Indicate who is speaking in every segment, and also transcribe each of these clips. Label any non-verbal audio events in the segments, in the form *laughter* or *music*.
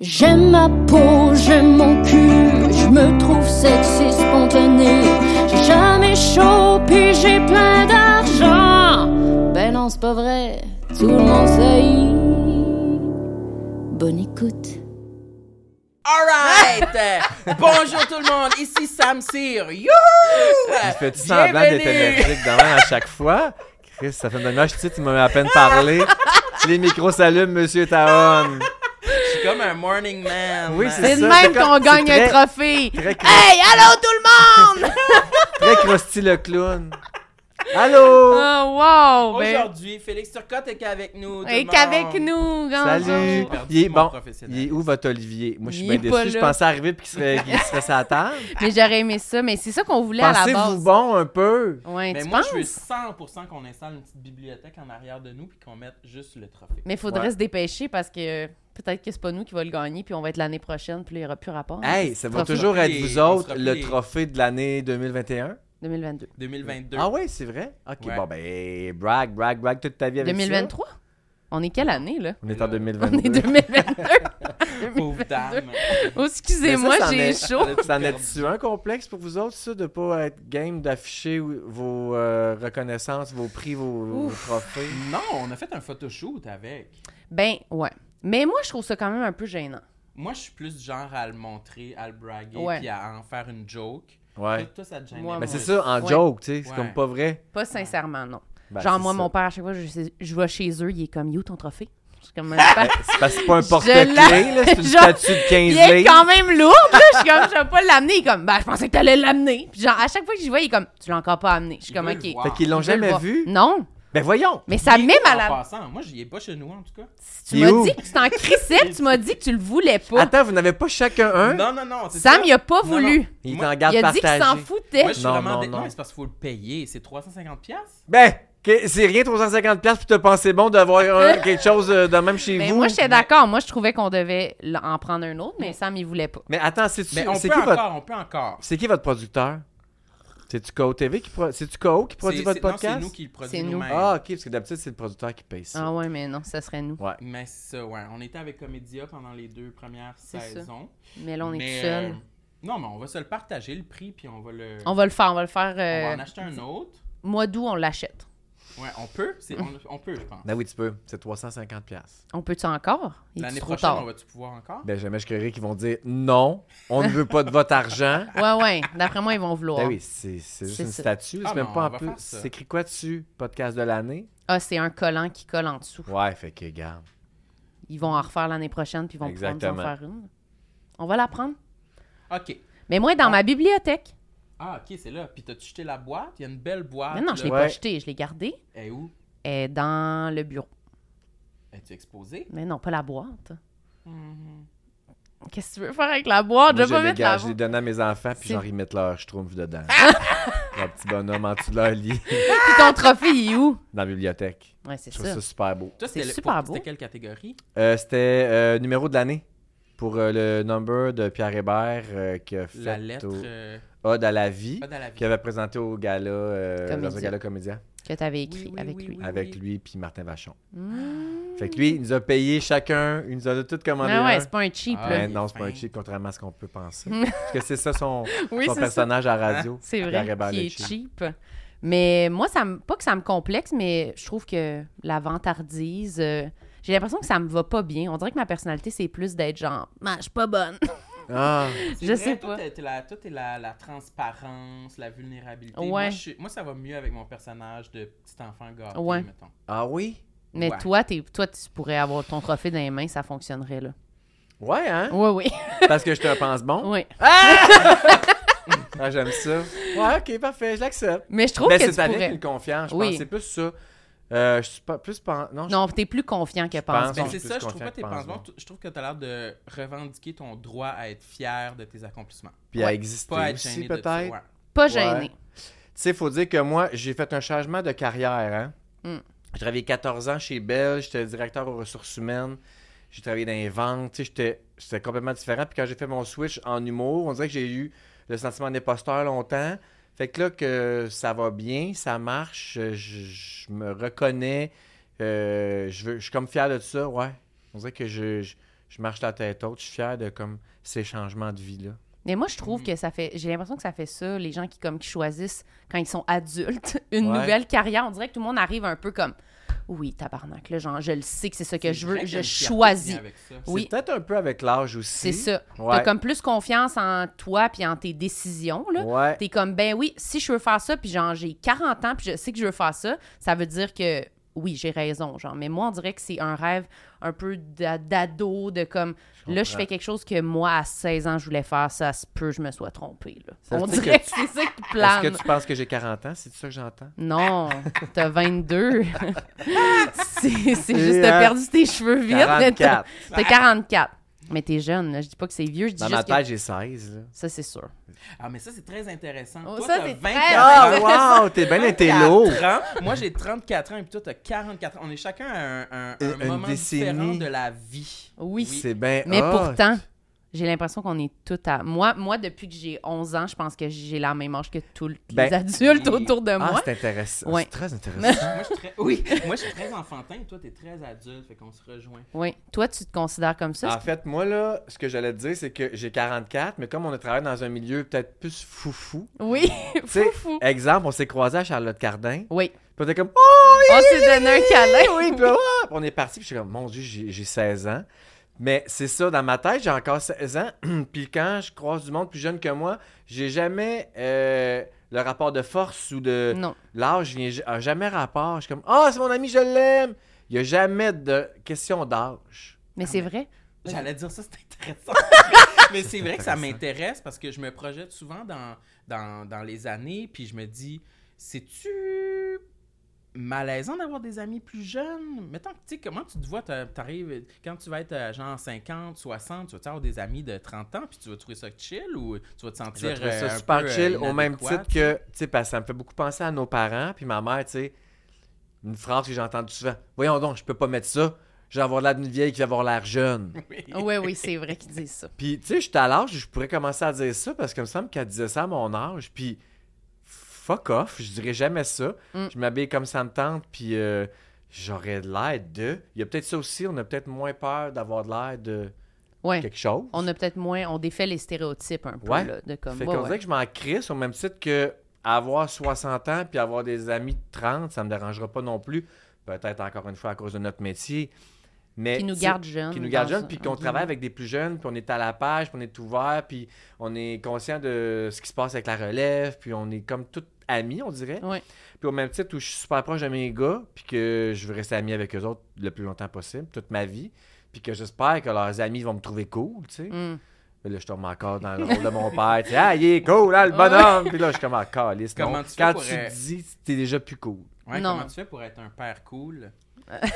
Speaker 1: J'aime ma peau, j'aime mon cul, je me trouve sexy spontané. J'ai jamais chaud, puis j'ai plein d'argent. Ben non, c'est pas vrai, tout le monde sait. Bonne écoute.
Speaker 2: *laughs*
Speaker 3: Alright! Bonjour tout le monde, ici Sam Cyr. Youhou!
Speaker 4: Je fais-tu semblant d'être allergique de même à chaque fois? Chris, ça fait une demi-heure, je te dis, tu m'as à peine parlé. Les micros s'allument, monsieur Taon.
Speaker 3: Je suis comme un morning man.
Speaker 4: Oui,
Speaker 2: C'est de
Speaker 4: ça,
Speaker 2: même
Speaker 4: c'est comme-
Speaker 2: qu'on
Speaker 4: c'est
Speaker 2: gagne
Speaker 4: très-
Speaker 2: un trophée.
Speaker 4: Très, cro-
Speaker 2: Hey, allô tout le monde!
Speaker 4: très Krusty le clown. Allô?
Speaker 2: oh, wow! Ben,
Speaker 3: Aujourd'hui, Félix Turcotte est qu'avec nous. tout
Speaker 2: et
Speaker 3: le monde.
Speaker 2: qu'avec nous, Gonzo.
Speaker 4: Salut!
Speaker 3: perdu
Speaker 4: Il est,
Speaker 3: mon
Speaker 4: bon,
Speaker 3: professionnel.
Speaker 4: il est où votre Olivier? Moi, je suis
Speaker 2: Il
Speaker 4: bien
Speaker 2: est pas
Speaker 4: déçu. Je
Speaker 2: là.
Speaker 4: pensais arriver puis qu'il serait,
Speaker 2: *laughs*
Speaker 4: qu'il serait sa table.
Speaker 2: Mais j'aurais aimé ça, mais c'est ça qu'on voulait à la
Speaker 4: Pensez-vous
Speaker 2: base.
Speaker 4: bon un peu?
Speaker 2: Ouais,
Speaker 3: Mais
Speaker 2: tu
Speaker 3: moi,
Speaker 2: penses?
Speaker 3: je veux 100% qu'on installe une petite bibliothèque en arrière de nous puis qu'on mette juste le trophée.
Speaker 2: Mais faudrait
Speaker 4: Ouais.
Speaker 2: se dépêcher parce que euh, peut-être que c'est pas nous qui va le gagner, puis on va être l'année prochaine, puis là, il n'y aura plus rapport.
Speaker 4: Hey, ça va
Speaker 2: Trophée.
Speaker 4: toujours être
Speaker 3: Et
Speaker 4: vous
Speaker 3: on
Speaker 4: autres
Speaker 3: sera
Speaker 4: le
Speaker 3: plus-
Speaker 4: trophée de l'année 2021?
Speaker 2: 2022.
Speaker 3: 2022.
Speaker 4: Ah ouais, c'est vrai? Ok,
Speaker 3: Ouais.
Speaker 4: bon ben, brag, brag, brag toute ta vie avec ça. Ben,
Speaker 2: 2023? On est quelle année, là?
Speaker 4: On est en
Speaker 2: On
Speaker 4: 2022.
Speaker 2: est 2022.
Speaker 4: *laughs*
Speaker 2: *laughs*
Speaker 3: Pauvre dame.
Speaker 2: Oh, excusez-moi,
Speaker 4: Mais ça, *laughs* c'en
Speaker 2: j'ai
Speaker 4: est-
Speaker 2: chaud.
Speaker 4: Ça en est-tu un complexe pour vous autres, ça, de pas être game d'afficher vos euh, reconnaissances, vos prix, vos, vos trophées?
Speaker 3: Non, on a fait un photoshoot avec.
Speaker 2: Ben, ouais. Mais moi, je trouve ça quand même un peu gênant.
Speaker 3: Moi, je suis plus du genre à le montrer, à le braguer,
Speaker 2: Ouais.
Speaker 3: puis à en faire une joke.
Speaker 4: Ouais.
Speaker 3: Toi, toi, ça te gêne.
Speaker 2: Moi,
Speaker 4: Mais
Speaker 2: moi.
Speaker 4: c'est ça, en
Speaker 2: Oh Ouais.
Speaker 4: joke, tu sais, c'est
Speaker 3: Ouais.
Speaker 4: comme pas vrai.
Speaker 2: Pas sincèrement, non.
Speaker 4: Ben,
Speaker 2: Genre,
Speaker 4: c'est
Speaker 2: moi,
Speaker 4: ça.
Speaker 2: mon père, à chaque fois, je, sais- je vais chez eux, il est comme, yo, ton trophée.
Speaker 4: *laughs*
Speaker 2: Je suis comme, Père,
Speaker 4: Ben, C'est parce que c'est pas un
Speaker 2: Je
Speaker 4: porte-clés,
Speaker 2: l'ai-
Speaker 4: là, c'est
Speaker 2: *laughs*
Speaker 4: une
Speaker 2: Genre,
Speaker 4: statue de 15
Speaker 2: il est
Speaker 4: livres.
Speaker 2: quand même lourd, là. Je suis comme, je vais pas l'amener. Il est comme, ben, je pensais que t'allais l'amener. Puis, genre, à chaque fois que j'y vois, il est comme, tu l'as encore pas amené. Je suis
Speaker 3: Il
Speaker 2: comme,
Speaker 3: veut
Speaker 2: ok.
Speaker 3: le voir.
Speaker 4: Fait qu'ils
Speaker 2: Je
Speaker 4: l'ont
Speaker 2: veux le
Speaker 4: jamais
Speaker 2: voir.
Speaker 4: vu.
Speaker 2: Non,
Speaker 4: Ben voyons!
Speaker 2: mais ça
Speaker 3: Il est
Speaker 2: met
Speaker 3: où,
Speaker 2: mal
Speaker 3: en
Speaker 2: à
Speaker 3: passant? Moi, j'y ai pas chez nous, en tout cas.
Speaker 2: Tu
Speaker 4: Il est où?
Speaker 2: m'as dit que tu t'en crissais, puis tu m'as dit que tu le voulais pas.
Speaker 4: Attends, vous n'avez pas chacun un?
Speaker 3: Non, non, non. c'est
Speaker 2: Sam,
Speaker 3: ça.
Speaker 2: il a pas
Speaker 3: Non,
Speaker 2: voulu. Eh.
Speaker 3: non.
Speaker 4: Il est
Speaker 3: Moi-
Speaker 4: en garde
Speaker 2: Il a
Speaker 4: partagée.
Speaker 2: dit qu'il s'en foutait.
Speaker 3: Moi, je suis
Speaker 4: Non,
Speaker 3: vraiment
Speaker 4: non,
Speaker 3: dé- non,
Speaker 4: non.
Speaker 3: mais c'est parce qu'il faut le payer. C'est 350$. piastres.
Speaker 4: Ben, que- c'est rien 350$ piastres pour te penser bon d'avoir
Speaker 2: *laughs*
Speaker 4: un- quelque chose euh, de même chez
Speaker 2: Mais
Speaker 4: vous.
Speaker 2: Ben, moi, j'étais d'accord. Moi, je trouvais qu'on devait l- en prendre un autre, mais Sam, il voulait pas. Ah
Speaker 4: Mais attends, c'est-tu-
Speaker 3: Mais on
Speaker 4: c'est
Speaker 3: peut
Speaker 4: qui
Speaker 3: encore,
Speaker 4: votre
Speaker 3: on peut encore.
Speaker 4: C'est qui votre producteur? C'est-tu KO TV qui, pro- c'est-tu KO qui produit
Speaker 3: C'est- c'est-
Speaker 4: votre
Speaker 3: non,
Speaker 4: podcast?
Speaker 3: c'est nous qui le
Speaker 2: C'est
Speaker 3: produisons
Speaker 2: nous.
Speaker 3: nous-mêmes.
Speaker 4: Ah, ok, parce que d'habitude, c'est le producteur qui paye ça.
Speaker 2: Ah ouais, mais non, ça serait nous.
Speaker 4: Ouais.
Speaker 3: Mais c'est ça, ouais. On était avec Comédia pendant les deux premières
Speaker 2: C'est ça.
Speaker 3: saisons.
Speaker 2: Mais là, on est
Speaker 3: Mais,
Speaker 2: tout seul.
Speaker 3: euh, non, mais on va se le partager, le prix, puis on va le...
Speaker 2: On va le faire, on va le faire.
Speaker 3: on va
Speaker 2: euh,
Speaker 3: en acheter un autre.
Speaker 2: mois d'août, on l'achète.
Speaker 3: Ouais, on peut. c'est- On, on peut, je pense.
Speaker 4: Ben oui, tu peux. C'est 350$. piastres.
Speaker 2: On peut-tu encore? Il est
Speaker 3: L'année
Speaker 2: trop
Speaker 3: prochaine, on
Speaker 2: tard.
Speaker 3: va-tu pouvoir encore?
Speaker 4: Ben jamais je crierai qu'ils vont dire non, on ne veut pas de votre
Speaker 2: *laughs*
Speaker 4: argent.
Speaker 2: Ouais, ouais. D'après moi, ils vont vouloir.
Speaker 4: Ben oui, c'est, c'est juste
Speaker 2: C'est
Speaker 4: une
Speaker 2: ça.
Speaker 4: statue.
Speaker 3: Ah,
Speaker 4: c'est
Speaker 3: mais
Speaker 4: même
Speaker 3: on
Speaker 4: pas en
Speaker 3: va
Speaker 4: plus.
Speaker 3: faire ça.
Speaker 4: C'est écrit quoi dessus? Podcast de l'année?
Speaker 2: Ah, c'est un collant qui colle en dessous.
Speaker 4: Ouais, fait que garde.
Speaker 2: Ils vont en refaire l'année prochaine, puis ils vont pouvoir nous en
Speaker 4: Exactement.
Speaker 2: faire une. On va la prendre.
Speaker 3: OK.
Speaker 2: Mais moi, dans
Speaker 3: Ah.
Speaker 2: ma bibliothèque.
Speaker 3: Ah, OK, c'est là. Puis t'as-tu jeté la boîte? Il y a une belle boîte.
Speaker 2: Mais non, je l'ai
Speaker 3: là.
Speaker 4: Ouais.
Speaker 2: pas jetée, je l'ai gardée.
Speaker 3: Elle est où?
Speaker 2: Elle est dans le bureau.
Speaker 3: Es-tu exposée?
Speaker 2: Mais non, pas la boîte.
Speaker 3: Mhm.
Speaker 2: Qu'est-ce que tu veux faire avec la boîte?
Speaker 4: Moi,
Speaker 2: Ah, je vais pas
Speaker 4: les
Speaker 2: mettre
Speaker 4: garde-
Speaker 2: la
Speaker 4: je les
Speaker 2: boîte.
Speaker 4: donne à mes enfants, puis
Speaker 2: C'est-
Speaker 4: genre, ils mettent leur schtroumpf
Speaker 2: *laughs*
Speaker 4: dedans. Leur petit bonhomme en dessous de leur lit,
Speaker 2: Puis ton trophée, il est où?
Speaker 4: dans la bibliothèque.
Speaker 2: Ouais, c'est
Speaker 4: Je trouve
Speaker 2: ça.
Speaker 4: ça super beau.
Speaker 3: Toi,
Speaker 2: C'est
Speaker 3: c'était le-
Speaker 2: super
Speaker 3: pour-
Speaker 2: beau.
Speaker 3: C'était quelle catégorie?
Speaker 4: Euh, c'était euh, numéro de l'année pour euh, le number de Pierre Hébert euh, qui a fait
Speaker 3: La lettre...
Speaker 4: au-
Speaker 3: euh,
Speaker 4: Ode à la vie,
Speaker 3: Ode à la vie.
Speaker 4: qui avait présenté au gala, euh, dans un
Speaker 2: Comédien.
Speaker 4: gala comédien
Speaker 2: Que t'avais écrit
Speaker 3: oui,
Speaker 2: avec
Speaker 3: oui,
Speaker 2: lui. Hmm.
Speaker 3: oui.
Speaker 4: avec lui puis Martin Vachon. Fait que lui, il nous a payé chacun, il nous a tout commandé.
Speaker 2: Ah ouais,
Speaker 4: un.
Speaker 2: c'est pas un cheap,
Speaker 3: Ah,
Speaker 2: là.
Speaker 4: Mais non, c'est pas un
Speaker 3: Fin.
Speaker 4: cheap, contrairement à ce qu'on peut
Speaker 2: *laughs*
Speaker 4: penser. Parce que c'est ça son,
Speaker 2: Oui,
Speaker 4: son
Speaker 2: c'est ça.
Speaker 4: personnage à radio.
Speaker 2: C'est
Speaker 4: Pierre
Speaker 2: vrai,
Speaker 4: Hébert,
Speaker 2: qui
Speaker 4: le
Speaker 2: est cheap. Mais moi, ça me, pas que ça me complexe, mais je trouve que la vantardise, euh, j'ai l'impression que ça me va pas bien. On dirait que ma personnalité, c'est plus d'être genre, Ben, je suis pas bonne.
Speaker 4: Ah,
Speaker 3: C'est
Speaker 2: Je
Speaker 3: vrai,
Speaker 2: sais
Speaker 3: toi,
Speaker 2: pas.
Speaker 3: t'es- t'es la, toi, t'es la, la transparence, la vulnérabilité.
Speaker 2: Ouais.
Speaker 3: Moi, je suis- moi, ça va mieux avec mon personnage de petit enfant gâté,
Speaker 2: Ouais.
Speaker 3: mettons.
Speaker 4: ah oui?
Speaker 2: Mais
Speaker 3: Ouais.
Speaker 2: toi, t'es- toi, tu pourrais avoir ton trophée dans les mains, ça fonctionnerait, là.
Speaker 4: Ouais, hein?
Speaker 2: Oui, oui. *laughs*
Speaker 4: Parce que je te pense bon.
Speaker 2: oui.
Speaker 4: Ah, j'aime ça. Ouais, ok, parfait, je l'accepte.
Speaker 2: Mais je trouve
Speaker 4: Mais
Speaker 2: que tu
Speaker 4: Ben, c'est avec
Speaker 2: pourrais.
Speaker 4: une confiance, je
Speaker 2: Oui.
Speaker 4: pense. C'est plus ça. Euh, je suis pas plus pen- Non, je-
Speaker 2: Non, t'es plus confiant que
Speaker 4: Je
Speaker 2: pense.
Speaker 4: pense.
Speaker 3: Mais
Speaker 4: Bon,
Speaker 3: Ben, c'est
Speaker 4: plus
Speaker 3: ça, je trouve
Speaker 4: confiant
Speaker 3: pas tes
Speaker 4: que pense,
Speaker 3: pansements.
Speaker 4: bon.
Speaker 3: Je trouve que t'as l'air de revendiquer ton droit à être fier de tes accomplissements.
Speaker 4: puis à exister
Speaker 3: Pas à être
Speaker 4: aussi,
Speaker 3: gêné de ça.
Speaker 4: peut-être.
Speaker 3: ouais.
Speaker 2: Pas gêné.
Speaker 4: Tu sais, faut dire que moi, j'ai fait un changement de carrière. Hein?
Speaker 2: Mm.
Speaker 4: J'ai travaillé 14 ans chez Bell, j'étais directeur aux ressources humaines, j'ai travaillé dans les ventes, tu sais, j'étais- c'était complètement différent. Puis quand j'ai fait mon switch en humour, on dirait que j'ai eu le sentiment d'imposteur longtemps. Fait que là, que ça va bien, ça marche, je, je- je me reconnais, euh, je, veux, je suis comme fier de ça, ouais. On dirait que je, je, je marche la tête haute. Je suis fier de comme ces changements de vie-là.
Speaker 2: Mais moi, je trouve
Speaker 4: Mm.
Speaker 3: Mhm.
Speaker 2: que ça fait. J'ai l'impression que ça fait ça, les gens qui, comme, qui choisissent quand ils sont adultes *laughs* une
Speaker 4: Ouais.
Speaker 2: nouvelle carrière. On dirait que tout le monde arrive un peu comme Oui, tabarnak, là, genre, je le sais que c'est ça que je veux, je choisis. Oui.
Speaker 4: C'est peut-être un peu avec l'âge aussi.
Speaker 2: C'est ça.
Speaker 4: Ouais.
Speaker 2: T'as comme plus confiance en toi puis en tes décisions, là.
Speaker 4: Ouais.
Speaker 2: T'es comme, ben oui, si je veux faire ça, puis genre, j'ai 40 ans, puis je sais que je veux faire ça, ça veut dire que oui, j'ai raison, genre. Mais moi, on dirait que c'est un rêve un peu d'a- d'ado, de comme, là, je
Speaker 4: comprends.
Speaker 2: fais quelque chose que moi, à 16 ans, je voulais faire, ça se peut, je me sois trompée, là.
Speaker 4: Ça veut
Speaker 2: on
Speaker 4: dire
Speaker 2: dirait
Speaker 4: que
Speaker 2: que, c'est ça qui
Speaker 4: Est-ce
Speaker 2: plane.
Speaker 4: que tu penses que j'ai 40 ans? C'est ça que j'entends?
Speaker 2: Non,
Speaker 4: *laughs*
Speaker 2: t'as 22. c'est c'est juste,
Speaker 4: Et,
Speaker 2: t'as
Speaker 4: euh,
Speaker 2: perdu tes cheveux vite. mais T'as
Speaker 4: 44.
Speaker 2: t'as 44. Mais t'es jeune, là. Je dis pas que c'est vieux, je dis
Speaker 4: Dans ma
Speaker 2: juste que...
Speaker 4: tête, j'ai 16. là.
Speaker 2: Ça, c'est sûr.
Speaker 3: Ah, mais ça, c'est très intéressant.
Speaker 2: Oh,
Speaker 3: Toi,
Speaker 2: ça,
Speaker 3: t'as
Speaker 2: c'est
Speaker 3: 24
Speaker 2: très-
Speaker 3: ans.
Speaker 4: Ah, wow! T'es bien été lourd!
Speaker 3: 4 ans. Moi, j'ai 34 ans et puis toi, t'as 44 ans. On est chacun à un, un- un
Speaker 4: Euh, Une
Speaker 3: moment
Speaker 4: décennie.
Speaker 3: différent de la
Speaker 4: *laughs*
Speaker 3: vie.
Speaker 2: Oui.
Speaker 4: C'est bien.
Speaker 2: Mais
Speaker 4: hot.
Speaker 2: pourtant, j'ai l'impression qu'on est tout à. Moi, moi, depuis que j'ai 11 ans, je pense que j'ai la même âge que tous les
Speaker 4: Ben-
Speaker 2: adultes
Speaker 3: Oui.
Speaker 2: autour de
Speaker 4: Ah,
Speaker 2: moi.
Speaker 4: c'est intéressant.
Speaker 2: Ouais.
Speaker 4: C'est très intéressant.
Speaker 3: Moi, je suis très, oui. Moi, je suis très enfantin et toi, t'es très adulte. Fait qu'on se rejoint.
Speaker 2: oui. Toi, tu te considères comme ça?
Speaker 4: en fait, moi, là, ce que j'allais te dire, c'est que j'ai 44, mais comme on a travaillé dans un milieu peut-être plus
Speaker 2: *laughs*
Speaker 4: foufou,
Speaker 2: Oui.
Speaker 4: tu sais,
Speaker 2: Foufou.
Speaker 4: exemple, on s'est croisés à Charlotte Cardin.
Speaker 2: Oui.
Speaker 4: Puis on était comme, oh,
Speaker 2: On s'est donné un câlin.
Speaker 4: oui, puis, ah! Puis on est parti. Puis je suis comme, mon Dieu, j'ai j'ai 16 ans. Mais c'est ça, dans ma tête, j'ai encore 16 ans. *clears throat* puis quand je croise du monde plus jeune que moi, j'ai jamais euh, le rapport de force ou de.
Speaker 2: Non.
Speaker 4: L'âge vient ja- a jamais rapport. Je suis comme, ah, c'est mon ami, je l'aime. Il n'y a jamais de question d'âge.
Speaker 2: Mais c'est vrai.
Speaker 3: J'allais dire ça, c'est intéressant. *laughs* Mais c'est vrai que ça m'intéresse parce que je me projette souvent dans, dans, dans les années, puis je me dis, c'est-tu malaisant d'avoir des amis plus jeunes? Mettons, que, tu sais, comment tu te vois, t'as- t'arrives, quand tu vas être euh, genre 50, 60, tu vas avoir des amis de 30 ans, puis tu vas trouver ça chill ou tu vas te
Speaker 4: Je
Speaker 3: sentir
Speaker 4: vais trouver
Speaker 3: euh,
Speaker 4: ça
Speaker 3: un
Speaker 4: super
Speaker 3: peu, euh,
Speaker 4: chill au même
Speaker 3: inadéquat?
Speaker 4: titre que, tu sais, parce que ça me fait beaucoup penser à nos parents. Puis ma mère, tu sais, une phrase que j'ai entendue souvent, voyons donc, je peux pas mettre ça. Je vais avoir l'air d'une vieille qui va avoir l'air jeune.
Speaker 2: Oui, oui, c'est vrai qu'ils disent ça.
Speaker 4: Puis, tu sais, je suis à l'âge où je pourrais commencer à dire ça parce qu'il me semble qu'elle disait ça à mon âge. Puis, fuck off, je dirais jamais ça.
Speaker 2: Mm.
Speaker 4: Je m'habille comme ça me tente, puis euh, j'aurais de l'air de. Il y a peut-être ça aussi, on a peut-être moins peur d'avoir de l'air de
Speaker 2: Oui.
Speaker 4: quelque chose.
Speaker 2: On a peut-être moins. On défait les stéréotypes un peu,
Speaker 4: Ouais.
Speaker 2: là, de comme.
Speaker 4: Fait
Speaker 2: ouais,
Speaker 4: qu'on
Speaker 2: ouais.
Speaker 4: dirait que je m'en crisse au même titre que avoir 60 ans puis avoir des amis de 30, ça me dérangera pas non plus. Peut-être encore une fois à cause de notre métier. Mais
Speaker 2: Qui nous
Speaker 4: tu sais,
Speaker 2: garde jeunes.
Speaker 4: qui nous
Speaker 2: Hein, dans
Speaker 4: garde jeunes,
Speaker 2: un-
Speaker 4: puis
Speaker 2: un
Speaker 4: qu'on
Speaker 2: guillemets.
Speaker 4: travaille avec des plus jeunes, puis on est à la page, puis on est ouvert, puis on est conscient de ce qui se passe avec la relève, puis on est comme tous amis, on dirait.
Speaker 2: Ouais.
Speaker 4: Puis au même titre où je suis super proche de mes gars, puis que je veux rester ami avec eux autres le plus longtemps possible, toute ma vie, puis que j'espère que leurs amis vont me trouver cool, tu sais.
Speaker 2: Mm.
Speaker 4: Mais là, je tombe encore dans le rôle de mon père, tu sais, ah, il est cool, hein, le bonhomme, puis là, je suis comme en calice. non.
Speaker 3: Comment tu fais
Speaker 4: Quand
Speaker 3: pour,
Speaker 4: tu
Speaker 3: euh,
Speaker 4: te dis, t'es déjà plus cool.
Speaker 3: Ouais,
Speaker 2: Non.
Speaker 3: Comment tu fais pour être un père cool?
Speaker 4: *laughs*
Speaker 2: Ah,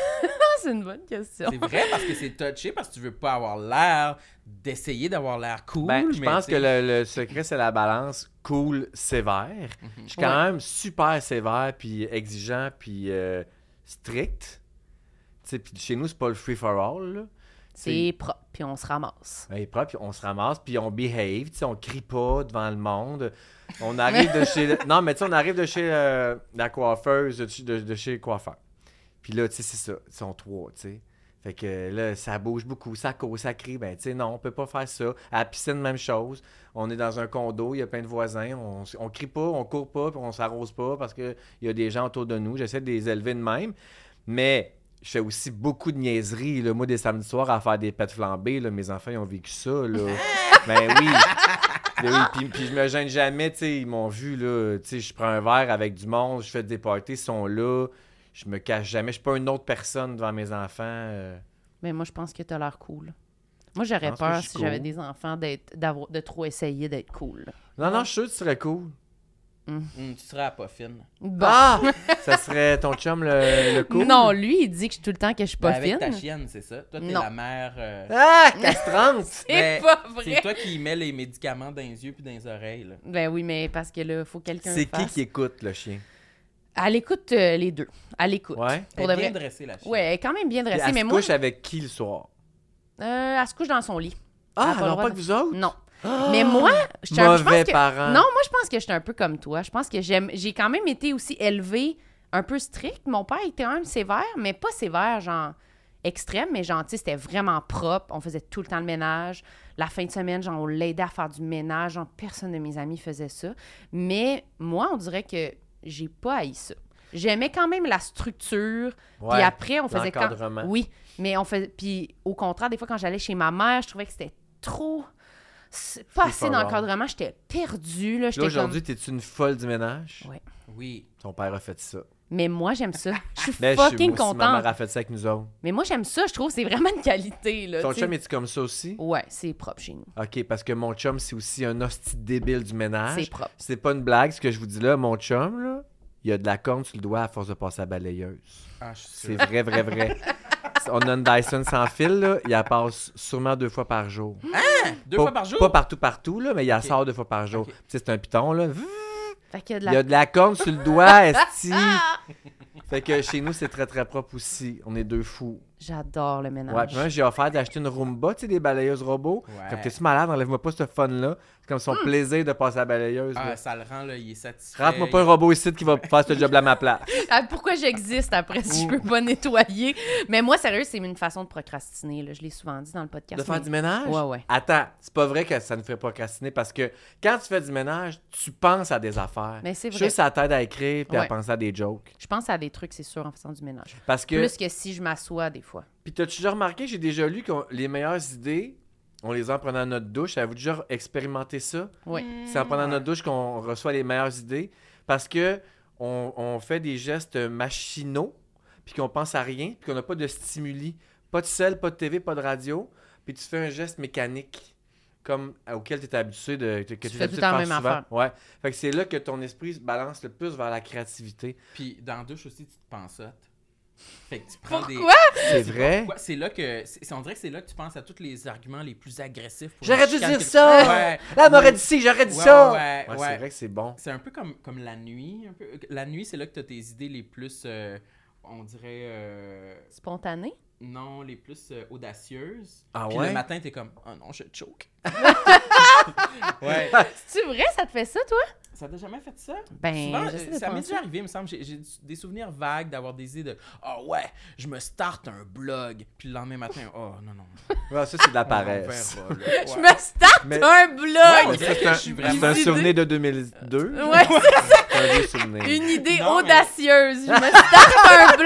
Speaker 2: c'est une bonne question.
Speaker 3: C'est vrai parce que c'est touché, parce que tu veux pas avoir l'air d'essayer d'avoir l'air cool.
Speaker 4: Ben, je
Speaker 3: mais
Speaker 4: pense
Speaker 3: tu
Speaker 4: que
Speaker 3: sais,
Speaker 4: le, le secret, c'est la balance cool, sévère.
Speaker 3: Mhm.
Speaker 4: Je suis quand
Speaker 2: Ouais.
Speaker 4: même super sévère, puis exigeant, puis euh, strict. Tu sais, puis chez nous, c'est pas le free for all. là.
Speaker 2: C'est propre, puis on se ramasse.
Speaker 4: Ben, il est propre, puis on se ramasse, puis on behave, tu sais, on crie pas devant le monde. On arrive de chez... le- Non, mais tu sais, on arrive de chez euh, la coiffeuse, de, de- de chez le coiffeur. Puis là, tu sais, c'est ça, ils sont trois, tu sais. Fait que euh, là, ça bouge beaucoup, ça cause, ça crie. Ben, tu sais, non, on peut pas faire ça. À la piscine, même chose. On est dans un condo, il y a plein de voisins. On, s- on crie pas, on court pas, puis on s'arrose pas parce qu'il y a des gens autour de nous. J'essaie de les élever de même. Mais je fais aussi beaucoup de niaiseries. Là. Moi, des samedis soirs, à faire des pets flambés, là, mes enfants, ils ont vécu ça. Là. ben oui. Ben oui, Puis, puis je me gêne jamais. tu sais, Ils m'ont vu. Là, Tu sais, je prends un verre avec du monde, je fais des parties, ils sont là. Je me cache jamais. Je suis pas une autre personne devant mes enfants. euh.
Speaker 2: Mais moi, je pense que t'as l'air cool. Moi, j'aurais
Speaker 4: pense que je
Speaker 2: peur
Speaker 4: suis
Speaker 2: si j'avais
Speaker 4: cool.
Speaker 2: des enfants d'être, d'avoir, de trop essayer d'être cool.
Speaker 4: Non, non, je suis sûr que tu serais cool.
Speaker 3: hum, tu seras à pas fine.
Speaker 2: Bon. *laughs*
Speaker 4: Ah! ça serait ton chum le, le cool?
Speaker 2: Non, lui, il dit que je- tout le temps que je suis pas
Speaker 3: Ben, avec
Speaker 2: fine.
Speaker 3: ta chienne, c'est ça. Toi, t'es
Speaker 2: Non.
Speaker 3: la mère. euh,
Speaker 4: Ah! Castrante!
Speaker 2: *laughs* C'est
Speaker 3: ben,
Speaker 2: pas
Speaker 3: C'est
Speaker 2: vrai.
Speaker 3: toi qui mets les médicaments dans les yeux puis dans les oreilles. là.
Speaker 2: Ben oui, mais parce que là, faut que quelqu'un le
Speaker 4: C'est qui
Speaker 2: fasse.
Speaker 4: qui écoute le chien?
Speaker 2: Elle écoute euh, les deux. Elle écoute.
Speaker 4: Ouais.
Speaker 2: Pour
Speaker 3: Elle est
Speaker 2: de
Speaker 3: bien
Speaker 2: vrai.
Speaker 3: dressée, la chienne.
Speaker 2: Ouais, elle est quand même bien
Speaker 4: Puis
Speaker 2: dressée,
Speaker 4: elle
Speaker 2: mais
Speaker 4: se
Speaker 2: moi,
Speaker 4: couche avec qui le soir?
Speaker 2: euh, elle se couche dans son lit.
Speaker 4: Ah,
Speaker 2: Elle a pas le
Speaker 4: alors
Speaker 2: droit
Speaker 4: pas
Speaker 2: de-
Speaker 4: que vous autres? Ah!
Speaker 2: Non.
Speaker 3: Oh!
Speaker 2: Mais moi, je suis un- je
Speaker 4: Mauvais
Speaker 2: pense que...
Speaker 4: parent.
Speaker 2: Non, moi, je pense que je suis un peu comme toi. Je pense que j'aime. J'ai quand même été aussi élevée un peu stricte. Mon père était quand même sévère, mais pas sévère, genre extrême, mais genre, tu sais, c'était vraiment propre. On faisait tout le temps le ménage. La fin de semaine, genre, on l'aidait à faire du ménage. Genre, personne de mes amis faisait ça. Mais moi, on dirait que j'ai pas haï ça. J'aimais quand même la structure.
Speaker 4: Ouais,
Speaker 2: puis après, on faisait quand...
Speaker 4: l'encadrement.
Speaker 2: Oui, mais on faisait... Puis au contraire, des fois, quand j'allais chez ma mère, je trouvais que c'était trop... c'est Pas
Speaker 4: Free
Speaker 2: assez
Speaker 4: for all.
Speaker 2: d'encadrement. J'étais perdue, là.
Speaker 4: Là,
Speaker 2: J'étais comme...
Speaker 4: aujourd'hui, t'es-tu une folle du ménage?
Speaker 2: Ouais.
Speaker 3: Oui.
Speaker 4: Ton père a fait ça.
Speaker 2: Mais moi, j'aime ça. Je suis
Speaker 4: *laughs* Ben, je suis- moi aussi,
Speaker 2: fucking
Speaker 4: Ma
Speaker 2: contente.
Speaker 4: mère a fait ça avec nous autres.
Speaker 2: Mais moi, j'aime ça. Je trouve que c'est vraiment une qualité, là.
Speaker 4: Ton
Speaker 2: Euh, tu sais. Oh.
Speaker 4: chum, est tu comme ça aussi?
Speaker 2: Ouais, c'est propre chez nous.
Speaker 4: OK, parce que mon chum, c'est aussi un hostie débile du ménage.
Speaker 2: C'est propre.
Speaker 4: C'est pas une blague, ce que je vous dis là. Mon chum, là, il a de la corne sur le doigt à force de passer à balayeuse.
Speaker 3: Ah, je suis
Speaker 4: C'est
Speaker 3: sûr.
Speaker 4: vrai, vrai,
Speaker 2: *laughs*
Speaker 4: vrai. On a une Dyson sans fil, là. Il la passe sûrement deux fois par jour.
Speaker 3: Deux
Speaker 4: Pas-
Speaker 3: fois par jour?
Speaker 4: Pas partout, partout, là, mais il la sort deux fois par jour.
Speaker 3: Ok. Hmm.
Speaker 4: Tu sais, c'est un piton, là.
Speaker 2: Fait qu'il y a de
Speaker 4: Il y
Speaker 2: la...
Speaker 4: a de la corne sur le
Speaker 2: *laughs*
Speaker 4: doigt, esti. fait que chez nous, c'est très, très propre aussi. On est deux fous.
Speaker 2: J'adore le
Speaker 4: Ouais,
Speaker 2: ménage.
Speaker 4: puis moi, j'ai offert d'acheter une Roomba, tu sais, des balayeuses robots.
Speaker 3: Ouais.
Speaker 4: Comme, t'es-tu malade, enlève-moi pas ce fun-là. C'est comme son
Speaker 2: Hmm.
Speaker 4: plaisir de passer à la balayeuse. là.
Speaker 3: Ah, ça le rend, là, il est satisfait.
Speaker 4: Rentre-moi pas un robot ici qui va faire ce job-là à ma place.
Speaker 2: *laughs* Ah, Pourquoi j'existe après si je peux pas nettoyer? Mais moi, sérieux, c'est une façon de procrastiner. Là. Je l'ai souvent dit dans le podcast.
Speaker 4: De faire
Speaker 2: mais-
Speaker 4: du ménage?
Speaker 2: Ouais, ouais.
Speaker 4: Attends, c'est pas vrai que ça ne ferait procrastiner parce que quand tu fais du ménage, tu penses à des affaires.
Speaker 2: Mais c'est
Speaker 4: Je
Speaker 2: vrai.
Speaker 4: sais que ça t'aide à écrire puis à
Speaker 2: Ouais.
Speaker 4: penser à des jokes.
Speaker 2: Je pense à des trucs, c'est sûr, en faisant du ménage.
Speaker 4: Parce que.
Speaker 2: Plus que si je m'assois des fois.
Speaker 4: Puis t'as-tu déjà remarqué, j'ai déjà lu que les meilleures idées, on les a en prenant notre douche. Avez-vous déjà expérimenté ça?
Speaker 2: Oui.
Speaker 4: C'est en prenant notre douche qu'on reçoit les meilleures idées. Parce que on, on fait des gestes machinaux, puis qu'on pense à rien, puis qu'on n'a pas de stimuli. Pas de sel, pas de TV, pas de radio. Puis tu fais un geste mécanique, comme auquel tu es habitué de que t'es
Speaker 2: fais tout
Speaker 4: habitué
Speaker 2: le
Speaker 4: de
Speaker 2: temps
Speaker 4: faire
Speaker 2: la même
Speaker 4: souvent.
Speaker 2: affaire.
Speaker 4: Ouais. Fait que c'est là que ton esprit se balance le plus vers la
Speaker 2: *laughs*
Speaker 4: créativité.
Speaker 3: Puis dans la douche aussi, tu te pensottes. Fait que tu prends des...
Speaker 2: Pourquoi?
Speaker 4: C'est vrai?
Speaker 3: Pourquoi? C'est là que... c'est- On dirait que c'est là que tu penses à tous les arguments les plus agressifs. pour
Speaker 4: J'aurais dû
Speaker 3: chicaner
Speaker 4: dire
Speaker 3: quelqu'un.
Speaker 4: ça!
Speaker 3: Ouais.
Speaker 4: Là, m'aurait dit si, j'aurais dit
Speaker 3: Ouais,
Speaker 4: ça!
Speaker 3: ouais,
Speaker 4: Ouais,
Speaker 3: ouais.
Speaker 4: C'est vrai que c'est bon.
Speaker 3: C'est un peu comme, comme la nuit. un peu. La nuit, c'est là que tu as tes idées les plus, euh, on dirait, euh,
Speaker 2: Spontané?
Speaker 3: non, les plus euh, audacieuses.
Speaker 4: Ah
Speaker 3: Puis
Speaker 4: ouais?
Speaker 3: le matin, t'es comme, oh non, je choke. ouais.
Speaker 2: C'est vrai, ça te fait ça, toi?
Speaker 3: Ça t'a jamais fait ça?
Speaker 2: Ben,
Speaker 3: Souvent,
Speaker 2: j'essaie
Speaker 3: euh,
Speaker 2: de
Speaker 3: ça m'est
Speaker 2: penser.
Speaker 3: déjà arrivé, il me semble. J'ai j'ai du- des souvenirs vagues d'avoir des idées de Ah ouais, je me starte un blog. Puis le lendemain matin, oh non, non.
Speaker 4: Ouais, ça, c'est de la
Speaker 3: on
Speaker 4: paresse.
Speaker 3: verra, là.
Speaker 2: *laughs* Je
Speaker 3: Ah, *laughs* Ouais.
Speaker 2: me starte
Speaker 4: Mais-
Speaker 2: un
Speaker 3: Ouais,
Speaker 2: blog!
Speaker 3: ouais.
Speaker 4: C'est un,
Speaker 3: Je suis vraiment- Euh,
Speaker 4: c'est un souvenir de 2002.
Speaker 2: Ouais,
Speaker 4: C'est un vieux souvenir.
Speaker 2: Une idée
Speaker 3: Non, mais-
Speaker 2: audacieuse. Je me starte un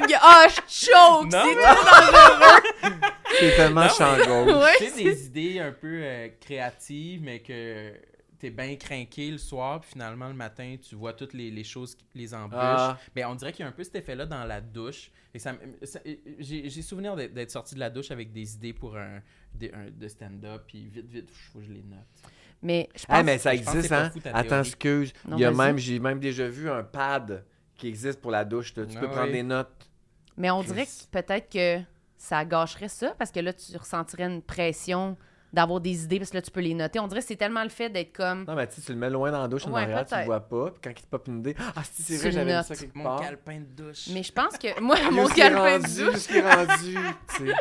Speaker 2: blog. Ah, je choke.
Speaker 3: Non,
Speaker 2: c'est
Speaker 3: mais-
Speaker 2: tout
Speaker 4: C'est tellement
Speaker 2: dans-
Speaker 4: chango.
Speaker 2: Ouais,
Speaker 3: Tu sais,
Speaker 2: c'est-
Speaker 3: des idées un peu euh, créatives, mais que t'es bien craqué le soir, puis finalement, le matin, tu vois toutes les, les choses qui les embûchent.
Speaker 4: Ah.
Speaker 3: Mais on dirait qu'il y a un peu cet effet-là dans la douche. Et ça, m- ça- euh, j'ai, j'ai souvenir d'être, d'être sorti de la douche avec des idées pour un, des- un- de stand-up, puis vite, vite, faut que je les note.
Speaker 2: Mais je pense
Speaker 4: Ah, mais ça
Speaker 3: je pense que
Speaker 4: existe,
Speaker 3: c'est pas
Speaker 4: hein?
Speaker 3: fou, ta
Speaker 4: Attends,
Speaker 3: théorie.
Speaker 4: excuse.
Speaker 2: Non,
Speaker 4: Il y a
Speaker 2: vas-y.
Speaker 4: même, j'ai même déjà vu un pad qui existe pour la douche. là. Tu
Speaker 3: Ah
Speaker 4: peux prendre
Speaker 3: oui.
Speaker 4: des notes.
Speaker 2: Mais on
Speaker 4: Chris.
Speaker 2: dirait que peut-être que ça gâcherait ça parce que là, tu ressentirais une pression d'avoir des idées parce que là, tu peux les noter. On dirait que c'est tellement le fait d'être comme.
Speaker 4: Non, mais tu sais, tu le mets loin dans la douche, en
Speaker 2: Ouais,
Speaker 4: arrière, tu le
Speaker 2: peut-être.
Speaker 4: vois pas. Puis quand il te pop une idée, ah, si, c'est
Speaker 2: Tu
Speaker 4: vrai,
Speaker 2: le
Speaker 4: j'avais
Speaker 2: notes.
Speaker 4: dit ça quelque
Speaker 3: Mon
Speaker 4: part.
Speaker 3: calepin de douche.
Speaker 2: Mais je pense
Speaker 3: *laughs*
Speaker 2: que moi,
Speaker 4: Puis
Speaker 2: mon
Speaker 4: où ce qui est
Speaker 2: calepin de
Speaker 4: rendu,
Speaker 2: douche.
Speaker 4: où ce qui est rendu, tu sais.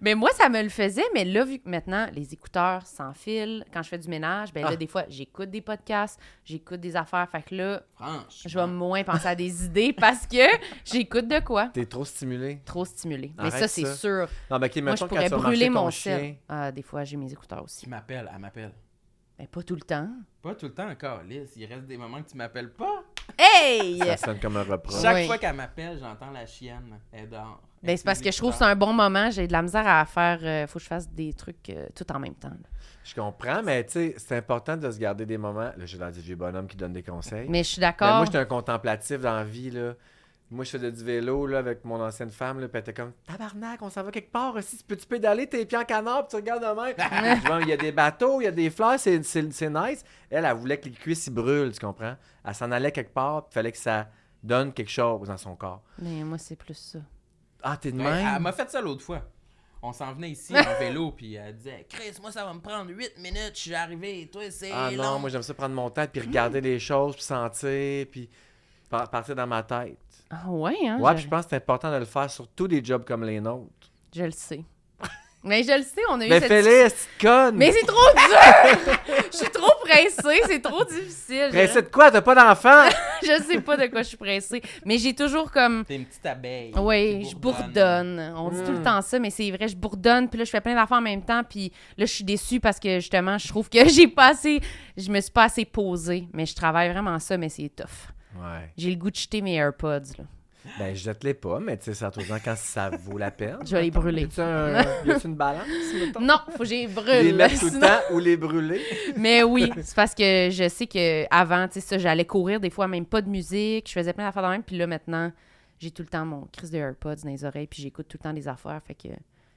Speaker 2: Mais moi, ça me le faisait. Mais là, vu que maintenant, les écouteurs sans fil, quand je fais du ménage, ben là,
Speaker 4: Ah.
Speaker 2: des fois, j'écoute des podcasts, j'écoute des affaires. Fait que là,
Speaker 3: Franchement.
Speaker 2: je vais moins penser à des *laughs* idées parce que j'écoute de quoi?
Speaker 4: T'es trop stimulé.
Speaker 2: Trop stimulé. Mais
Speaker 4: Arrête
Speaker 2: ça, c'est
Speaker 4: ça.
Speaker 2: sûr.
Speaker 4: Non, mais ok,
Speaker 2: Moi, je
Speaker 4: mettons quand
Speaker 2: pourrais
Speaker 4: tu vas marcher
Speaker 2: brûler
Speaker 4: ton
Speaker 2: mon sel.
Speaker 4: chien.
Speaker 2: Ah, des fois, j'ai mes écouteurs aussi.
Speaker 3: Qui m'appelle, elle m'appelle.
Speaker 2: Mais pas tout le temps.
Speaker 3: Pas tout le temps encore, Liz. Il reste des moments que tu m'appelles pas.
Speaker 2: Hey! Ben,
Speaker 4: Ça sonne comme un reproche.
Speaker 3: Chaque
Speaker 2: Oui.
Speaker 3: fois qu'elle m'appelle, j'entends la chienne. Elle dort.
Speaker 2: Ben, c'est parce que je trouve que c'est un bon moment. J'ai de la misère à faire. euh, faut que je fasse des trucs euh, tout en même temps. là.
Speaker 4: Je comprends, mais tu sais, c'est important de se garder des moments. Là, j'ai l'air du vieux bonhomme qui donne des conseils.
Speaker 2: Mais je suis
Speaker 4: Mais moi,
Speaker 2: d'accord.
Speaker 4: j'étais un contemplatif dans la vie, là. Moi, je faisais du vélo, là, avec mon ancienne femme, là, puis elle était comme « Tabarnak, on s'en va quelque part aussi, tu peux-tu pédaler tes pieds en canard, puis tu regardes de même? » Je dis, Bon, Il y a des bateaux, il y a des fleurs, c'est, c'est- c'est nice. » Elle, elle voulait que les cuisses, ils brûlent, tu comprends? Elle s'en allait quelque part, puis fallait que ça donne quelque chose dans son corps.
Speaker 2: Mais moi, c'est plus ça.
Speaker 4: Ah, t'es de
Speaker 3: Ouais,
Speaker 4: même?
Speaker 3: Ben, elle m'a fait ça l'autre fois. On s'en venait
Speaker 4: *laughs*
Speaker 3: ici en vélo, puis elle disait Chris, moi ça va me prendre 8 minutes, je suis arrivé, toi c'est.
Speaker 4: Ah non,
Speaker 3: long.
Speaker 4: moi, j'aime ça prendre mon temps, puis regarder
Speaker 3: Mm.
Speaker 4: les choses, puis sentir, puis par- partir dans ma tête.
Speaker 2: Ah ouais, hein?
Speaker 4: Ouais, *laughs*
Speaker 2: je,
Speaker 4: puis je pense que c'est important de le faire, surtout des jobs comme les nôtres.
Speaker 2: je le sais. Mais je le sais, on a eu
Speaker 4: Mais
Speaker 2: cette
Speaker 4: Ben, fais-le,
Speaker 2: discussion.
Speaker 4: est-ce que tu connes?
Speaker 2: Mais c'est trop dur! *laughs* je suis trop pressée, c'est trop difficile.
Speaker 4: Pressé de quoi? T'as pas
Speaker 2: *laughs*
Speaker 4: d'enfant?
Speaker 2: Je, je sais pas de quoi je suis pressée. Mais j'ai toujours comme.
Speaker 3: T'es une petite abeille.
Speaker 2: Oui,
Speaker 3: qui
Speaker 2: je bourdonne. On dit tout le temps ça, mais c'est vrai, je bourdonne, puis là, je fais plein d'affaires en même temps, puis là, je suis déçue parce que justement, je trouve que *laughs* j'ai pas assez. Je me suis pas assez posée, mais je travaille vraiment ça, mais c'est tough.
Speaker 4: Ouais.
Speaker 2: J'ai le goût de jeter mes AirPods, là.
Speaker 4: Ben, jette-les pas, mais tu sais, ça retourne quand ça vaut la peine.
Speaker 2: Je vais les brûler.
Speaker 4: Y a-tu un- y a-tu une
Speaker 2: *laughs*
Speaker 4: balance, mettons?
Speaker 2: Non, faut que
Speaker 4: Les
Speaker 2: j'ai brûle.
Speaker 4: mettre tout le
Speaker 2: sinon-
Speaker 4: temps ou les brûler?
Speaker 2: Mais oui, c'est parce que je sais que avant, tu sais ça, j'allais courir des fois même pas de musique, je faisais plein d'affaires de même, puis là maintenant, j'ai tout le temps mon crise de AirPods dans les oreilles, puis j'écoute tout le temps des affaires, fait que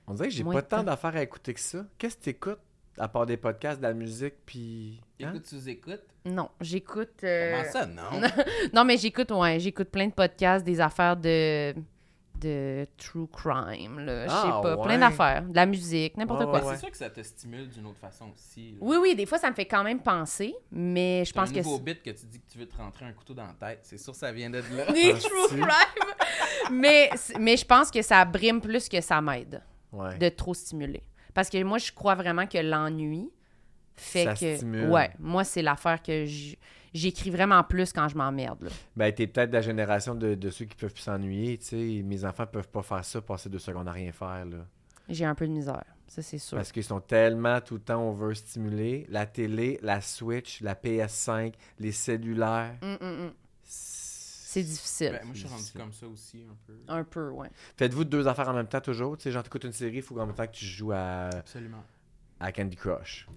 Speaker 4: On dirait que j'ai
Speaker 2: Moins
Speaker 4: pas
Speaker 2: de
Speaker 4: tant
Speaker 2: temps.
Speaker 4: d'affaires à écouter que ça. Qu'est-ce que t'écoutes à part des podcasts, de la musique, puis. hein?
Speaker 3: Écoute, tu écoutes.
Speaker 2: non, j'écoute euh,
Speaker 3: Comment ça, non?
Speaker 2: Non, mais j'écoute ouais, j'écoute plein de podcasts, des affaires de de true crime là, je sais
Speaker 4: Ah,
Speaker 2: pas,
Speaker 4: ouais.
Speaker 2: plein d'affaires, de la musique, n'importe
Speaker 4: Ouais,
Speaker 2: quoi.
Speaker 3: C'est
Speaker 4: ouais.
Speaker 3: sûr que ça te stimule d'une autre façon aussi. là.
Speaker 2: Oui oui, des fois ça me fait quand même penser, mais je
Speaker 3: T'as
Speaker 2: pense
Speaker 3: un
Speaker 2: que
Speaker 3: nouveau
Speaker 2: c'est-
Speaker 3: bit que tu dis que tu veux te rentrer un couteau dans la tête. C'est sûr que ça vient de là.
Speaker 2: *laughs* des true crime. mais c'est- mais je pense que ça brime plus que ça m'aide.
Speaker 4: Ouais.
Speaker 2: de trop stimuler. Parce que moi, je crois vraiment que l'ennui fait
Speaker 4: Ça
Speaker 2: que.
Speaker 4: stimule.
Speaker 2: Ouais, moi, c'est l'affaire que j- j'écris vraiment plus quand je m'emmerde. là.
Speaker 4: Ben, t'es peut-être de la génération de, de ceux qui peuvent plus s'ennuyer, tu sais. Mes enfants peuvent pas faire ça, passer deux secondes à rien faire, là.
Speaker 2: J'ai un peu de misère, ça, c'est sûr.
Speaker 4: Parce qu'ils sont tellement tout le temps, on veut stimuler. La télé, la Switch, la PS5, les cellulaires.
Speaker 2: Mm, mm, mm.
Speaker 4: C'est
Speaker 2: C'est difficile.
Speaker 3: Ben, moi, je suis rendu
Speaker 4: Difficile.
Speaker 3: comme ça aussi un peu.
Speaker 4: Ben,
Speaker 2: Un peu, ouais.
Speaker 4: Faites-vous deux affaires en même temps toujours. Tu sais, genre, t'écoutes une série, il faut qu'en même temps que tu joues à,
Speaker 3: Absolument.
Speaker 4: à Candy Crush.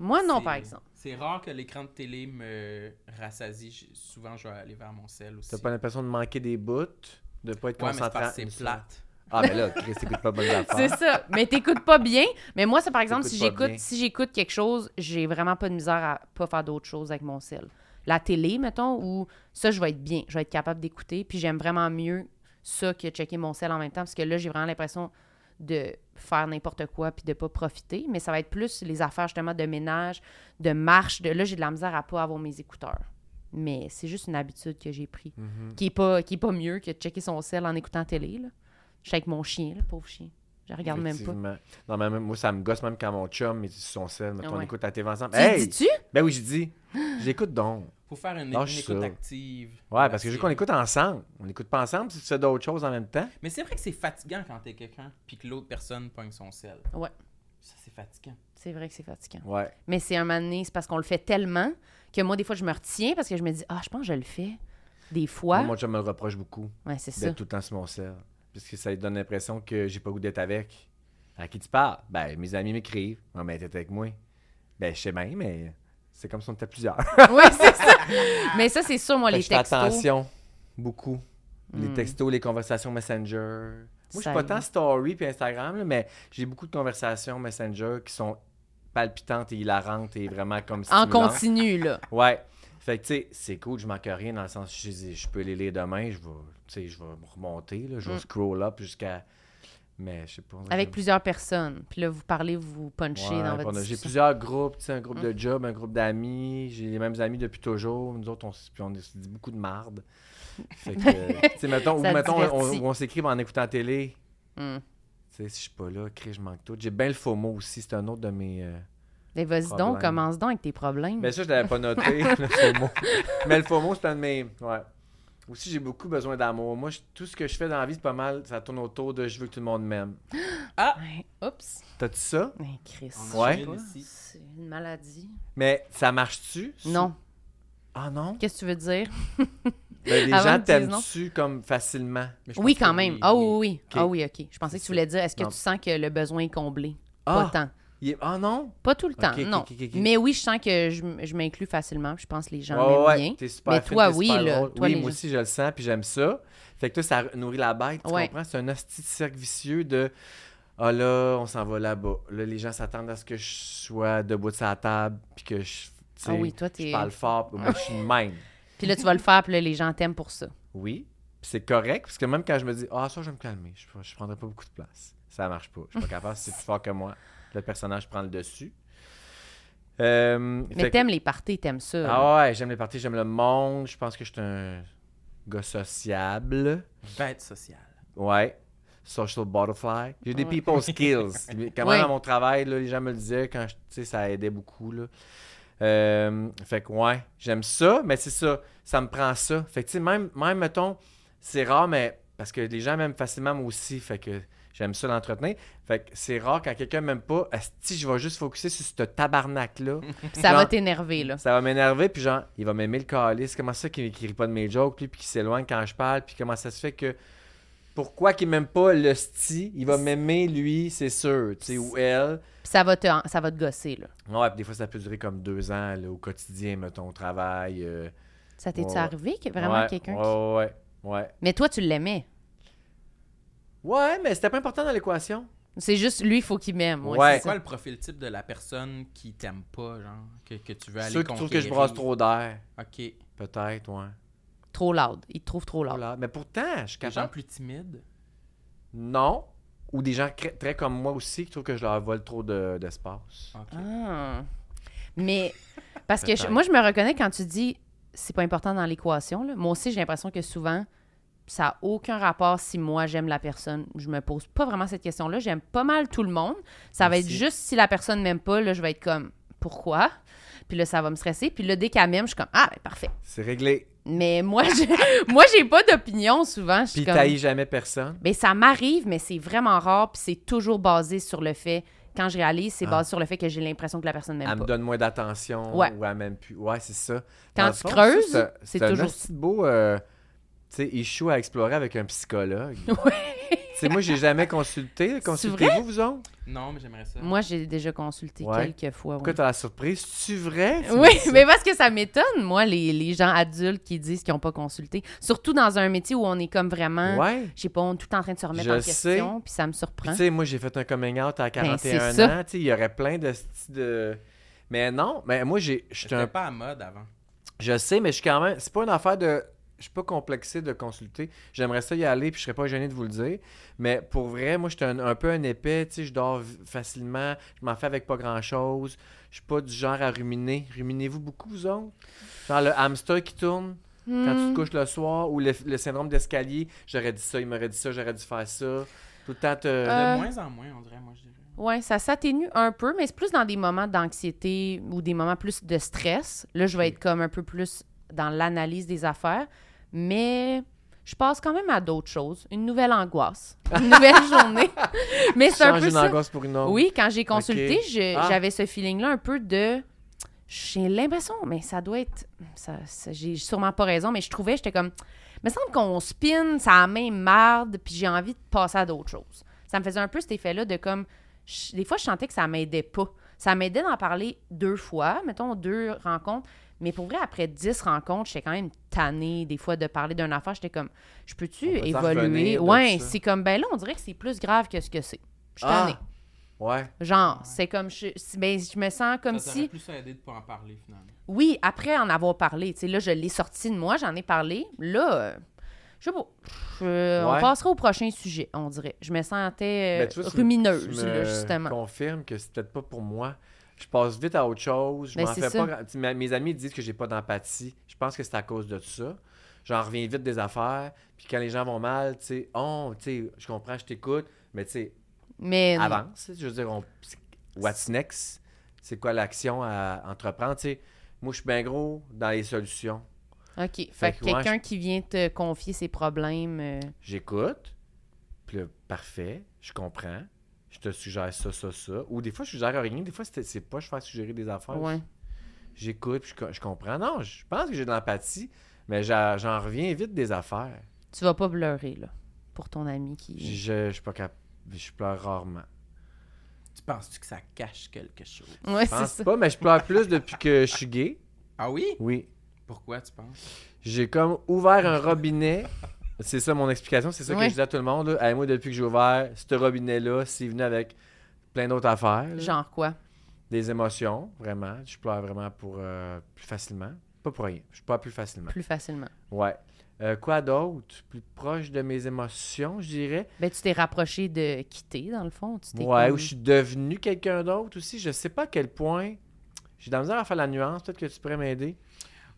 Speaker 2: Moi, Ah, non,
Speaker 3: C'est-
Speaker 2: par exemple.
Speaker 3: C'est rare que l'écran de télé me rassasie. J- Souvent, je vais aller vers mon sel aussi.
Speaker 4: T'as pas l'impression de manquer des bouts, de pas être
Speaker 3: Ouais, mais c'est
Speaker 4: concentré.
Speaker 3: parce que
Speaker 4: à une
Speaker 3: c'est
Speaker 4: seule-
Speaker 3: plate.
Speaker 4: Ah, mais là, Chris, t'écoutes pas bonnes
Speaker 2: *laughs* C'est
Speaker 4: affaires.
Speaker 2: ça. Mais t'écoutes pas bien. Mais moi, ça, par exemple, si
Speaker 4: T'écoutes pas bien.
Speaker 2: j'écoute si j'écoute quelque chose, j'ai vraiment pas de misère à pas faire d'autres choses avec mon sel. La télé, mettons, ou ça, je vais être bien. Je vais être capable d'écouter. Puis j'aime vraiment mieux ça que checker mon sel en même temps. Parce que là, j'ai vraiment l'impression de faire n'importe quoi puis de pas profiter. Mais ça va être plus les affaires, justement, de ménage, de marche. De... Là, j'ai de la misère à pas avoir mes écouteurs. Mais c'est juste une habitude que j'ai pris,
Speaker 4: Mhm.
Speaker 2: qui est pas qui est pas mieux que de checker son sel en écoutant la télé. Là. Je suis avec mon chien, le pauvre chien. Je regarde même pas.
Speaker 4: Effectivement. Non, mais même- moi, ça me gosse même quand mon chum, il dit son sel. mettons, On
Speaker 2: Ouais.
Speaker 4: écoute la TV ensemble.
Speaker 2: Tu le
Speaker 4: hey!
Speaker 2: dis-tu?
Speaker 4: Ben oui, je dis. J'écoute donc.
Speaker 3: Faut faire une,
Speaker 4: Lâche
Speaker 3: une écoute
Speaker 4: ça.
Speaker 3: active.
Speaker 4: Ouais, parce que je veux qu'on
Speaker 3: Merci.
Speaker 4: écoute ensemble. On écoute pas ensemble si tu fais d'autres choses en même temps.
Speaker 3: Mais c'est vrai que c'est fatigant quand t'es quelqu'un puis que l'autre personne pogne son sel.
Speaker 2: Ouais.
Speaker 3: Ça, c'est fatigant.
Speaker 2: C'est vrai que c'est fatigant.
Speaker 4: Ouais.
Speaker 2: Mais c'est un moment donné, c'est parce qu'on le fait tellement que moi, des fois, je me retiens parce que je me dis, ah, je pense que je le fais. Des
Speaker 4: Moi,
Speaker 2: fois.
Speaker 4: mon chum me le reproche beaucoup
Speaker 2: Ouais, c'est ça. *laughs*
Speaker 4: d'être tout le temps sur mon sel. Parce que ça lui donne l'impression que j'ai pas le goût d'être avec. À qui tu parles? Ben, mes amis m'écrivent. Non, mais t'étais avec moi. Ben, je sais bien, mais c'est comme si on était plusieurs.
Speaker 2: Ouais, c'est ça. Mais ça, c'est sûr, moi,
Speaker 4: Fait que
Speaker 2: Ah,
Speaker 4: *laughs*
Speaker 2: les
Speaker 4: je fais
Speaker 2: textos.
Speaker 4: attention, beaucoup. Les
Speaker 2: Hmm.
Speaker 4: textos, les conversations Messenger. Moi, je suis
Speaker 2: Ça
Speaker 4: pas
Speaker 2: y
Speaker 4: tant
Speaker 2: est.
Speaker 4: story puis Instagram, là, mais j'ai beaucoup de conversations Messenger qui sont palpitantes et hilarantes et vraiment comme
Speaker 2: En
Speaker 4: stimulantes.
Speaker 2: continu, là.
Speaker 4: Ouais. Fait que, tu sais, c'est cool, je manque rien dans le sens, je, je peux les lire demain, je vais, tu sais, je vais me remonter, là, je vais
Speaker 2: Mm.
Speaker 4: scroll up jusqu'à... Mais je sais pas. on dirait
Speaker 2: Avec
Speaker 4: que-
Speaker 2: plusieurs personnes. Puis là, vous parlez, vous vous punchez
Speaker 4: Ouais, puis
Speaker 2: dans
Speaker 4: on
Speaker 2: votre Mm.
Speaker 4: a- J'ai
Speaker 2: discussion.
Speaker 4: plusieurs groupes, tu sais, un groupe de job, un groupe d'amis, j'ai les mêmes amis depuis toujours, nous autres, on, s- puis on se dit beaucoup de marde. Fait
Speaker 2: *laughs*
Speaker 4: que, tu sais, mettons, ou
Speaker 2: Ça
Speaker 4: mettons, on,
Speaker 2: divertit.
Speaker 4: ou on s'écrit en écoutant la télé,
Speaker 2: Hum.
Speaker 4: tu sais, si je suis pas là, cri, je manque tout. J'ai bien le faux mot aussi, c'est un autre de mes... euh,
Speaker 2: Mais vas-y
Speaker 4: Problème.
Speaker 2: donc, commence donc avec tes problèmes.
Speaker 4: Mais Ben ça, je l'avais pas
Speaker 2: *laughs*
Speaker 4: noté, le FOMO. Mais le FOMO, c'est un de mes. Ouais. Aussi, j'ai beaucoup besoin d'amour. Moi, je- tout ce que je fais dans la vie, c'est pas mal. Ça tourne autour de je veux que tout le monde m'aime.
Speaker 2: Ouais. Oups.
Speaker 4: T'as-tu ça?
Speaker 2: Mais Chris.
Speaker 3: On
Speaker 4: Ouais.
Speaker 3: chacune ici.
Speaker 2: C'est une maladie.
Speaker 4: Mais ça marche-tu?
Speaker 2: Non.
Speaker 4: Ah non?
Speaker 2: Qu'est-ce que tu veux dire?
Speaker 4: Ben, les
Speaker 2: Avant
Speaker 4: gens
Speaker 2: que tu dises non.
Speaker 4: t'aiment-tu comme facilement?
Speaker 3: Mais je pense
Speaker 2: Oui,
Speaker 3: que
Speaker 2: quand même. Ah oui, oui.
Speaker 4: Ok.
Speaker 2: Ah oui, OK. Je pensais que tu voulais dire, est-ce que
Speaker 4: Non.
Speaker 2: tu sens que le besoin est comblé?
Speaker 4: Ah!
Speaker 2: Pas tant.
Speaker 4: il est- Ah non?
Speaker 2: Pas tout le temps,
Speaker 4: Ok, ok,
Speaker 2: non.
Speaker 4: ok, ok.
Speaker 2: Mais oui, je sens que je, m- je m'inclus facilement. puis Je pense que les gens
Speaker 4: Ouais, ouais,
Speaker 2: m'aiment
Speaker 4: ouais.
Speaker 2: bien.
Speaker 4: T'es super
Speaker 2: Mais
Speaker 4: fine,
Speaker 2: toi,
Speaker 4: t'es
Speaker 2: oui,
Speaker 4: super
Speaker 2: là.
Speaker 4: drôle.
Speaker 2: Toi,
Speaker 4: oui,
Speaker 2: les
Speaker 4: moi
Speaker 2: gens-
Speaker 4: aussi, je le sens, puis j'aime ça. Fait que toi, ça nourrit la bête, tu
Speaker 2: Ouais.
Speaker 4: comprends? C'est un hostie de cercle vicieux de... Ah là, on s'en va là-bas. Là, les gens s'attendent à ce que je sois debout de sa table, puis que je... tu sais,
Speaker 2: Ah oui, toi,
Speaker 4: Je
Speaker 2: t'es.
Speaker 4: parle
Speaker 2: *laughs*
Speaker 4: fort, puis moi, je suis le même.
Speaker 2: Puis là, tu vas le faire, puis là, les gens t'aiment pour ça.
Speaker 4: Oui, puis c'est correct, parce que même quand je me dis « Ah, ça, je vais me calmer, je, je prendrai pas beaucoup de place. » Ça marche pas. Je suis pas capable, c'est
Speaker 2: *laughs*
Speaker 4: plus fort que moi. Le personnage prend le dessus. Euh, fait
Speaker 2: Mais
Speaker 4: que-
Speaker 2: t'aimes les parties, t'aimes ça. là.
Speaker 4: Ah ouais, j'aime les parties, j'aime le monde. Je pense que je suis un gars sociable.
Speaker 3: Bête sociale.
Speaker 4: Ouais. social butterfly. J'ai des
Speaker 2: Ouais.
Speaker 4: people skills. Quand même,
Speaker 2: Oui.
Speaker 4: à mon travail, là, les gens me le disaient quand je- tu sais, ça aidait beaucoup. Là. Euh, fait que, ouais, j'aime ça, mais c'est ça. Ça me prend ça. Fait que, tu sais, même, même, mettons, c'est rare, mais parce que les gens m'aiment facilement, moi aussi. Fait que j'aime ça l'entretenir. Fait que c'est rare quand quelqu'un m'aime pas. Si je vais juste focuser sur ce tabarnak-là.
Speaker 2: Puis ça va
Speaker 4: Genre-
Speaker 2: t'énerver, là.
Speaker 4: Ça va m'énerver, puis genre, il va m'aimer le calice. Comment ça qu'il qu'il rit pas de mes jokes, lui, puis qu'il s'éloigne quand je parle, puis comment ça se fait que. Pourquoi qu'il m'aime pas le sti Il va m'aimer, lui, c'est sûr, tu sais, ou elle.
Speaker 2: Puis ça va te, ça va te gosser, là.
Speaker 4: Ouais, puis des fois, ça peut durer comme deux ans, là, au quotidien, mettons, au travail. euh,
Speaker 2: Ça t'est-tu
Speaker 4: Ouais.
Speaker 2: arrivé qu'il y ait vraiment
Speaker 4: ouais,
Speaker 2: quelqu'un qui...
Speaker 4: Ouais, ouais, ouais.
Speaker 2: Mais toi, tu l'aimais.
Speaker 4: Ouais, mais c'était pas important dans l'équation.
Speaker 2: C'est juste, lui, il faut qu'il m'aime. Ouais,
Speaker 4: Ouais.
Speaker 3: C'est
Speaker 2: c'est ça.
Speaker 3: quoi le profil type de la personne qui t'aime pas, genre, que, que tu veux aller
Speaker 4: Ceux qui trouvent que je brasse trop d'air,
Speaker 3: OK. Des
Speaker 4: peut-être, ouais.
Speaker 2: Trop loud. Il te trouve trop loud.
Speaker 4: Voilà. Mais pourtant, je suis
Speaker 3: gens
Speaker 4: capable.
Speaker 3: plus timides.
Speaker 4: Non. Ou des gens cr- très comme moi aussi qui trouvent que je leur vole trop de- d'espace.
Speaker 3: OK.
Speaker 2: Ah.
Speaker 4: *laughs*
Speaker 2: Mais parce que je-
Speaker 4: Peut-être.
Speaker 2: moi, je me reconnais quand tu dis c'est pas important dans l'équation. là. Moi aussi, j'ai l'impression que souvent, ça n'a aucun rapport si moi j'aime la personne. Je me pose pas vraiment cette question-là. J'aime pas mal tout le monde. Ça va être
Speaker 4: Merci.
Speaker 2: juste si la personne m'aime pas, là, je vais être comme pourquoi? Puis là, ça va me stresser. Puis là, dès qu'elle m'aime, je suis comme ah, ben, parfait.
Speaker 4: C'est réglé.
Speaker 2: Mais moi,
Speaker 4: *laughs*
Speaker 2: je- moi j'ai pas d'opinion souvent. Je suis
Speaker 4: Puis
Speaker 2: comme-
Speaker 4: t'haïs jamais personne.
Speaker 2: Ben, ça m'arrive, mais c'est vraiment rare, puis c'est toujours basé sur le fait, quand je réalise, c'est
Speaker 4: Ah.
Speaker 2: basé sur le fait que j'ai l'impression que la personne m'aime
Speaker 4: Elle
Speaker 2: pas.
Speaker 4: me donne moins d'attention
Speaker 2: Ouais.
Speaker 4: ou elle m'aime plus. Ouais, c'est ça.
Speaker 2: Quand
Speaker 4: Dans le
Speaker 2: tu
Speaker 4: fond, ça,
Speaker 2: creuses,
Speaker 4: c'est-
Speaker 2: c'est
Speaker 4: C'est un
Speaker 2: toujours-
Speaker 4: petit beau euh, tu sais, issue à explorer avec un
Speaker 2: *laughs*
Speaker 4: psychologue. Tu sais, moi, j'ai jamais consulté. Consultez-vous, vous autres?
Speaker 3: Non, mais j'aimerais ça.
Speaker 2: Moi, j'ai déjà consulté
Speaker 4: Ouais.
Speaker 2: quelques fois.
Speaker 4: Pourquoi
Speaker 2: ouais.
Speaker 4: t'as la surprise? C'est vrai? Tu
Speaker 2: Oui,
Speaker 4: me dis ça?
Speaker 2: mais parce que ça m'étonne, moi, les, les gens adultes qui disent qu'ils n'ont pas consulté. Surtout dans un métier où on est comme vraiment,
Speaker 4: *laughs* Ouais.
Speaker 2: je sais pas, on est tout en train de se remettre
Speaker 4: Je
Speaker 2: en question, puis ça me
Speaker 4: Puis,
Speaker 2: surprend.
Speaker 4: tu sais, moi, j'ai fait un coming out à
Speaker 2: Hein? Ben, c'est
Speaker 4: 41
Speaker 2: ça.
Speaker 4: ans. Tu sais, il y aurait plein de... sti- de... Mais non, mais moi, j'ai- j'étais
Speaker 3: C'était
Speaker 4: un
Speaker 3: pas à mode avant.
Speaker 4: Je sais, mais je suis quand même. C'est pas une affaire de. Je suis pas complexé de consulter. J'aimerais ça y aller, puis je serais pas gêné de vous le dire. Mais pour vrai, moi, je suis un, un peu un épais. Tu sais, je dors v- facilement. Je m'en fais avec pas grand-chose. Je suis pas du genre à ruminer. Ruminez-vous beaucoup, vous autres? Genre le hamster qui tourne quand
Speaker 2: Hmm.
Speaker 4: tu te couches le soir ou le, le syndrome d'escalier. J'aurais dit ça, il m'aurait dit ça, j'aurais dû faire ça. Tout le temps, te-
Speaker 2: Euh,
Speaker 3: De moins en moins, on dirait, moi, je dirais.
Speaker 2: Oui, ça s'atténue un peu, mais c'est plus dans des moments d'anxiété ou des moments plus de stress. Là, je vais être comme un peu plus dans l'analyse des affaires, mais je passe quand même à d'autres choses. Une nouvelle angoisse, une nouvelle
Speaker 4: *laughs*
Speaker 2: journée. mais c'est un
Speaker 4: change
Speaker 2: peu
Speaker 4: une
Speaker 2: ça.
Speaker 4: angoisse pour une autre.
Speaker 2: Oui, quand j'ai consulté, je-
Speaker 4: Ah.
Speaker 2: j'avais ce feeling-là un peu de. J'ai l'impression, mais ça doit être. Ça, ça- j'ai sûrement pas raison, mais je trouvais, j'étais comme. Il me semble qu'on spin, ça a même marde, puis j'ai envie de passer à d'autres choses. Ça me faisait un peu cet effet-là de comme. je- des fois, je sentais que ça m'aidait pas. Ça m'aidait d'en parler deux fois, mettons deux rencontres. Mais pour vrai, après dix rencontres, j'étais quand même tannée des fois de parler d'un affaire. J'étais comme, je peux-tu
Speaker 4: On peut-tu
Speaker 2: évoluer?
Speaker 4: revenir de
Speaker 2: Ouais,
Speaker 4: ça?
Speaker 2: c'est comme, ben là, on dirait que c'est plus grave que ce que c'est. Je suis
Speaker 4: Ah!
Speaker 2: tannée.
Speaker 4: Ouais.
Speaker 2: Genre, c'est comme je, si- ben, je me sens comme
Speaker 3: ça t'aurait
Speaker 2: si
Speaker 3: plus aidé de pas en parler, finalement.
Speaker 2: oui, après en avoir parlé, tu sais là je l'ai sorti de moi, j'en ai parlé. Là euh, je sais pas. je-
Speaker 4: Ouais.
Speaker 2: On passera au prochain sujet, on dirait. Je me sentais euh,
Speaker 4: Ben, tu vois, tu me-
Speaker 2: rumineuse,
Speaker 4: tu me
Speaker 2: là, justement.
Speaker 4: confirme que c'est peut-être pas pour moi. Je passe vite à autre chose. Je
Speaker 2: Ben,
Speaker 4: m'en
Speaker 2: c'est
Speaker 4: fais
Speaker 2: ça.
Speaker 4: pas grand- tu- ma- Mes amis disent que j'ai pas d'empathie. Je pense que c'est à cause de ça. J'en reviens vite des affaires. Puis quand les gens vont mal, tu sais, on, tu sais, je comprends, je t'écoute, mais tu sais,
Speaker 2: Mais non.
Speaker 4: avance. Je veux dire, on- c'est- what's next? C'est quoi l'action à entreprendre? Tu sais, moi, je suis bien gros dans les solutions.
Speaker 2: OK. Fait,
Speaker 4: Fait
Speaker 2: que
Speaker 4: que, ouais,
Speaker 2: quelqu'un qui vient te confier ses problèmes. euh,
Speaker 4: J'écoute. Puis là, parfait, je comprends. Je te suggère ça, ça, ça. Ou des fois, je suggère rien. Des fois, c'est c'est pas je fais suggérer des affaires.
Speaker 2: ouais.
Speaker 4: J'écoute, puis je, co- je comprends. Non, je pense que j'ai de l'empathie, mais j'a- j'en reviens vite des affaires.
Speaker 2: Tu vas pas pleurer, là, pour ton ami qui.
Speaker 4: Je, je suis pas capable. Je pleure rarement.
Speaker 3: Tu penses-tu que ça cache quelque chose?
Speaker 2: Ouais,
Speaker 4: Je
Speaker 2: c'est
Speaker 4: pense
Speaker 2: ça.
Speaker 4: pas, mais je pleure plus depuis que je suis gay.
Speaker 3: Ah oui?
Speaker 4: Oui.
Speaker 3: Pourquoi, tu penses?
Speaker 4: J'ai comme ouvert un robinet. C'est ça mon explication, c'est ça que
Speaker 2: Ouais.
Speaker 4: je dis à tout le monde. là. Hey, moi, depuis que j'ai ouvert ce robinet-là, c'est venu avec plein d'autres affaires. là.
Speaker 2: Genre quoi?
Speaker 4: Des émotions, vraiment. Je pleure vraiment pour euh, plus facilement. Pas pour rien. Je pleure plus facilement.
Speaker 2: Plus facilement.
Speaker 4: Ouais. Euh, quoi d'autre? Plus proche de mes émotions, je dirais.
Speaker 2: Ben tu t'es rapproché de quitter, dans le fond. Tu t'es
Speaker 4: Ouais,
Speaker 2: comme-
Speaker 4: ou je suis devenu quelqu'un d'autre aussi. Je sais pas à quel point. J'ai de la misère à faire la nuance. Peut-être que tu pourrais m'aider.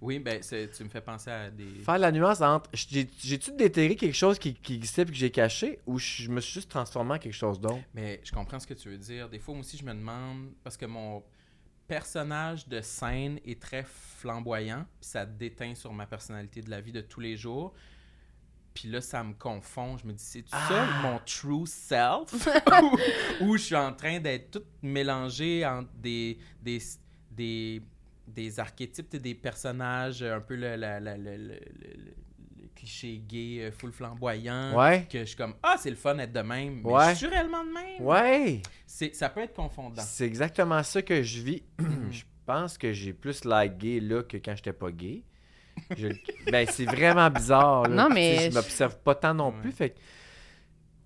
Speaker 3: Oui, ben, c'est- tu me fais penser à des.
Speaker 4: Faire la nuance entre j'ai- j'ai-tu déterré quelque chose qui, qui existait et que j'ai caché ou je me suis juste transformé en quelque chose d'autre?
Speaker 3: Mais je comprends ce que tu veux dire. Des fois, moi aussi, je me demande, parce que mon personnage de scène est très flamboyant, puis ça déteint sur ma personnalité de la vie de tous les jours. Puis là, ça me confond. Je me dis, c'est ça mon true self? *laughs* ou, ou je suis en train d'être toute mélangée entre des, des, des, des archétypes, t'sais, des personnages, euh, un peu le, la- la- le- le- le- le- le cliché gay, euh, full flamboyant.
Speaker 4: Ouais.
Speaker 3: Que je suis comme, ah, c'est le fun d'être de même. Mais
Speaker 4: Ouais.
Speaker 3: je suis réellement de même.
Speaker 4: Ouais!
Speaker 3: C'est- ça peut être confondant.
Speaker 4: C'est exactement ça que je vis. je pense que j'ai plus la gay là que quand j'étais pas gay. Je- *laughs* ben, c'est vraiment bizarre. Là.
Speaker 2: Non,
Speaker 4: Tu sais,
Speaker 2: mais
Speaker 4: Je
Speaker 2: je-
Speaker 4: m'observe pas tant non
Speaker 3: Ouais.
Speaker 4: plus. Fait que-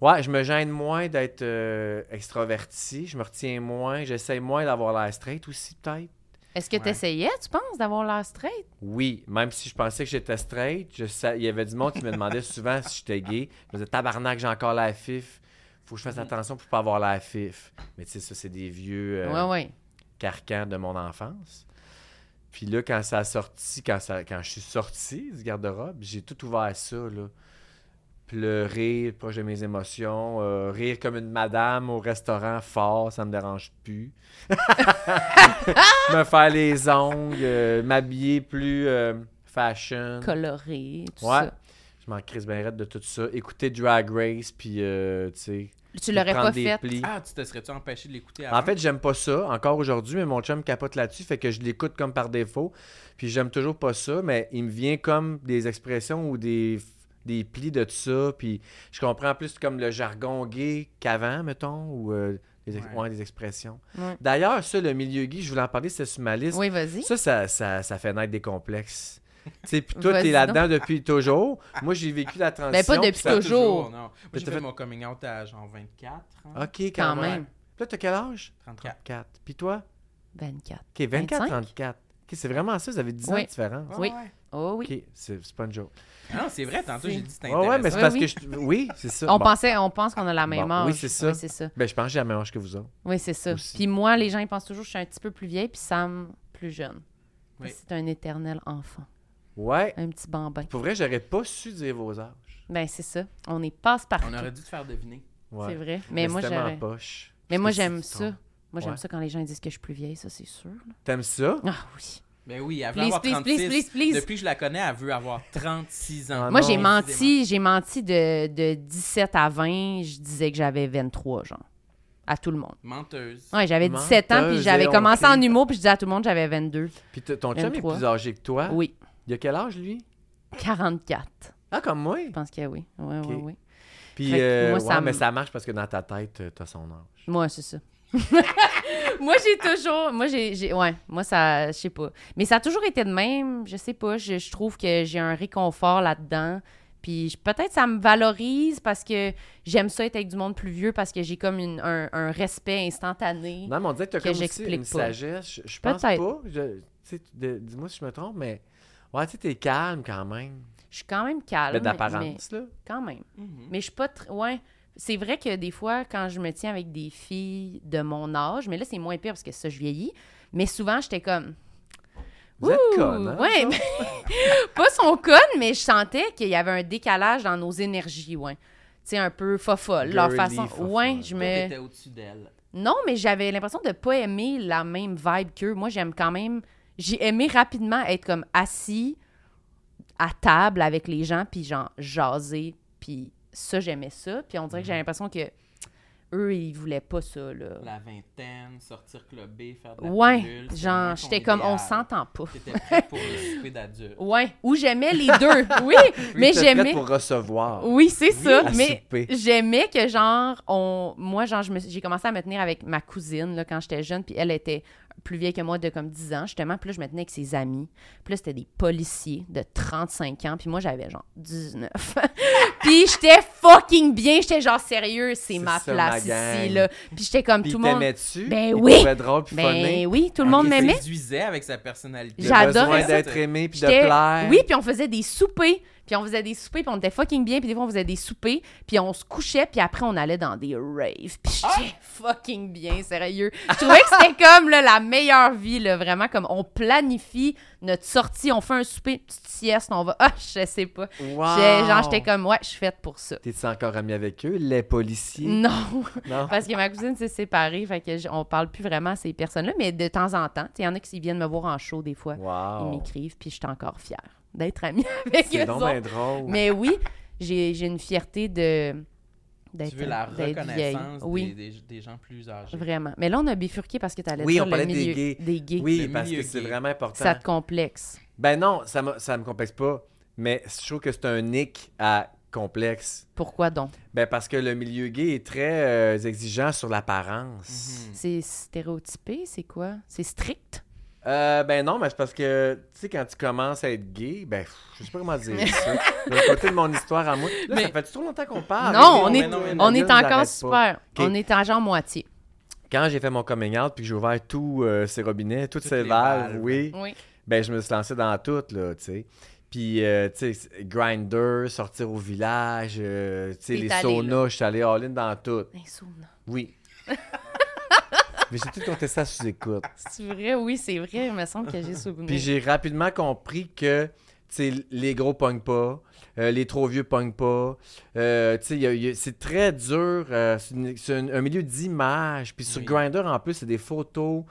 Speaker 4: Ouais, je me gêne moins d'être euh, extraverti. Je me retiens moins. J'essaie moins d'avoir l'air straight aussi, peut-être.
Speaker 2: Est-ce que
Speaker 3: Ouais.
Speaker 2: tu essayais, tu penses, d'avoir l'air straight?
Speaker 4: Oui, même si je pensais que j'étais straight, je sa- il y avait du monde qui me demandait *laughs* souvent si j'étais gay. Je me disais, tabarnak, j'ai encore la fif. Faut que je
Speaker 2: Mm.
Speaker 4: fasse attention pour pas avoir la fif. Mais tu sais, ça, c'est des vieux. euh,
Speaker 2: Ouais, ouais.
Speaker 4: carcan de mon enfance. Puis là, quand ça a sorti, quand, ça, quand je suis sorti du garde-robe, j'ai tout ouvert ça, là. Pleurer proche de mes émotions, euh, rire comme une madame au restaurant fort, ça me dérange
Speaker 2: *laughs*
Speaker 4: plus. me faire les ongles, euh, m'habiller plus euh, fashion.
Speaker 2: Coloré, tout
Speaker 4: ouais.
Speaker 2: ça.
Speaker 4: Je m'en crise bien raide de tout ça. Écouter Drag Race, puis euh, tu sais.
Speaker 2: Tu l'aurais
Speaker 4: prendre
Speaker 2: pas
Speaker 4: des
Speaker 2: fait.
Speaker 4: plis.
Speaker 3: Ah, tu te serais-tu empêché de l'écouter avant?
Speaker 4: En fait, j'aime pas ça encore aujourd'hui, mais mon chum capote là-dessus, fait que je l'écoute comme par défaut. Puis j'aime toujours pas ça, mais il me vient comme des expressions ou des, des plis de tout ça. Puis je comprends plus comme le jargon gay qu'avant, mettons, ou euh, des, ex-
Speaker 3: Ouais.
Speaker 4: ouais, des expressions.
Speaker 2: Ouais.
Speaker 4: D'ailleurs, ça, le milieu gay, je voulais en parler, c'est sur ma liste.
Speaker 2: Oui, vas-y.
Speaker 4: Ça, ça, ça, ça fait naître des complexes. tu sais, puis toi,
Speaker 2: Vas-y
Speaker 4: t'es là-dedans depuis toujours. Moi, j'ai vécu la
Speaker 2: Ben,
Speaker 4: transition.
Speaker 2: pas depuis
Speaker 4: puis ça-
Speaker 3: Pas
Speaker 2: toujours.
Speaker 3: non. Moi,
Speaker 4: Mais
Speaker 3: j'ai
Speaker 4: t'as
Speaker 3: fait,
Speaker 4: fait- Ah.
Speaker 3: mon coming out à genre 24 ans,
Speaker 4: OK, quand,
Speaker 2: Quand
Speaker 4: même.
Speaker 2: même.
Speaker 4: Puis Là, t'as quel âge?
Speaker 3: 34.
Speaker 4: 4. Puis toi?
Speaker 2: 24.
Speaker 4: OK, 24,
Speaker 2: 25?
Speaker 4: 34. OK, c'est vraiment ça, vous avez 10 ans
Speaker 2: Oui.
Speaker 4: de différence.
Speaker 2: Oui.
Speaker 3: Ah ouais.
Speaker 2: Oh oui.
Speaker 4: OK, c'est c'est pas une joke.
Speaker 3: Ah Non, c'est vrai, tantôt,
Speaker 2: C'est-
Speaker 3: j'ai dit c'était
Speaker 4: Ouais, ouais, mais c'est
Speaker 3: intéressant.
Speaker 2: Oui,
Speaker 4: parce
Speaker 2: oui.
Speaker 4: que je... Oui, c'est ça.
Speaker 2: On,
Speaker 4: Bon.
Speaker 2: pensait, on pense qu'on a la même
Speaker 4: Bon,
Speaker 2: âge.
Speaker 4: oui, c'est ça.
Speaker 2: Oui, c'est ça.
Speaker 4: Ben, je pense que j'ai la même âge que vous autres.
Speaker 2: Oui, c'est ça.
Speaker 4: Aussi.
Speaker 2: Puis moi, les gens, ils pensent toujours que je suis un petit peu plus vieille, puis Sam, plus jeune.
Speaker 3: Oui.
Speaker 2: C'est un éternel enfant,
Speaker 4: Ouais.
Speaker 2: un petit bambin.
Speaker 4: Pour vrai, j'aurais pas su dire vos âges.
Speaker 2: Ben, c'est ça. On est passe-partout.
Speaker 3: On aurait dû te faire deviner.
Speaker 4: Ouais.
Speaker 2: C'est vrai. Mais, moi,
Speaker 4: c'est tellement
Speaker 2: j'aurais-
Speaker 4: poche.
Speaker 2: Mais moi,
Speaker 4: Parce que
Speaker 2: j'aime
Speaker 4: tu te
Speaker 2: ça.
Speaker 4: trompes.
Speaker 2: Moi, j'aime
Speaker 4: Ouais.
Speaker 2: ça quand les gens disent que je suis plus vieille, ça, c'est sûr. là.
Speaker 4: T'aimes ça?
Speaker 2: Ah oui.
Speaker 3: Ben oui, elle veut
Speaker 2: Please,
Speaker 3: avoir
Speaker 2: please,
Speaker 3: 36.
Speaker 2: please, please, please.
Speaker 3: Depuis que je la connais, elle veut avoir 36 ans.
Speaker 4: Ah
Speaker 2: Moi,
Speaker 4: non,
Speaker 2: j'ai
Speaker 4: décidément.
Speaker 2: menti, j'ai menti de, de 17 à 20. Je disais que j'avais 23, genre. À tout le monde.
Speaker 3: Menteuse.
Speaker 2: Ouais, j'avais 17 ans, puis
Speaker 4: Menteuse
Speaker 2: j'avais
Speaker 4: et
Speaker 2: commencé en
Speaker 4: honteuse.
Speaker 2: humour, puis je disais à tout le monde que j'avais 22.
Speaker 4: Puis t- ton chum est
Speaker 2: 23.
Speaker 4: plus âgé que toi.
Speaker 2: Oui.
Speaker 4: Il a quel âge, lui?
Speaker 2: 44.
Speaker 4: Ah, comme moi.
Speaker 2: Je pense que oui. Oui, oui,
Speaker 4: Ok.
Speaker 2: oui.
Speaker 4: Puis,
Speaker 2: Fait que
Speaker 4: euh,
Speaker 2: moi,
Speaker 4: ouais,
Speaker 2: ça me-
Speaker 4: mais ça marche parce que dans ta tête, euh, t'as son âge.
Speaker 2: Moi, c'est ça. *laughs* moi, j'ai toujours. Moi, j'ai. j'ai- Ouais, moi, ça. Je sais pas. Mais ça a toujours été de même. Je sais pas. Je, je trouve que j'ai un réconfort là-dedans. Puis je- peut-être ça me valorise parce que j'aime ça être avec du monde plus vieux parce que j'ai comme une- un, un respect instantané.
Speaker 4: Non, mais on dirait que t'as
Speaker 2: Que
Speaker 4: comme aussi
Speaker 2: j'explique
Speaker 4: une
Speaker 2: pas.
Speaker 4: sagesse. Je, je pense pas.
Speaker 2: Peut-être.
Speaker 4: Je- tu sais, de- Dis-moi si je me trompe, mais... Ouais, tu sais, t'es calme quand même.
Speaker 2: Je suis quand même calme.
Speaker 4: Mais
Speaker 2: Ah mais
Speaker 4: Ben, d'apparence, là.
Speaker 2: quand même.
Speaker 4: Mm-hmm.
Speaker 3: Mhm.
Speaker 2: Mais je suis pas tr- Ouais. C'est vrai que des fois, quand je me tiens avec des filles de mon âge, mais là, c'est moins pire parce que ça, je vieillis. Mais souvent, j'étais comme.
Speaker 4: Vous êtes
Speaker 2: Ouh,
Speaker 4: conne, hein?
Speaker 2: ouais, mais- *laughs* pas son conne, mais je sentais qu'il y avait un décalage dans nos énergies, ouais. Tu sais, un peu fofolle, leur
Speaker 4: Girly,
Speaker 2: façon.
Speaker 4: fofolle.
Speaker 2: Ouais, je
Speaker 3: Toi,
Speaker 2: me.
Speaker 3: t'étais au-dessus d'elle.
Speaker 2: Non, mais j'avais l'impression de pas aimer la même vibe qu'eux. Moi, j'aime quand même. J'ai aimé rapidement être comme assis à table avec les gens, puis genre jaser. Puis ça, j'aimais ça. Puis on dirait que j'avais l'impression que eux, ils voulaient pas ça, là.
Speaker 3: Mhm. La vingtaine, sortir clubé, faire de la
Speaker 2: Ouais,
Speaker 3: pilule, c'est moins
Speaker 2: genre,
Speaker 3: ton
Speaker 2: j'étais comme, on
Speaker 3: idéal.
Speaker 2: s'entend pas.
Speaker 3: T'étais prêt pour le souper d'adulte.
Speaker 2: Ouais, ou j'aimais les
Speaker 3: *laughs*
Speaker 2: deux. Oui, mais
Speaker 4: T'es prête
Speaker 2: j'aimais.
Speaker 4: pour recevoir.
Speaker 2: Oui, c'est ça.
Speaker 4: à
Speaker 2: Mais
Speaker 4: souper.
Speaker 2: j'aimais que, genre, on... moi, genre, je me- j'ai commencé à me tenir avec ma cousine là, quand j'étais jeune. Puis elle était plus vieille que moi de comme 10 ans, justement. Puis là, je me tenais avec ses amis. Puis là, c'était des policiers de 35 ans. Puis moi, j'avais genre 19. *laughs* puis j'étais fucking bien. J'étais genre sérieux, c'est
Speaker 4: C'est
Speaker 2: ma
Speaker 4: ça,
Speaker 2: place
Speaker 4: ma gang.
Speaker 2: ici. Là. Puis j'étais comme
Speaker 4: Puis
Speaker 2: tout
Speaker 4: il
Speaker 2: le monde.
Speaker 4: t'aimait-tu?
Speaker 2: Ben
Speaker 4: Il
Speaker 2: oui.
Speaker 4: trouvait drôle puis
Speaker 2: Ben
Speaker 4: funny?
Speaker 2: oui, tout le monde
Speaker 3: Il
Speaker 2: m'aimait.
Speaker 3: séduisait avec sa personnalité.
Speaker 4: Le
Speaker 2: J'adorais
Speaker 4: besoin
Speaker 2: ça.
Speaker 4: d'être aimé puis de
Speaker 2: J'étais-
Speaker 4: plaire.
Speaker 2: Oui, puis on faisait des soupers. Puis on faisait des soupers, puis on était fucking bien, puis des fois on faisait des soupers, puis on se couchait, puis après on allait dans des raves. Puis
Speaker 4: Ah!
Speaker 2: j'étais fucking bien, sérieux. Je trouvais que c'était comme là, la meilleure vie, là, vraiment, comme on planifie notre sortie, on fait un souper, une petite sieste, on va. Ah, je sais pas.
Speaker 4: Wow.
Speaker 2: J'ai- Genre, j'étais comme, ouais, je suis faite pour ça.
Speaker 4: T'es-tu encore ami avec eux, les policiers?
Speaker 2: Non, *laughs*
Speaker 4: Non.
Speaker 2: Mm. parce que ma cousine s'est séparée, fait que j- on parle plus vraiment à ces personnes-là, mais de temps en temps, il y en a qui viennent me voir en show des fois. Ils
Speaker 4: Wow.
Speaker 2: m'écrivent, puis je suis encore fière d'être amie *laughs* avec
Speaker 4: C'est
Speaker 2: eux.
Speaker 4: donc
Speaker 2: autres.
Speaker 4: bien drôle.
Speaker 2: Mais oui, j'ai j'ai une fierté de d'être
Speaker 3: Tu veux la
Speaker 2: d'être
Speaker 3: reconnaissance
Speaker 2: vieille. Oui,
Speaker 3: des, des- des gens plus âgés.
Speaker 2: vraiment. Mais là, on a bifurqué parce que tu allais
Speaker 4: Oui,
Speaker 2: dire
Speaker 4: on
Speaker 2: le
Speaker 4: parlait des
Speaker 2: milieu
Speaker 4: gays.
Speaker 2: des gays.
Speaker 4: Oui,
Speaker 3: Le
Speaker 4: parce que
Speaker 3: milieu
Speaker 4: c'est
Speaker 3: gay.
Speaker 4: vraiment important.
Speaker 2: Ça te complexe.
Speaker 4: Ben non, ça me, ça me complexe pas. Mais je trouve que c'est un nick à complexe.
Speaker 2: Pourquoi donc?
Speaker 4: Ben parce que le milieu gay est très euh, exigeant sur l'apparence.
Speaker 3: Mhm.
Speaker 2: C'est stéréotypé, c'est quoi? C'est strict?
Speaker 4: Euh, ben non, mais c'est parce que, tu sais, quand tu commences à être gay, ben, pff, je sais pas comment dire
Speaker 2: *laughs*
Speaker 4: ça. Le côté de mon histoire à moi. Là,
Speaker 2: Mais-
Speaker 4: ça fait trop longtemps qu'on parle.
Speaker 2: non, on
Speaker 3: mais
Speaker 2: est,
Speaker 3: non, mais
Speaker 2: on
Speaker 4: là,
Speaker 2: est
Speaker 4: j'arrête pas.
Speaker 2: encore super. On
Speaker 4: Ok.
Speaker 2: est en genre moitié.
Speaker 4: Quand j'ai fait mon coming out puis que j'ai ouvert tous euh, ces robinets, toutes,
Speaker 3: Toutes
Speaker 4: ces
Speaker 3: les
Speaker 4: valves,
Speaker 3: valves.
Speaker 4: oui,
Speaker 2: Oui.
Speaker 4: ben, je me suis lancé dans tout, là, tu sais. Puis, euh, tu sais, grinder, sortir au village, euh, tu sais,
Speaker 2: T'es
Speaker 4: les
Speaker 2: allé,
Speaker 4: saunas, je suis allé all-in dans tout.
Speaker 2: Insouvenant. *laughs*
Speaker 4: Oui. mais j'ai tout compté ça sous écoute.
Speaker 2: C'est vrai, oui, c'est vrai. Il me semble que j'ai souvenir.
Speaker 4: Puis j'ai rapidement compris que tu sais, les gros pognent pas, euh, les trop vieux pognent pas. Euh, tu sais, il y a- il y a- c'est très dur. euh, c'est une- c'est un, un milieu d'image. Puis sur
Speaker 3: Oui.
Speaker 4: Grinder, en plus, c'est des photos.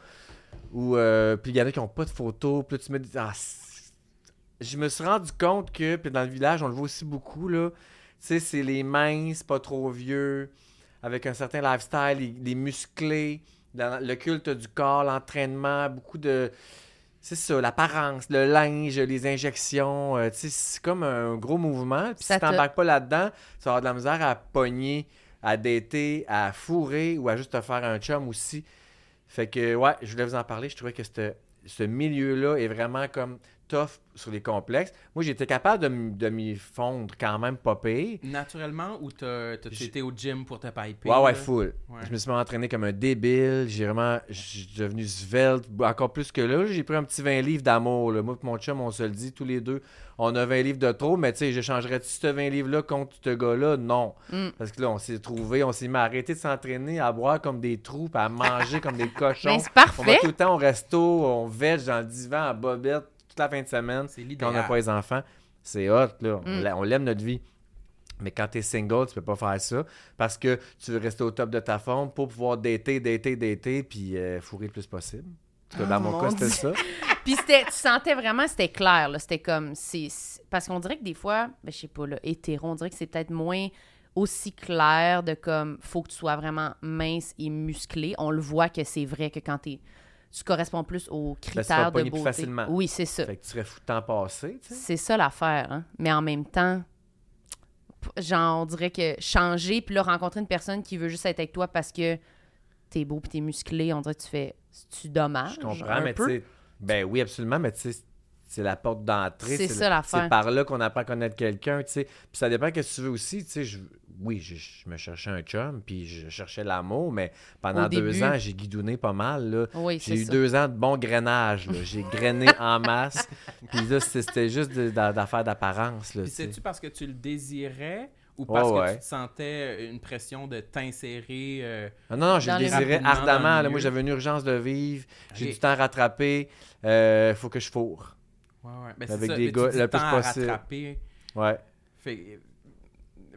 Speaker 4: Ou euh, puis il y en a qui n'ont pas de photos. Puis là, tu me dis. Ah, c'est- je me suis rendu compte que, puis dans le village, on le voit aussi beaucoup, là. Tu sais, c'est les minces, pas trop vieux, avec un certain lifestyle, les, les musclés, la- le culte du corps, l'entraînement, beaucoup de. C'est ça, l'apparence, le linge, les injections. euh, tu sais, c'est comme un gros mouvement. Puis
Speaker 2: Ça
Speaker 4: si
Speaker 2: te-
Speaker 4: t'embarques pas là-dedans, tu vas avoir de la misère à pogner, à dater, à fourrer ou à juste te faire un chum aussi. Fait que, ouais, je voulais vous en parler. Je trouvais que ce- ce milieu-là est vraiment comme tough sur les complexes. Moi, j'étais capable de, m- de m'y fondre quand même pas pire.
Speaker 3: Naturellement ou t'as t'as-
Speaker 4: J'ai-
Speaker 3: t'étais au gym pour te piper?
Speaker 4: Ouais, ouais,
Speaker 3: là?
Speaker 4: full.
Speaker 3: Ouais.
Speaker 4: Je me suis entraîné comme un débile. J'ai vraiment. Je suis devenu svelte. Encore plus que là, j'ai pris un petit 20 livres d'amour. là. Moi et mon chum, on se le dit tous les deux. On a 20 livres de trop, mais tu sais, j'échangerais-tu ce 20 livres-là contre ce gars-là? Non.
Speaker 2: Mm.
Speaker 4: Parce que là, on s'est trouvé, on s'est mis à arrêter de s'entraîner, à boire comme des troupes, à manger comme des cochons.
Speaker 2: *laughs* Ben, c'est
Speaker 4: On va
Speaker 2: parfait.
Speaker 4: tout le temps au resto, on vege dans le divan, en bobette, toute la fin de semaine.
Speaker 3: C'est
Speaker 4: Quand on
Speaker 3: l'idéal.
Speaker 4: n'a pas les enfants, c'est hot, là. On
Speaker 2: Mm.
Speaker 4: l'a- On l'aime notre vie. Mais quand t'es single, tu peux pas faire ça parce que tu veux rester au top de ta forme pour pouvoir dater, dater, dater, puis euh, fourrer le plus possible. En tout cas, dans
Speaker 2: Oh,
Speaker 4: mon
Speaker 2: mon
Speaker 4: cas, c'était ça.
Speaker 2: Puis c'était- tu sentais vraiment, c'était clair, là. C'était comme, c'est... c'est- Parce qu'on dirait que des fois, ben, je sais pas, là, hétéro, on dirait que c'est peut-être moins aussi clair de comme, faut que tu sois vraiment mince et musclé. On le voit que c'est vrai que quand t'es... Tu corresponds plus aux critères
Speaker 4: Ben,
Speaker 2: de
Speaker 4: pogner plus
Speaker 2: beauté.
Speaker 4: facilement.
Speaker 2: Oui, c'est ça.
Speaker 4: Fait que tu serais fou de temps passé, tu sais.
Speaker 2: C'est ça l'affaire, hein. Mais en même temps, p- genre, on dirait que changer, puis là, rencontrer une personne qui veut juste être avec toi parce que t'es beau puis t'es musclé, on dirait que tu fais... Tu dommages.
Speaker 4: Je comprends,
Speaker 2: Ah, un
Speaker 4: mais tu
Speaker 2: peu.
Speaker 4: sais. Ben oui, absolument, mais tu sais, c'est la porte d'entrée.
Speaker 2: C'est
Speaker 4: le-
Speaker 2: ça, l'affaire.
Speaker 4: C'est par là qu'on apprend à connaître quelqu'un, tu sais. Puis ça dépend que tu veux aussi, tu sais. je- Oui, je, je me cherchais un chum, puis je cherchais l'amour, mais pendant
Speaker 2: Au
Speaker 4: deux
Speaker 2: début.
Speaker 4: ans, j'ai guidonné pas mal, là.
Speaker 2: Oui,
Speaker 4: J'ai
Speaker 2: c'est
Speaker 4: eu
Speaker 2: ça.
Speaker 4: deux ans de bon grainage, là. J'ai
Speaker 2: *laughs*
Speaker 4: grainé en masse. Puis là, c'est- c'était juste de- d'a- d'affaires d'apparence, là.
Speaker 3: Puis
Speaker 4: tu sais.
Speaker 3: c'est-tu parce que tu le désirais ou
Speaker 4: Ouais,
Speaker 3: parce que
Speaker 4: ouais.
Speaker 3: tu te sentais une pression de t'insérer? euh,
Speaker 4: Ah Non, non, je
Speaker 2: Dans
Speaker 4: le
Speaker 2: le
Speaker 4: désirais
Speaker 3: Rapidement dans le
Speaker 4: ardemment. là.
Speaker 3: milieu.
Speaker 4: Moi, j'avais une urgence de vivre. J'ai
Speaker 3: Ok.
Speaker 4: du temps à rattraper. Euh, faut que je fourre.
Speaker 3: Ouais, ouais. Ben, c'est
Speaker 4: Avec
Speaker 3: ça,
Speaker 4: des
Speaker 3: mais tu
Speaker 4: gars
Speaker 3: dis
Speaker 4: le plus
Speaker 3: temps à
Speaker 4: possible.
Speaker 3: rattraper.
Speaker 4: Ouais.
Speaker 3: Fait, fait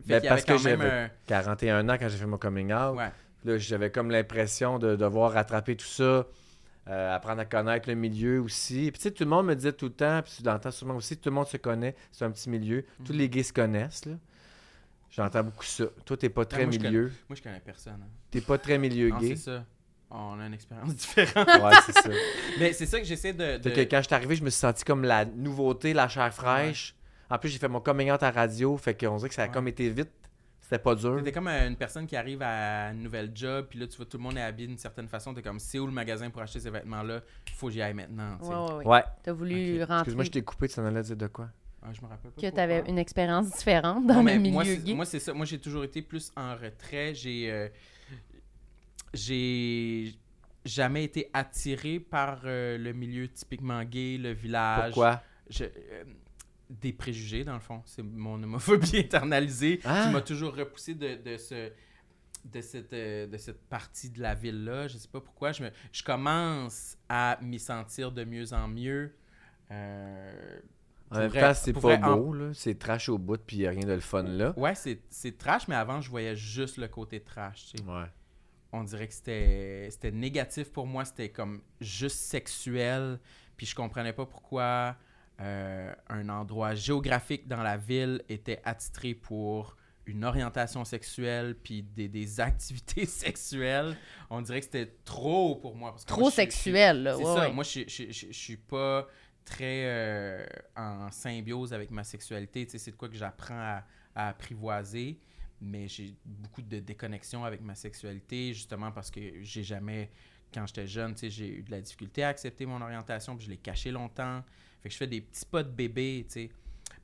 Speaker 4: Ben,
Speaker 3: qu'il y
Speaker 4: parce
Speaker 3: avait
Speaker 4: que
Speaker 3: quand même
Speaker 4: j'avais
Speaker 3: un...
Speaker 4: 41 ans quand j'ai fait mon coming out.
Speaker 3: Ouais.
Speaker 4: Là, j'avais comme l'impression de devoir rattraper tout ça, euh, apprendre à connaître le milieu aussi. Puis tu sais, tout le monde me disait tout le temps, puis tu l'entends souvent aussi, tout le monde se connaît, c'est un petit milieu. Tous
Speaker 3: Mhm.
Speaker 4: les gays se connaissent, là. J'entends beaucoup ça. Toi, t'es pas très
Speaker 3: Ben, moi, je
Speaker 4: milieu.
Speaker 3: Moi, je connais personne. hein.
Speaker 4: T'es pas très milieu
Speaker 3: Non,
Speaker 4: gay.
Speaker 3: c'est ça. On a une expérience *laughs* différente.
Speaker 4: Ouais, c'est ça.
Speaker 3: Mais c'est ça que j'essaie de... de-
Speaker 4: *laughs* Fait que quand je suis arrivé, je me suis senti comme la nouveauté, la chair fraîche. En plus, j'ai fait mon coming out à radio, fait qu'on dirait que ça a
Speaker 3: Ouais.
Speaker 4: comme été vite. C'était pas dur.
Speaker 3: T'es comme euh, une personne qui arrive à un nouvel job, puis là, tu vois, tout le monde est habillé d'une certaine façon. T'es comme, c'est où le magasin pour acheter ces vêtements-là? Faut que j'y aille maintenant. tu sais.
Speaker 2: Ouais, ouais, ouais.
Speaker 4: Ouais.
Speaker 2: T'as voulu
Speaker 3: Ok.
Speaker 2: rentrer.
Speaker 4: Excuse-moi, je t'ai coupé, tu en allais dire de quoi?
Speaker 3: Ah, je me rappelle pas.
Speaker 2: que tu
Speaker 3: pourquoi.
Speaker 2: avais une expérience différente dans
Speaker 3: Non,
Speaker 2: le
Speaker 3: mais
Speaker 2: milieu
Speaker 3: moi, c'est-
Speaker 2: gay.
Speaker 3: Moi, c'est ça. Moi, j'ai toujours été plus en retrait. J'ai. euh, j'ai jamais été attiré par euh, le milieu typiquement gay, le village.
Speaker 4: Pourquoi?
Speaker 3: Je, euh, des préjugés, dans le fond. C'est mon homophobie *laughs* internalisée
Speaker 4: Ah!
Speaker 3: qui m'a toujours repoussé de, de ce de cette, euh, de cette partie de la ville-là. Je sais pas pourquoi. Je, me- je commence à m'y sentir de mieux en mieux. Euh,
Speaker 4: En même
Speaker 3: pourrait-
Speaker 4: temps, c'est pas
Speaker 3: pourrait en-
Speaker 4: beau, là. C'est trash au bout, puis y a rien de le fun, là.
Speaker 3: Ouais, c'est c'est trash, mais avant, je voyais juste le côté trash. tu sais.
Speaker 4: Ouais.
Speaker 3: On dirait que c'était c'était négatif pour moi. C'était comme juste sexuel. Puis je comprenais pas pourquoi euh, un endroit géographique dans la ville était attitré pour une orientation sexuelle puis des, des *laughs* activités sexuelles. On dirait que c'était trop pour moi. parce que
Speaker 2: Trop
Speaker 3: moi, je suis- je suis-
Speaker 2: sexuel, là.
Speaker 3: c'est
Speaker 2: ouais,
Speaker 3: ça.
Speaker 2: ouais.
Speaker 3: Moi, je, je, je- je suis pas très euh, en symbiose avec ma sexualité. Tu sais, c'est de quoi que j'apprends à, à apprivoiser. Mais j'ai beaucoup de déconnexion avec ma sexualité, justement parce que j'ai jamais, quand j'étais jeune, tu sais, j'ai eu de la difficulté à accepter mon orientation, puis je l'ai caché longtemps. Fait que je fais des petits pas de bébé, tu sais.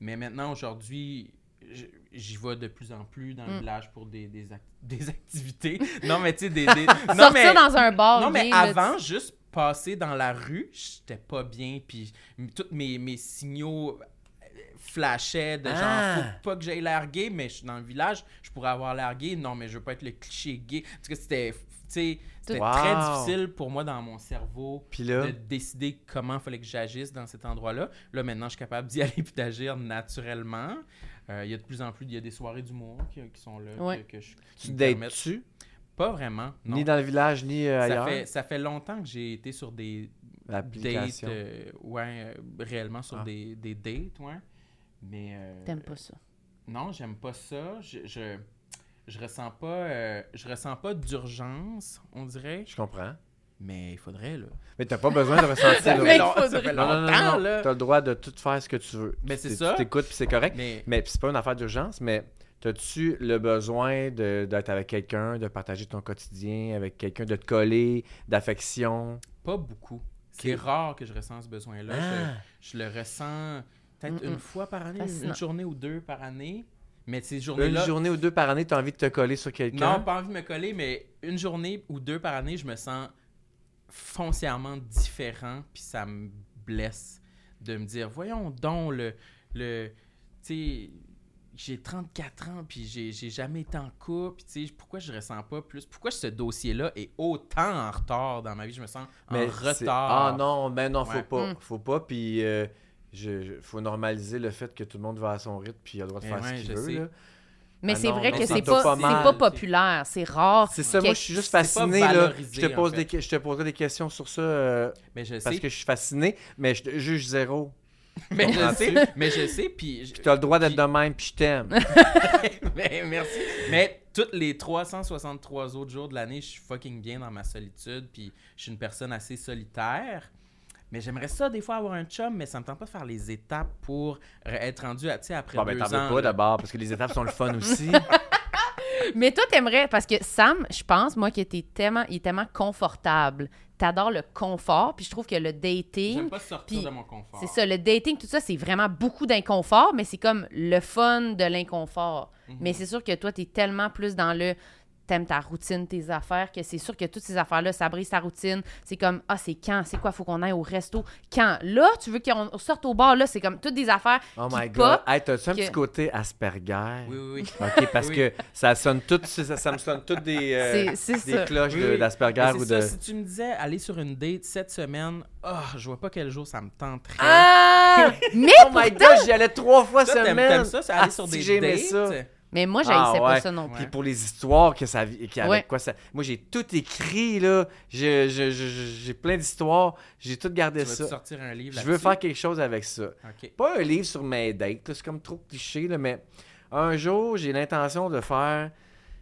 Speaker 3: Mais maintenant, aujourd'hui, j- j'y vais de plus en plus dans le
Speaker 2: Mm.
Speaker 3: village pour des, des, ac- *laughs* des activités. Non, mais tu sais,
Speaker 2: *laughs*
Speaker 3: des. des... non,
Speaker 2: Sortir
Speaker 3: mais-
Speaker 2: dans un
Speaker 4: Ah,
Speaker 2: bar.
Speaker 3: non, mais
Speaker 2: gay, là, tu-
Speaker 3: avant, juste passer dans la rue, j'étais pas bien, puis m- tous mes, mes signaux euh, flashaient de
Speaker 4: Ah.
Speaker 3: genre, faut pas que j'aille l'air gay, mais je suis dans le village, je pourrais avoir l'air gay. Non, mais je veux pas être le cliché gay. Parce que c'était, tu sais, c'était
Speaker 4: Wow.
Speaker 3: très difficile pour moi dans mon cerveau
Speaker 4: Puis là,
Speaker 3: de décider comment fallait que j'agisse dans cet endroit-là. Là, maintenant, je suis capable d'y *laughs* aller puis d'agir naturellement. Euh, Il y a de plus en plus, il y a des soirées d'humour qui, qui sont là,
Speaker 2: Ouais.
Speaker 3: que, que je, qui
Speaker 4: tu
Speaker 3: me
Speaker 4: dates
Speaker 3: permettent-
Speaker 4: tu
Speaker 3: Pas vraiment, non.
Speaker 4: Ni dans le village, ni euh,
Speaker 3: Ça
Speaker 4: ailleurs.
Speaker 3: fait, ça fait longtemps que j'ai été sur des dates,
Speaker 4: L'application.
Speaker 3: euh, ouais, euh, réellement sur
Speaker 4: Ah.
Speaker 3: des, des dates, ouais. Mais euh,
Speaker 2: T'aimes pas ça.
Speaker 3: non, j'aime pas ça. Je, je, je ressens pas, euh, je ressens pas d'urgence, on dirait.
Speaker 4: Je comprends.
Speaker 3: Mais il faudrait là.
Speaker 4: Mais t'as pas besoin
Speaker 3: *laughs*
Speaker 4: de ressentir.
Speaker 2: Le
Speaker 4: le-
Speaker 2: mec
Speaker 3: long-
Speaker 2: faudrait.
Speaker 3: fait
Speaker 4: non, non, non,
Speaker 3: longtemps,
Speaker 4: non.
Speaker 3: là.
Speaker 4: T'as le droit de tout faire ce que tu veux.
Speaker 3: Mais
Speaker 4: Tu-
Speaker 3: c'est
Speaker 4: tu
Speaker 3: ça.
Speaker 4: t'écoutes, puis c'est correct.
Speaker 3: Mais
Speaker 4: Mais puis c'est pas une affaire d'urgence, mais as-tu le besoin de- d'être avec quelqu'un, de partager ton quotidien avec quelqu'un, de te coller, d'affection?
Speaker 3: pas beaucoup. C'est rare que je ressens ce besoin-là. Je-
Speaker 4: Ah!
Speaker 3: Je, le ressens peut-être
Speaker 2: Mm-mm.
Speaker 3: une fois par année,
Speaker 2: Mm, Fascinant.
Speaker 3: une journée ou deux par année. Mais ces
Speaker 4: Une
Speaker 3: journées-là,
Speaker 4: journée ou deux par année, t'as envie de te coller sur quelqu'un?
Speaker 3: Non, pas envie de me coller, mais une journée ou deux par année, je me sens foncièrement différent, puis ça me blesse de me dire, voyons donc, le... le tu sais, j'ai 34 ans, puis j'ai, j'ai jamais été en couple, puis tu sais, pourquoi je ressens pas plus... Pourquoi ce dossier-là est autant en retard dans ma vie? Je me sens en
Speaker 4: c'est-
Speaker 3: retard.
Speaker 4: Ah non, ben non, faut
Speaker 3: Ouais.
Speaker 4: pas.
Speaker 2: Mm.
Speaker 4: Faut pas. Puis euh, je, je- faut normaliser le fait que tout le monde va à son rythme puis il a le droit de
Speaker 3: Eh
Speaker 4: faire
Speaker 3: ouais,
Speaker 4: ce qu'il
Speaker 3: je
Speaker 4: veut.
Speaker 3: sais.
Speaker 4: là.
Speaker 2: Mais
Speaker 4: Ah
Speaker 2: c'est
Speaker 4: non,
Speaker 2: vrai
Speaker 4: mais
Speaker 2: que
Speaker 3: ça
Speaker 2: c'est
Speaker 3: t'a
Speaker 2: pas,
Speaker 3: pas
Speaker 2: c'est
Speaker 3: mal,
Speaker 2: pas
Speaker 3: t'sais.
Speaker 2: populaire, c'est rare.
Speaker 4: C'est ça,
Speaker 2: que-
Speaker 4: moi je suis juste
Speaker 3: pas
Speaker 4: fasciné. Là.
Speaker 3: valorisé,
Speaker 4: Je, te
Speaker 3: en
Speaker 4: pose
Speaker 3: fait.
Speaker 4: des, que- je te poserai des questions sur ça euh,
Speaker 3: Mais je
Speaker 4: parce
Speaker 3: sais,
Speaker 4: que je suis fasciné, mais je te juge zéro.
Speaker 3: *laughs* mais je
Speaker 4: Comprends-tu?
Speaker 3: sais, mais je sais, puis... je-
Speaker 4: Puis t'as le droit d'être de même, puis je
Speaker 3: *laughs*
Speaker 4: t'aime.
Speaker 3: Ben, merci. Mais tous les 363 autres jours de l'année, je suis fucking bien dans ma solitude, puis je suis une personne assez solitaire. Mais j'aimerais ça, des fois, avoir un chum, mais ça me tente pas de faire les étapes pour euh, être rendu, à- tu sais, après
Speaker 4: Bon, ben
Speaker 3: deux
Speaker 4: t'en veux
Speaker 3: ans.
Speaker 4: pas
Speaker 3: là.
Speaker 4: d'abord, parce que les étapes sont le fun
Speaker 3: *laughs*
Speaker 4: aussi.
Speaker 2: Mais toi, t'aimerais, parce que Sam, je pense, moi, qui était tellement, il est tellement confortable. T'adores le confort, puis je trouve que le dating,
Speaker 3: J'aime pas sortir
Speaker 2: puis
Speaker 3: de mon confort.
Speaker 2: c'est ça, le dating, tout ça, c'est vraiment beaucoup d'inconfort, mais c'est comme le fun de l'inconfort.
Speaker 3: Mhm.
Speaker 2: Mais c'est sûr que toi, t'es tellement plus dans le t'aimes ta routine, tes affaires, que c'est sûr que toutes ces affaires-là, ça brise ta routine. C'est comme, ah, c'est quand? C'est quoi? Faut qu'on aille au resto. Quand? Là, tu veux qu'on sorte au bar, là, c'est comme toutes des affaires.
Speaker 4: Oh
Speaker 2: qui
Speaker 4: my god.
Speaker 2: pop,
Speaker 4: Hey, t'as-tu un
Speaker 2: que-
Speaker 4: petit côté Asperger?
Speaker 3: Oui,
Speaker 4: *laughs*
Speaker 3: oui, oui.
Speaker 4: OK, parce
Speaker 3: Oui.
Speaker 4: que ça sonne tout, ça, ça me sonne toutes des, euh,
Speaker 2: C'est- c'est
Speaker 4: des
Speaker 2: ça.
Speaker 4: cloches
Speaker 3: Oui,
Speaker 4: de-
Speaker 3: oui.
Speaker 4: d'Asperger
Speaker 3: Mais c'est
Speaker 4: ou
Speaker 3: ça,
Speaker 4: de.
Speaker 3: si tu me disais aller sur une date cette semaine, oh, je vois pas quel jour ça me tenterait.
Speaker 2: Ah! Mais
Speaker 4: Oh my god, j'y allais trois fois
Speaker 3: Toi, t'aimes,
Speaker 4: semaine.
Speaker 3: t'aimes ça, c'est aller
Speaker 4: Ah,
Speaker 3: sur
Speaker 4: si
Speaker 3: des
Speaker 4: j'aimais
Speaker 3: dates?
Speaker 4: ça.
Speaker 2: Mais moi, j'haïssais
Speaker 4: Ah,
Speaker 2: pas
Speaker 4: ouais.
Speaker 2: ça non plus.
Speaker 3: Ouais.
Speaker 4: Puis pour les histoires que ça vit- qu'avec
Speaker 2: Ouais.
Speaker 4: quoi ça. Moi j'ai tout écrit là. Je- je- je- je- J'ai plein d'histoires. J'ai tout
Speaker 3: Tu
Speaker 4: gardé
Speaker 3: vas
Speaker 4: ça.
Speaker 3: sortir un livre
Speaker 4: Je veux faire
Speaker 3: là-dessus?
Speaker 4: quelque chose avec ça.
Speaker 3: OK.
Speaker 4: Pas un livre sur mes dates, là, c'est comme trop cliché, là, mais un jour j'ai l'intention de faire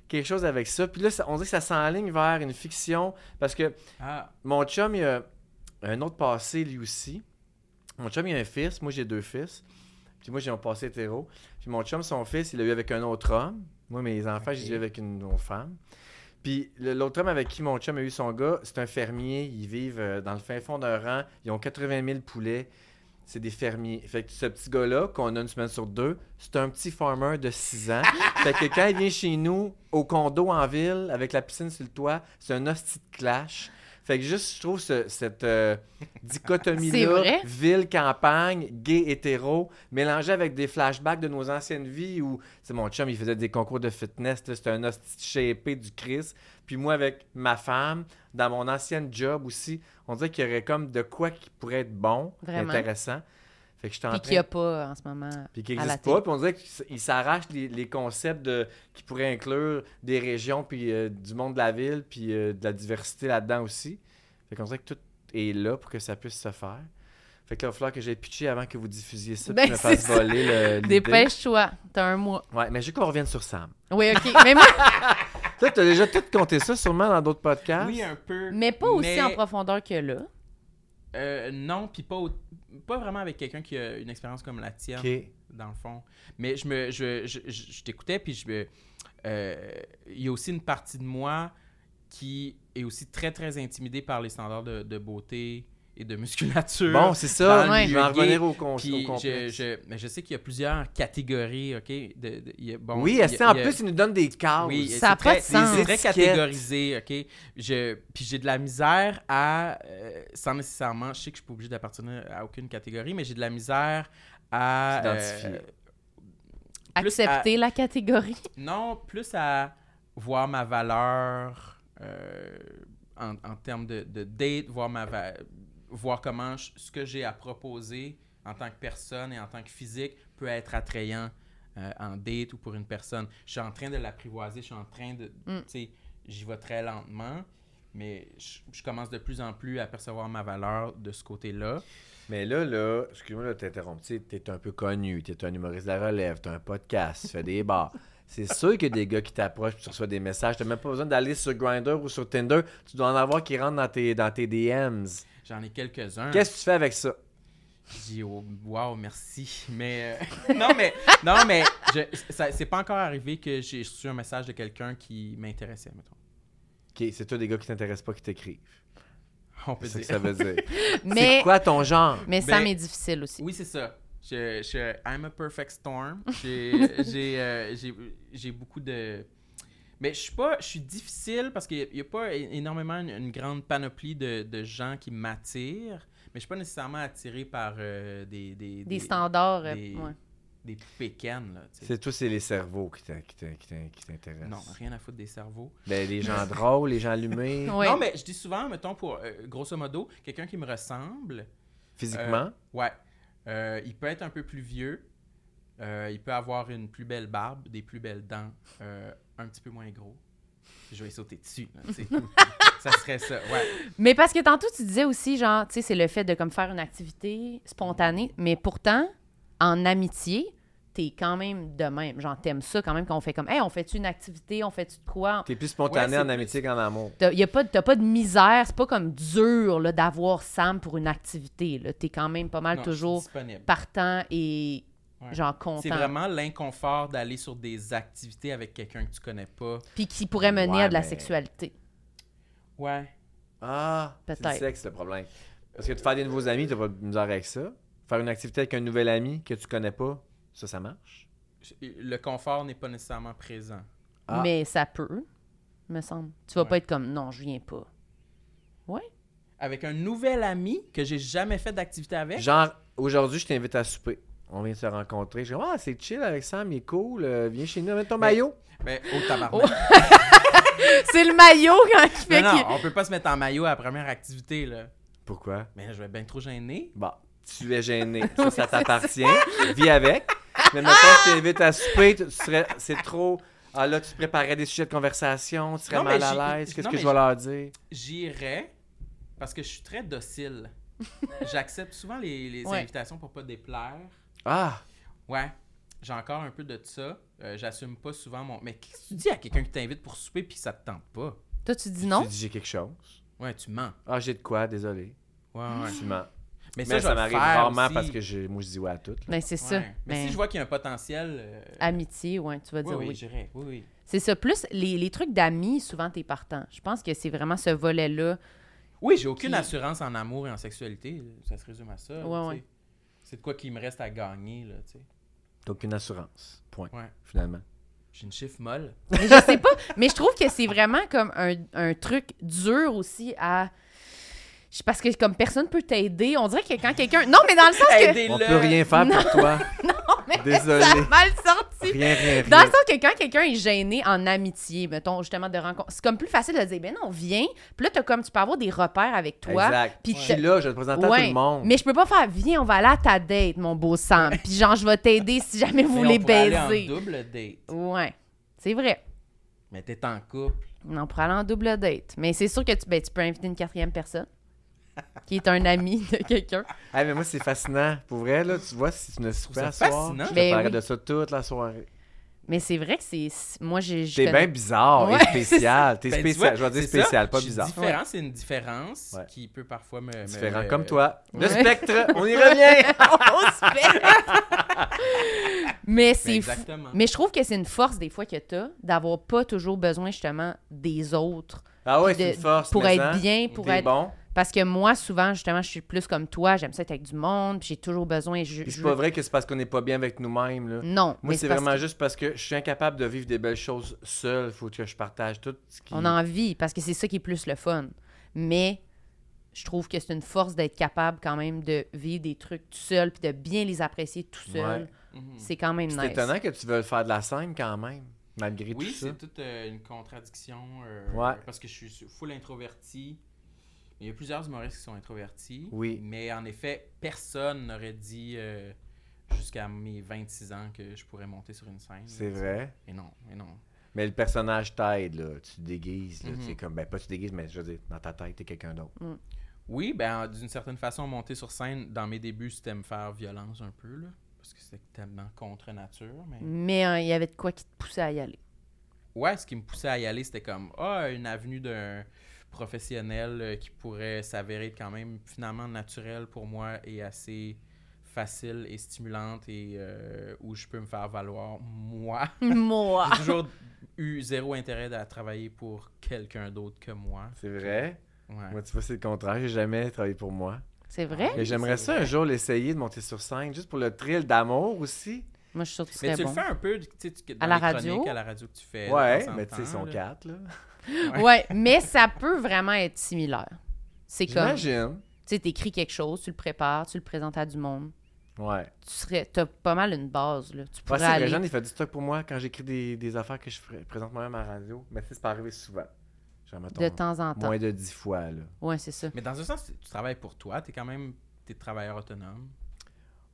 Speaker 4: quelque chose avec ça. Puis là, ça- on dirait que ça s'enligne vers une fiction. Parce que
Speaker 3: Ah,
Speaker 4: mon chum, il a un autre passé lui aussi. Mon chum, il a un fils. Moi, j'ai deux fils. Puis moi, j'ai un passé hétéro. Puis mon chum, son fils, il l'a eu avec un autre homme. Moi, mes enfants,
Speaker 3: Ok.
Speaker 4: j'ai eu avec une autre femme. Puis le- l'autre homme avec qui mon chum a eu son gars, c'est un fermier. Ils vivent euh, dans le fin fond d'un rang. Ils ont 80 000 poulets. C'est des fermiers. Fait que ce petit gars-là, qu'on a une semaine sur deux, c'est un petit farmer de 6 ans. fait que quand il vient chez nous, au condo en ville, avec la piscine sur le toit, c'est un hostie de clash. Fait que juste, je trouve ce- cette euh,
Speaker 2: C'est vrai.
Speaker 4: dichotomie-là, ville-campagne, gay-hétéro, mélangée avec des flashbacks de nos anciennes vies où, c'est mon chum, il faisait des concours de fitness, là, c'était un hostie shapé du Christ. Puis moi, avec ma femme, dans mon ancienne job aussi, on dirait qu'il y aurait comme de quoi qui pourrait être bon,
Speaker 2: Vraiment.
Speaker 4: intéressant. Fait que je suis en
Speaker 2: Puis
Speaker 4: train
Speaker 2: qu'il n'y a pas euh, en ce moment.
Speaker 4: puis qui
Speaker 2: à la
Speaker 4: n'existe
Speaker 2: télé.
Speaker 4: pas. Puis on dirait qu'ils s'arrachent les, les concepts de, qui pourraient inclure des régions, puis euh, du monde de la ville, puis euh, de la diversité là-dedans aussi. Fait qu'on dirait que tout est là pour que ça puisse se faire. Fait que là, il va falloir que j'aie pitché avant que vous diffusiez ça,
Speaker 2: Ben,
Speaker 4: puis que je me
Speaker 2: c'est
Speaker 4: fasse
Speaker 2: ça.
Speaker 4: voler
Speaker 2: *laughs*
Speaker 4: le- l'idée.
Speaker 2: Dépêche-toi, t'as un mois.
Speaker 4: Ouais, mais je veux qu'on revienne sur Sam.
Speaker 2: Oui, OK. *laughs* Mais moi,
Speaker 4: Toi, t'as déjà tout compté ça sûrement dans d'autres podcasts.
Speaker 3: Oui, un peu.
Speaker 2: mais pas aussi
Speaker 3: Mais,
Speaker 2: en profondeur que là.
Speaker 3: euh, non, puis pas, au- pas vraiment avec quelqu'un qui a une expérience comme la tienne.
Speaker 4: OK.
Speaker 3: dans le fond. Mais je me je, je, je- je t'écoutais, puis je me- euh, il y a aussi une partie de moi qui est aussi très, très intimidée par les standards de, de beauté et de musculature.
Speaker 4: Bon, c'est ça.
Speaker 3: Dans le
Speaker 4: Je vais en
Speaker 3: milieu
Speaker 4: revenir au, con- au
Speaker 3: puis je,
Speaker 4: complexe.
Speaker 3: je, mais je sais qu'il y a plusieurs catégories, OK? de- de- il y a- bon,
Speaker 4: oui,
Speaker 3: il y a-
Speaker 4: est-ce qu'en
Speaker 3: il y a-
Speaker 4: plus, ils nous donnent des cases?
Speaker 3: oui,
Speaker 2: Ça
Speaker 3: c'est
Speaker 2: a pas
Speaker 3: très-
Speaker 2: de sens.
Speaker 3: C'est très
Speaker 4: Étiquette.
Speaker 3: catégorisé, OK? Je, puis j'ai de la misère à, euh, sans nécessairement, je sais que je suis pas obligé d'appartenir à aucune catégorie, mais j'ai de la misère à... euh,
Speaker 4: S'identifier.
Speaker 3: plus
Speaker 2: Accepter la catégorie.
Speaker 3: Non, plus à voir ma valeur euh, en, en termes de, de date, voir, ma va- voir comment je- ce que j'ai à proposer en tant que personne et en tant que physique peut être attrayant euh, en date ou pour une personne. Je suis en train de l'apprivoiser, je suis en train de...
Speaker 2: Mm.
Speaker 3: Tu sais, j'y vais très lentement, mais je, je commence de plus en plus à percevoir ma valeur de ce côté-là.
Speaker 4: Mais là, là, excuse-moi de t'interrompre, tu sais, t'es un peu connu, t'es un humoriste de la relève, t'as un podcast, tu fais des bars. C'est sûr qu'il y a des gars qui t'approchent, puis tu reçois des messages, t'as même pas besoin d'aller sur Grindr ou sur Tinder, tu dois en avoir qui rentrent dans tes, dans tes DMs.
Speaker 3: J'en ai quelques-uns.
Speaker 4: Qu'est-ce que tu fais avec ça?
Speaker 3: Je dis, oh, wow, merci. *laughs* Mais, euh, non, mais, non, mais, je- ça- c'est pas encore arrivé que j'ai reçu un message de quelqu'un qui m'intéressait, mettons.
Speaker 4: Ok, c'est toi des gars qui t'intéressent pas qui t'écrivent.
Speaker 3: On peut
Speaker 4: C'est ça que
Speaker 3: dire.
Speaker 4: ça veut dire.
Speaker 2: *laughs*
Speaker 4: C'est
Speaker 2: Mais,
Speaker 4: quoi ton genre?
Speaker 2: mais ça
Speaker 3: Ben-
Speaker 2: m'est difficile aussi.
Speaker 3: Oui, c'est ça. Je, je- I'm a perfect storm. J'ai, j'ai, euh, j'ai- j'ai beaucoup de. Mais je suis pas, je suis difficile parce qu'il n'y a, pas é- énormément une, une grande panoplie de, de gens qui m'attirent. Mais je suis pas nécessairement attiré par euh, des, des,
Speaker 2: Des standards. euh,
Speaker 3: des-
Speaker 2: ouais.
Speaker 3: des pécanes, là. tu sais.
Speaker 4: C'est toi, c'est les cerveaux qui t'in- qui t'in- qui t'in- qui t'intéressent.
Speaker 3: Non, hein. rien à foutre des cerveaux.
Speaker 4: Ben, les gens drôles, les gens allumés,
Speaker 2: Ouais.
Speaker 3: Non, mais je dis souvent, mettons, pour euh, grosso modo, quelqu'un qui me ressemble,
Speaker 4: physiquement.
Speaker 3: ouais, euh, il peut être un peu plus vieux, euh, il peut avoir une plus belle barbe, des plus belles dents, euh, un petit peu moins gros. Je vais sauter dessus. là, tu
Speaker 2: *laughs*
Speaker 3: sais. ça serait ça, ouais.
Speaker 2: Mais parce que tantôt, tu disais aussi, genre, tu sais, c'est le fait de comme faire une activité spontanée. Mais pourtant, en amitié, t'es quand même de même. Genre, t'aimes ça quand même quand on fait comme, hey, on fait-tu une activité, on fait-tu de quoi?
Speaker 4: T'es plus spontané
Speaker 3: Ouais, c'est
Speaker 4: en amitié qu'en amour.
Speaker 2: T'as y a pas, t'as pas de misère, c'est pas comme dur là, d'avoir Sam pour une activité. Là. T'es quand même pas mal
Speaker 3: Non, je suis
Speaker 2: Ah, toujours
Speaker 3: disponible.
Speaker 2: partant et
Speaker 3: Ouais.
Speaker 2: genre
Speaker 3: C'est
Speaker 2: content.
Speaker 3: vraiment l'inconfort d'aller sur des activités avec quelqu'un que tu connais pas.
Speaker 2: Puis qui pourrait mener
Speaker 4: Ouais,
Speaker 2: à de la
Speaker 4: mais-
Speaker 2: sexualité.
Speaker 3: Ouais.
Speaker 4: Ah, c'est
Speaker 2: Peut-être.
Speaker 4: le sexe le problème. Parce que te faire des nouveaux amis, t'as pas de misère avec ça. Faire une activité avec un nouvel ami que tu connais pas, ça, ça marche.
Speaker 3: Je- Le confort n'est pas nécessairement présent.
Speaker 4: Ah.
Speaker 2: Mais ça peut, me semble. Tu vas
Speaker 3: Ouais.
Speaker 2: pas être comme, non, je viens pas. *laughs*
Speaker 3: Avec un nouvel ami que j'ai jamais fait d'activité avec.
Speaker 4: Genre, aujourd'hui, je t'invite à souper. On vient de se rencontrer. Je dis, ah, c'est chill avec Sam, il est cool. euh, viens chez nous, amène ton
Speaker 3: Mais-
Speaker 4: maillot.
Speaker 3: Ben, au tabarnak.
Speaker 2: Oh. c'est le maillot quand il *laughs* fait
Speaker 3: Non, non,
Speaker 2: qu'il-
Speaker 3: on peut pas se mettre en maillot à la première activité, là.
Speaker 4: Pourquoi?
Speaker 3: Mais je vais être bien trop gêné.
Speaker 4: Bah, tu
Speaker 3: *laughs*
Speaker 4: es gêné. Ça, ça t'appartient. Vis avec. Mais maintenant, je t'invite à souper. Tu tu serais... C'est trop. Ah là, tu préparais des sujets de conversation, tu serais
Speaker 3: Non, mais
Speaker 4: mal
Speaker 3: j'ai-
Speaker 4: à l'aise. Qu'est-ce
Speaker 3: non,
Speaker 4: que
Speaker 3: mais
Speaker 4: je vais leur dire?
Speaker 3: J'irai parce que je suis très
Speaker 2: *laughs*
Speaker 3: docile. J'accepte souvent les, les
Speaker 2: Ouais.
Speaker 3: invitations pour pas déplaire.
Speaker 4: Ah!
Speaker 3: Ouais, j'ai encore un peu de ça. Euh, J'assume pas souvent mon. Mais qu'est-ce que tu dis à quelqu'un qui t'invite pour souper puis ça te tente pas?
Speaker 2: Toi, tu dis non?
Speaker 4: Tu dis, j'ai quelque chose.
Speaker 3: Ouais, tu mens.
Speaker 4: Ah, j'ai de quoi, désolé.
Speaker 3: Ouais, ouais.
Speaker 2: Mm.
Speaker 4: Tu mens.
Speaker 3: Mais,
Speaker 4: Mais ça,
Speaker 3: je vais le
Speaker 4: m'arrive
Speaker 3: faire
Speaker 4: rarement
Speaker 3: aussi.
Speaker 4: parce que j'ai- moi, je dis ouais à tout. là.
Speaker 2: Ben, c'est
Speaker 3: Ouais.
Speaker 2: ça.
Speaker 3: Mais,
Speaker 2: Mais
Speaker 3: si je vois qu'il y a un potentiel. euh,
Speaker 2: Amitié, ouais, tu vas
Speaker 3: oui,
Speaker 2: dire
Speaker 3: oui,
Speaker 2: oui.
Speaker 3: j'irai. Oui, oui.
Speaker 2: C'est ça. Plus les, les trucs d'amis, souvent, t'es partant. Je pense que c'est vraiment ce volet-là.
Speaker 3: Oui, j'ai aucune
Speaker 2: Puis-
Speaker 3: assurance en amour et en sexualité. Ça se résume à ça.
Speaker 2: Ouais,
Speaker 3: tu
Speaker 2: ouais.
Speaker 3: sais. C'est de quoi qu'il me reste à gagner, là, tu sais.
Speaker 4: T'as aucune assurance. Point.
Speaker 3: Ouais.
Speaker 4: Finalement.
Speaker 3: J'ai une chiffre molle.
Speaker 2: Mais je sais pas. Mais je trouve que c'est vraiment comme un, un truc dur aussi à. je- Parce que comme personne peut t'aider, on dirait que quand quelqu'un. Non, mais dans le sens *laughs* que.
Speaker 3: Aidez-le!
Speaker 4: On peut rien faire pour toi.
Speaker 2: Non, mais
Speaker 4: Désolé.
Speaker 2: ça a mal sorti.
Speaker 4: Rien, rien,
Speaker 2: Dans le
Speaker 4: rien.
Speaker 2: sens que quand quelqu'un est gêné en amitié, mettons, justement, de rencontre, c'est comme plus facile de dire, ben non, viens. Puis là, t'as comme, tu peux avoir des repères avec toi.
Speaker 4: exact.
Speaker 2: puis
Speaker 4: je
Speaker 2: te-
Speaker 4: suis là, je te présente à tout
Speaker 2: Ouais.
Speaker 4: le monde.
Speaker 2: Mais je peux pas faire, viens, on va aller à ta date, mon beau sang. Puis genre, je vais t'aider si jamais vous
Speaker 3: Mais on
Speaker 2: voulez
Speaker 3: pourrait aller en
Speaker 2: baiser.
Speaker 3: double date.
Speaker 2: Ouais, c'est vrai.
Speaker 3: Mais t'es en couple.
Speaker 2: On pourrait aller en double date. Mais c'est sûr que tu, ben, tu peux inviter une
Speaker 4: *laughs*
Speaker 2: quatrième personne qui est un ami de quelqu'un.
Speaker 4: Ah, mais moi, c'est fascinant. Pour vrai, là, tu vois, si tu ne
Speaker 3: trouve
Speaker 4: super
Speaker 3: ça
Speaker 4: à soir,
Speaker 3: fascinant.
Speaker 4: je te
Speaker 2: Ben
Speaker 4: parlerai
Speaker 2: oui.
Speaker 4: de ça toute la soirée.
Speaker 2: Mais c'est vrai que c'est. Moi, j'ai. je
Speaker 4: T'es
Speaker 2: connais-
Speaker 4: bien bizarre
Speaker 2: Ouais,
Speaker 4: et spécial. T'es
Speaker 3: Ben, tu
Speaker 4: spécial.
Speaker 3: vois,
Speaker 4: Je vais dire
Speaker 3: c'est ça,
Speaker 4: spécial, pas
Speaker 3: je suis
Speaker 4: bizarre.
Speaker 3: Différent, c'est une différence
Speaker 4: Ouais.
Speaker 3: qui peut parfois me. me-
Speaker 4: Différent
Speaker 3: me-
Speaker 4: comme toi. Le
Speaker 2: Ouais.
Speaker 4: spectre, on y
Speaker 2: *laughs*
Speaker 4: revient.
Speaker 2: On se fait- Mais
Speaker 3: Mais
Speaker 2: c'est fou.
Speaker 3: Exactement.
Speaker 2: Mais je trouve que c'est une force des fois que t'as d'avoir pas toujours besoin justement des autres
Speaker 4: Ah ouais,
Speaker 2: de-
Speaker 4: c'est une force.
Speaker 2: pour
Speaker 4: mais
Speaker 2: être
Speaker 4: hein,
Speaker 2: bien, pour
Speaker 4: t'es
Speaker 2: être
Speaker 4: bon.
Speaker 2: parce que moi souvent justement je suis plus comme toi, j'aime ça être avec du monde, puis j'ai toujours besoin je,
Speaker 4: Puis
Speaker 2: je-
Speaker 4: c'est pas vrai que c'est parce qu'on n'est pas bien avec nous-mêmes. là.
Speaker 2: Non,
Speaker 4: Moi,
Speaker 2: mais
Speaker 4: c'est
Speaker 2: parce
Speaker 4: vraiment
Speaker 2: que
Speaker 4: juste parce que je suis incapable de vivre des belles choses seul. Faut que je partage tout ce qui.
Speaker 2: on a envie parce que c'est ça qui est plus le fun. Mais je trouve que c'est une force d'être capable quand même de vivre des trucs tout seul puis de bien les apprécier tout seul.
Speaker 4: Ouais.
Speaker 3: Mhm.
Speaker 2: C'est quand même
Speaker 4: C'est
Speaker 2: nice.
Speaker 4: étonnant que tu veux faire de la scène quand même, malgré
Speaker 3: Oui,
Speaker 4: tout ça.
Speaker 3: c'est toute euh, une contradiction. euh,
Speaker 4: Ouais.
Speaker 3: Parce que je suis su- full introverti. Il y a plusieurs humoristes qui sont introvertis.
Speaker 4: Oui.
Speaker 3: Mais en effet, personne n'aurait dit euh, jusqu'à mes 26 ans que je pourrais monter sur une scène.
Speaker 4: C'est vrai.
Speaker 3: Et non, et non.
Speaker 4: Mais le personnage t'aide, là. Tu te déguises, là.
Speaker 3: Mhm.
Speaker 2: Mm-hmm.
Speaker 4: C'est comme, ben, pas tu te déguises, mais je veux dire, dans ta tête, t'es quelqu'un d'autre.
Speaker 3: Oui, ben d'une certaine façon, monter sur scène, dans mes débuts, c'était me faire violence un peu, là. Parce que c'était tellement contre nature. Mais...
Speaker 2: Mais euh, il y avait de quoi qui te poussait à y aller.
Speaker 3: Ouais, ce qui me poussait à y aller, c'était comme ah, une avenue d'un professionnel euh, qui pourrait s'avérer être quand même finalement naturelle pour moi et assez facile et stimulante et euh, où je peux me faire valoir
Speaker 2: *laughs*
Speaker 3: moi.
Speaker 2: Moi.
Speaker 3: J'ai toujours eu zéro intérêt à travailler pour quelqu'un d'autre que moi.
Speaker 4: C'est vrai.
Speaker 3: Ouais.
Speaker 4: Moi, tu vois, c'est le contraire. J'ai jamais travaillé pour moi.
Speaker 2: C'est vrai?
Speaker 4: Mais j'aimerais
Speaker 3: c'est
Speaker 4: ça un jour l'essayer de monter sur scène, juste pour le thrill d'amour aussi.
Speaker 2: Moi, je suis sûre que tu
Speaker 3: Mais
Speaker 2: serais
Speaker 3: tu
Speaker 2: bon.
Speaker 3: le fais un peu tu sais, tu- dans
Speaker 2: la
Speaker 3: les
Speaker 2: radio?
Speaker 3: chroniques, à la radio que tu fais. là, de
Speaker 4: ouais,
Speaker 3: temps en
Speaker 4: mais tu sais,
Speaker 3: temps,
Speaker 4: ils sont
Speaker 3: là.
Speaker 4: quatre, là. hein?
Speaker 3: Ouais.
Speaker 2: Ouais, mais ça peut vraiment être similaire. C'est comme, tu
Speaker 4: J'imagine.
Speaker 2: sais, t'écris quelque chose, tu le prépares, tu le présentes à du monde.
Speaker 4: Ouais.
Speaker 2: Tu serais, t'as pas mal une base, là. Tu
Speaker 4: Ouais,
Speaker 2: pourrais
Speaker 4: c'est vrai,
Speaker 2: aller...
Speaker 4: Jeanne, il fait du stock pour moi quand j'écris des, des affaires que je ferais- présente moi-même à la radio. Mais tu sais, c'est pas arrivé souvent. Genre, mettons,
Speaker 2: de temps en temps.
Speaker 4: moins de dix fois, là.
Speaker 2: Ouais, c'est ça.
Speaker 3: Mais dans un sens, tu tu travailles pour toi, tu es quand même t'es travailleur autonome.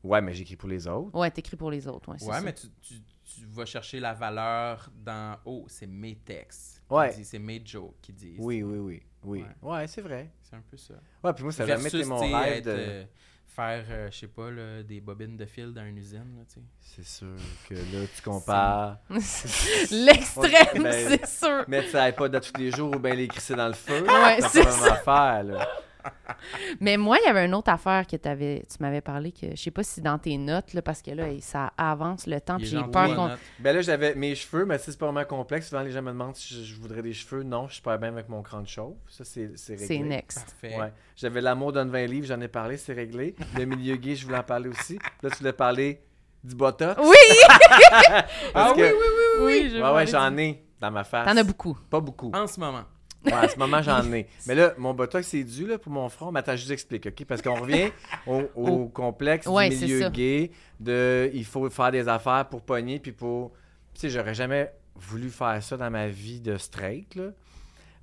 Speaker 4: Ouais, mais j'écris pour les autres.
Speaker 2: Ouais, t'écris pour les autres, ouais, c'est
Speaker 3: Ouais,
Speaker 4: *laughs*
Speaker 2: ça.
Speaker 3: mais tu, tu- tu vas chercher la valeur dans Oh, c'est mes textes. qui
Speaker 4: Ouais.
Speaker 3: disent, C'est mes jokes qui disent.
Speaker 4: Oui, oui, oui. Oui. Ouais, c'est vrai.
Speaker 3: C'est un peu ça.
Speaker 4: Ouais, puis moi, ça a jamais été
Speaker 3: Versus,
Speaker 4: mon
Speaker 3: tu sais,
Speaker 4: rêve
Speaker 3: être,
Speaker 4: de.
Speaker 3: euh, faire, euh, je sais pas, là, des bobines de fil dans une usine. Là, tu sais.
Speaker 4: C'est sûr que là, tu compares.
Speaker 2: *laughs* L'extrême,
Speaker 4: Ouais, ben-
Speaker 2: c'est sûr.
Speaker 4: Mettre ça iPod à tous les jours ou bien les crisser dans le feu.
Speaker 2: Ouais,
Speaker 4: t'as
Speaker 2: c'est
Speaker 4: pas vraiment affaire, là.
Speaker 2: Mais moi, il y avait une autre affaire que t'avais, tu m'avais parlé, que je sais pas si dans tes notes, là, parce que là, hey, ça avance le
Speaker 3: Il
Speaker 2: temps, Ah, puis
Speaker 3: est
Speaker 2: j'ai
Speaker 3: genre
Speaker 2: peur
Speaker 3: trois
Speaker 2: qu'on...
Speaker 3: notes.
Speaker 4: Ben là, j'avais mes cheveux, mais tu sais, c'est pas vraiment complexe. Souvent, les gens me demandent si je- je voudrais des cheveux. Non, je suis pas bien avec mon crâne chauve. Ça, c'est c'est réglé.
Speaker 3: *laughs*
Speaker 2: C'est next.
Speaker 3: Parfait.
Speaker 4: Ouais. J'avais l'amour d'un 20 livres, j'en ai parlé, c'est réglé. Le milieu gay, je voulais en parler aussi. Là, tu voulais parler du botox.
Speaker 2: Oui! Ah
Speaker 4: parce que-
Speaker 2: Oui, je
Speaker 4: Ouais, ouais,
Speaker 2: vois.
Speaker 4: j'en ai dans ma face.
Speaker 2: T'en as beaucoup. Ah.
Speaker 4: Pas beaucoup.
Speaker 3: En ce moment.
Speaker 4: Ouais, à ce moment, j'en ai. Mais là, mon botox, c'est dû là, pour mon front. Mais attends, je vous explique, OK? Parce qu'on revient au, au
Speaker 2: Au-
Speaker 4: complexe
Speaker 2: Oh. Ouais,
Speaker 4: du
Speaker 2: c'est
Speaker 4: milieu
Speaker 2: ça.
Speaker 4: gay, de il faut faire des affaires pour pogner, puis pour... Tu sais, j'aurais jamais voulu faire ça dans ma vie de straight, là.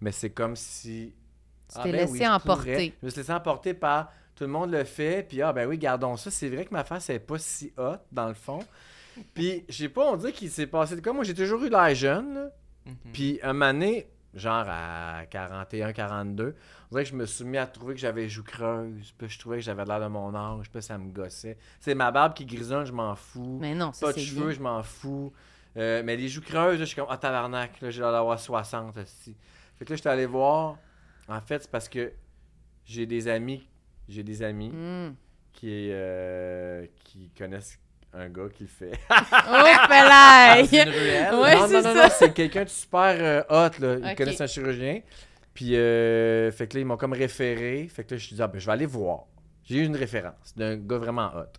Speaker 4: Mais c'est comme si...
Speaker 2: Tu t'es laissé
Speaker 4: Ah, ben je pourrais.
Speaker 2: emporter.
Speaker 4: Je me suis laissé emporter par... Tout le monde le fait, puis ah ben oui, gardons ça. C'est vrai que ma face, elle est pas si haute, dans le fond. Puis, je sais pas, on dirait qu'il s'est passé de quoi. Moi, j'ai toujours eu l'air jeune, là.
Speaker 3: Mhm.
Speaker 4: Puis un moment donné, genre à 41, 42, on dirait que je me suis mis à trouver que j'avais les joues creuses. Puis je trouvais que j'avais l'air de mon âge. Puis ça me gossait. C'est ma barbe qui grisonne, je m'en fous.
Speaker 2: Mais non, ça,
Speaker 4: Pas de
Speaker 2: c'est
Speaker 4: cheveux,
Speaker 2: bien.
Speaker 4: je m'en fous. Euh, mais les joues creuses, là, je suis comme, ah tabarnak, là, j'ai l'air d'avoir 60 aussi. Fait que là, j'étais allé voir. En fait, c'est parce que j'ai des amis, j'ai des amis
Speaker 2: Mm.
Speaker 4: qui, euh, qui connaissent un gars qui le fait.
Speaker 2: Ouf,
Speaker 3: Dans
Speaker 2: là!
Speaker 3: une ruelle.
Speaker 2: Ouais,
Speaker 4: non, non,
Speaker 2: c'est
Speaker 4: non,
Speaker 2: ça.
Speaker 4: non, c'est quelqu'un de super euh, hot, là. Ils
Speaker 2: Ok.
Speaker 4: connaissent un chirurgien. Puis, euh, fait que là, ils m'ont comme référé. Fait que là, je suis dit, ah, ben, je vais aller voir. J'ai eu une référence d'un gars vraiment hot.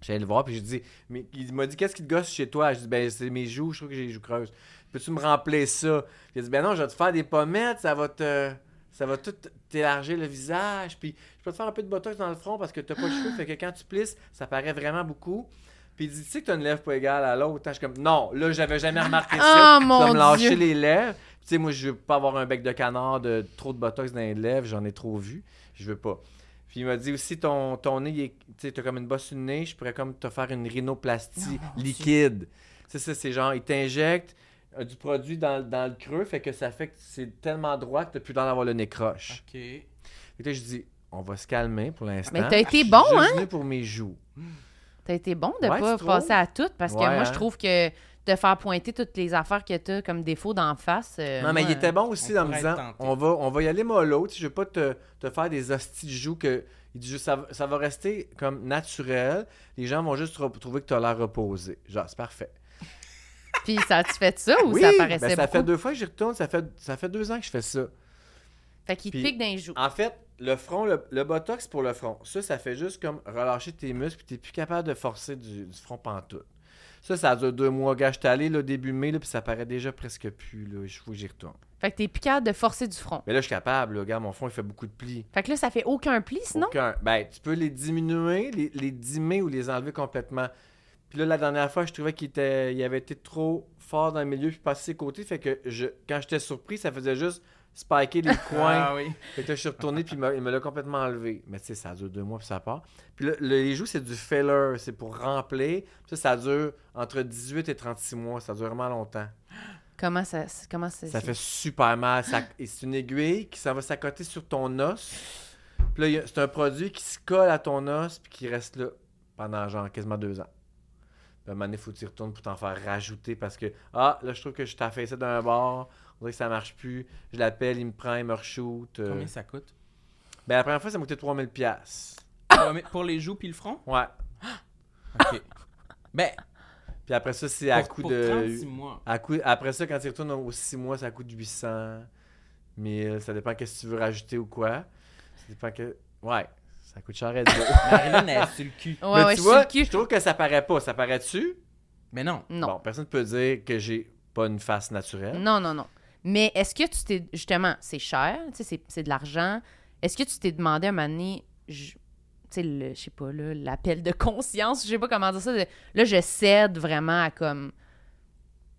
Speaker 4: J'allais le voir, puis j'ai dit, mais il m'a dit, qu'est-ce qui te gosse chez toi? J'ai dit, ben, c'est mes joues, je trouve que j'ai les joues creuses. Peux-tu me remplir ça? Puis il a dit, ben non, je vais te faire des pommettes, ça va te. Ça va tout t'élargir le visage. Puis je peux te faire un peu de botox dans le front parce que t'as pas de
Speaker 2: *gasps*
Speaker 4: cheveux, fait que quand tu plisses, ça paraît vraiment beaucoup. Puis il dit, tu sais que t'as une lèvre pas égale à l'autre. hein? Je suis comme, non, là, j'avais jamais remarqué ça.
Speaker 2: Ah, mon
Speaker 4: ça me lâchait
Speaker 2: Dieu.
Speaker 4: les lèvres. Puis, Tu sais, moi, je veux pas avoir un bec de canard de trop de botox dans les lèvres, j'en ai trop vu. Je veux pas. Puis il m'a dit aussi, ton, ton nez, il est- tu sais, t'as comme une bosse sur le nez, je pourrais comme te faire une rhinoplastie liquide. C'est ça, c'est genre, il t'injecte euh, du produit dans, dans le creux, fait que ça fait que c'est tellement droit que t'as plus l'air d'avoir le nez croche.
Speaker 3: OK.
Speaker 4: Fait que là, je dis, on va se calmer pour l'instant.
Speaker 2: Ah, Mais t'as été
Speaker 4: Je suis
Speaker 2: bon,
Speaker 4: juste
Speaker 2: hein?
Speaker 4: venu pour mes joues.
Speaker 2: T'as été bon de
Speaker 4: Ouais,
Speaker 2: pas
Speaker 4: tu
Speaker 2: passer à tout parce que
Speaker 4: Ouais,
Speaker 2: moi,
Speaker 4: hein.
Speaker 2: je trouve que de faire pointer toutes les affaires que t'as comme défaut d'en face. euh,
Speaker 4: Non, mais
Speaker 2: moi,
Speaker 4: il était bon aussi
Speaker 3: on
Speaker 4: en me
Speaker 3: pourrait
Speaker 4: disant
Speaker 3: être tenté.
Speaker 4: on va, on va y aller mollo. Tu sais, je veux pas te, te faire des hosties de joues que. Il dit juste, ça, va- ça va rester comme naturel. Les gens vont juste re- trouver que tu as l'air reposé. Genre, c'est parfait.
Speaker 2: *laughs* Puis ça, tu fais ça ou
Speaker 4: oui,
Speaker 2: ça
Speaker 4: ben,
Speaker 2: paraissait
Speaker 4: ça
Speaker 2: beaucoup?
Speaker 4: fait deux fois que j'y retourne. Ça fait, ça fait deux ans que je fais ça.
Speaker 2: Fait qu'il te
Speaker 4: Puis-
Speaker 2: pique d'un joue.
Speaker 4: En fait, le front, le, le botox pour le front, ça, ça fait juste comme relâcher tes muscles, puis t'es plus capable de forcer du, du front pantoute. Ça, ça dure deux mois. Gars, j'étais allé là, début mai, là, puis ça paraît déjà presque plus. Là, je faut que j'y retourne.
Speaker 2: Fait que t'es piquable de forcer du front.
Speaker 4: Mais là, je suis capable. Là, regarde, mon front, il fait beaucoup de plis.
Speaker 2: Fait que là, ça fait aucun pli sinon.
Speaker 4: Aucun. Ben, tu peux les diminuer, les, les dimmer ou les enlever complètement. Puis là, la dernière fois, je trouvais qu'il était, il avait été trop fort dans le milieu, puis passé ses côtés. Fait que je, quand j'étais surpris, ça faisait juste spiker les coins.
Speaker 3: Ah oui.
Speaker 4: Fait que là, je suis retourné, puis il m'a- il me l'a complètement enlevé. Mais tu sais, ça dure deux mois, puis ça part. Puis là, le- les joues, c'est du filler, c'est pour remplir. Ça, ça dure entre 18 et 36 mois, ça dure vraiment longtemps.
Speaker 2: Comment ça. c'est- Comment ça.
Speaker 4: Oh. Ça fait super mal. Ça- et c'est une aiguille qui s'en va s'accoter sur ton os. Puis là, il y a- c'est un produit qui se colle à ton os puis qui reste là pendant genre quasiment deux ans. Puis à un moment donné, faut que tu y retournes pour t'en faire rajouter parce que Ah, là, je trouve que je t'affaissais d'un bord. On dirait que ça marche plus. Je l'appelle, il me prend, il me reshoot. euh.
Speaker 3: Combien ça coûte?
Speaker 4: Ben, la première fois, ça m'a coûté 3000$. piastres.
Speaker 3: Pour- Pour les joues puis le front?
Speaker 4: Ouais.
Speaker 3: OK. Ben,
Speaker 4: Puis après ça, *laughs* c'est
Speaker 3: pour,
Speaker 4: à coup
Speaker 3: pour
Speaker 4: de.
Speaker 3: 36 mois.
Speaker 4: À coup- Après ça, quand tu retournes aux 6 mois, ça coûte 800, 1000, ça dépend qu'est-ce que tu veux rajouter ou quoi. Ça dépend que... Ouais, ça coûte cher à dire.
Speaker 3: Marilyn, elle est sur le cul.
Speaker 2: *laughs* Ouais,
Speaker 4: Mais
Speaker 2: ouais,
Speaker 4: tu
Speaker 2: je
Speaker 4: vois,
Speaker 2: suis le
Speaker 4: je
Speaker 2: cul.
Speaker 4: trouve que ça paraît pas. Ça paraît-tu?
Speaker 3: Mais non.
Speaker 2: Non.
Speaker 4: Bon, personne ne peut dire que j'ai pas une face naturelle.
Speaker 2: Non, non, non. Mais est-ce que tu t'es. Justement, c'est cher, tu sais, c'est- c'est de l'argent. Est-ce que tu t'es demandé à un moment donné, je- tu sais, le- je sais pas, là, l'appel de *laughs* conscience, je sais pas comment dire ça. de- là, je cède vraiment à comme.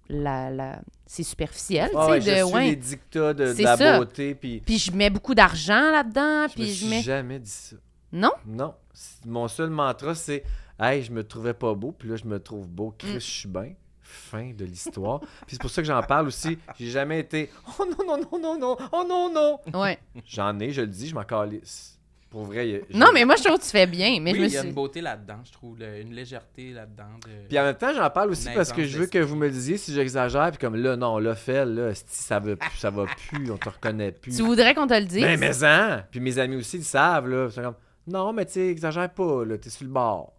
Speaker 2: La, la... C'est superficiel,
Speaker 4: Ah ouais,
Speaker 2: tu
Speaker 4: je
Speaker 2: sais, de.
Speaker 4: suis
Speaker 2: ouais.
Speaker 4: les dictats de, de
Speaker 2: C'est
Speaker 4: la
Speaker 2: ça.
Speaker 4: beauté, puis
Speaker 2: Puis je mets beaucoup d'argent là-dedans,
Speaker 4: je me
Speaker 2: puis je
Speaker 4: suis
Speaker 2: mets.
Speaker 4: jamais dit ça.
Speaker 2: Non?
Speaker 4: *laughs* Non. C'est- Mon seul mantra, c'est « Hey, je me trouvais pas beau, puis là, je me trouve beau. Chris, je
Speaker 2: Mm.
Speaker 4: suis bien. » Fin de l'histoire. *laughs* puis c'est pour ça que j'en parle aussi. J'ai jamais été « Oh non, non, non, non, non, oh non, non! »
Speaker 2: Ouais.
Speaker 4: J'en ai, je le dis, je m'en calisse. Pour vrai, il y a- j'ai-
Speaker 2: Non, mais moi, je trouve que tu fais bien. Mais
Speaker 3: oui,
Speaker 2: je me
Speaker 3: il y a
Speaker 2: suis-
Speaker 3: une beauté là-dedans, je trouve. le- une légèreté là-dedans. de-
Speaker 4: Puis en même temps, j'en parle aussi
Speaker 3: Une
Speaker 4: parce que
Speaker 3: aisance
Speaker 4: je veux que vous me le disiez si j'exagère. Puis comme là, non, là, fait, là, sti, ça va plus, ça va plus, on te reconnaît plus.
Speaker 2: Tu voudrais qu'on te le dise?
Speaker 4: Mais, mais, hein! Puis mes amis aussi, ils savent, là. Ils sont comme, non, mais tu sais, exagère pas, là, t'es sur le bord.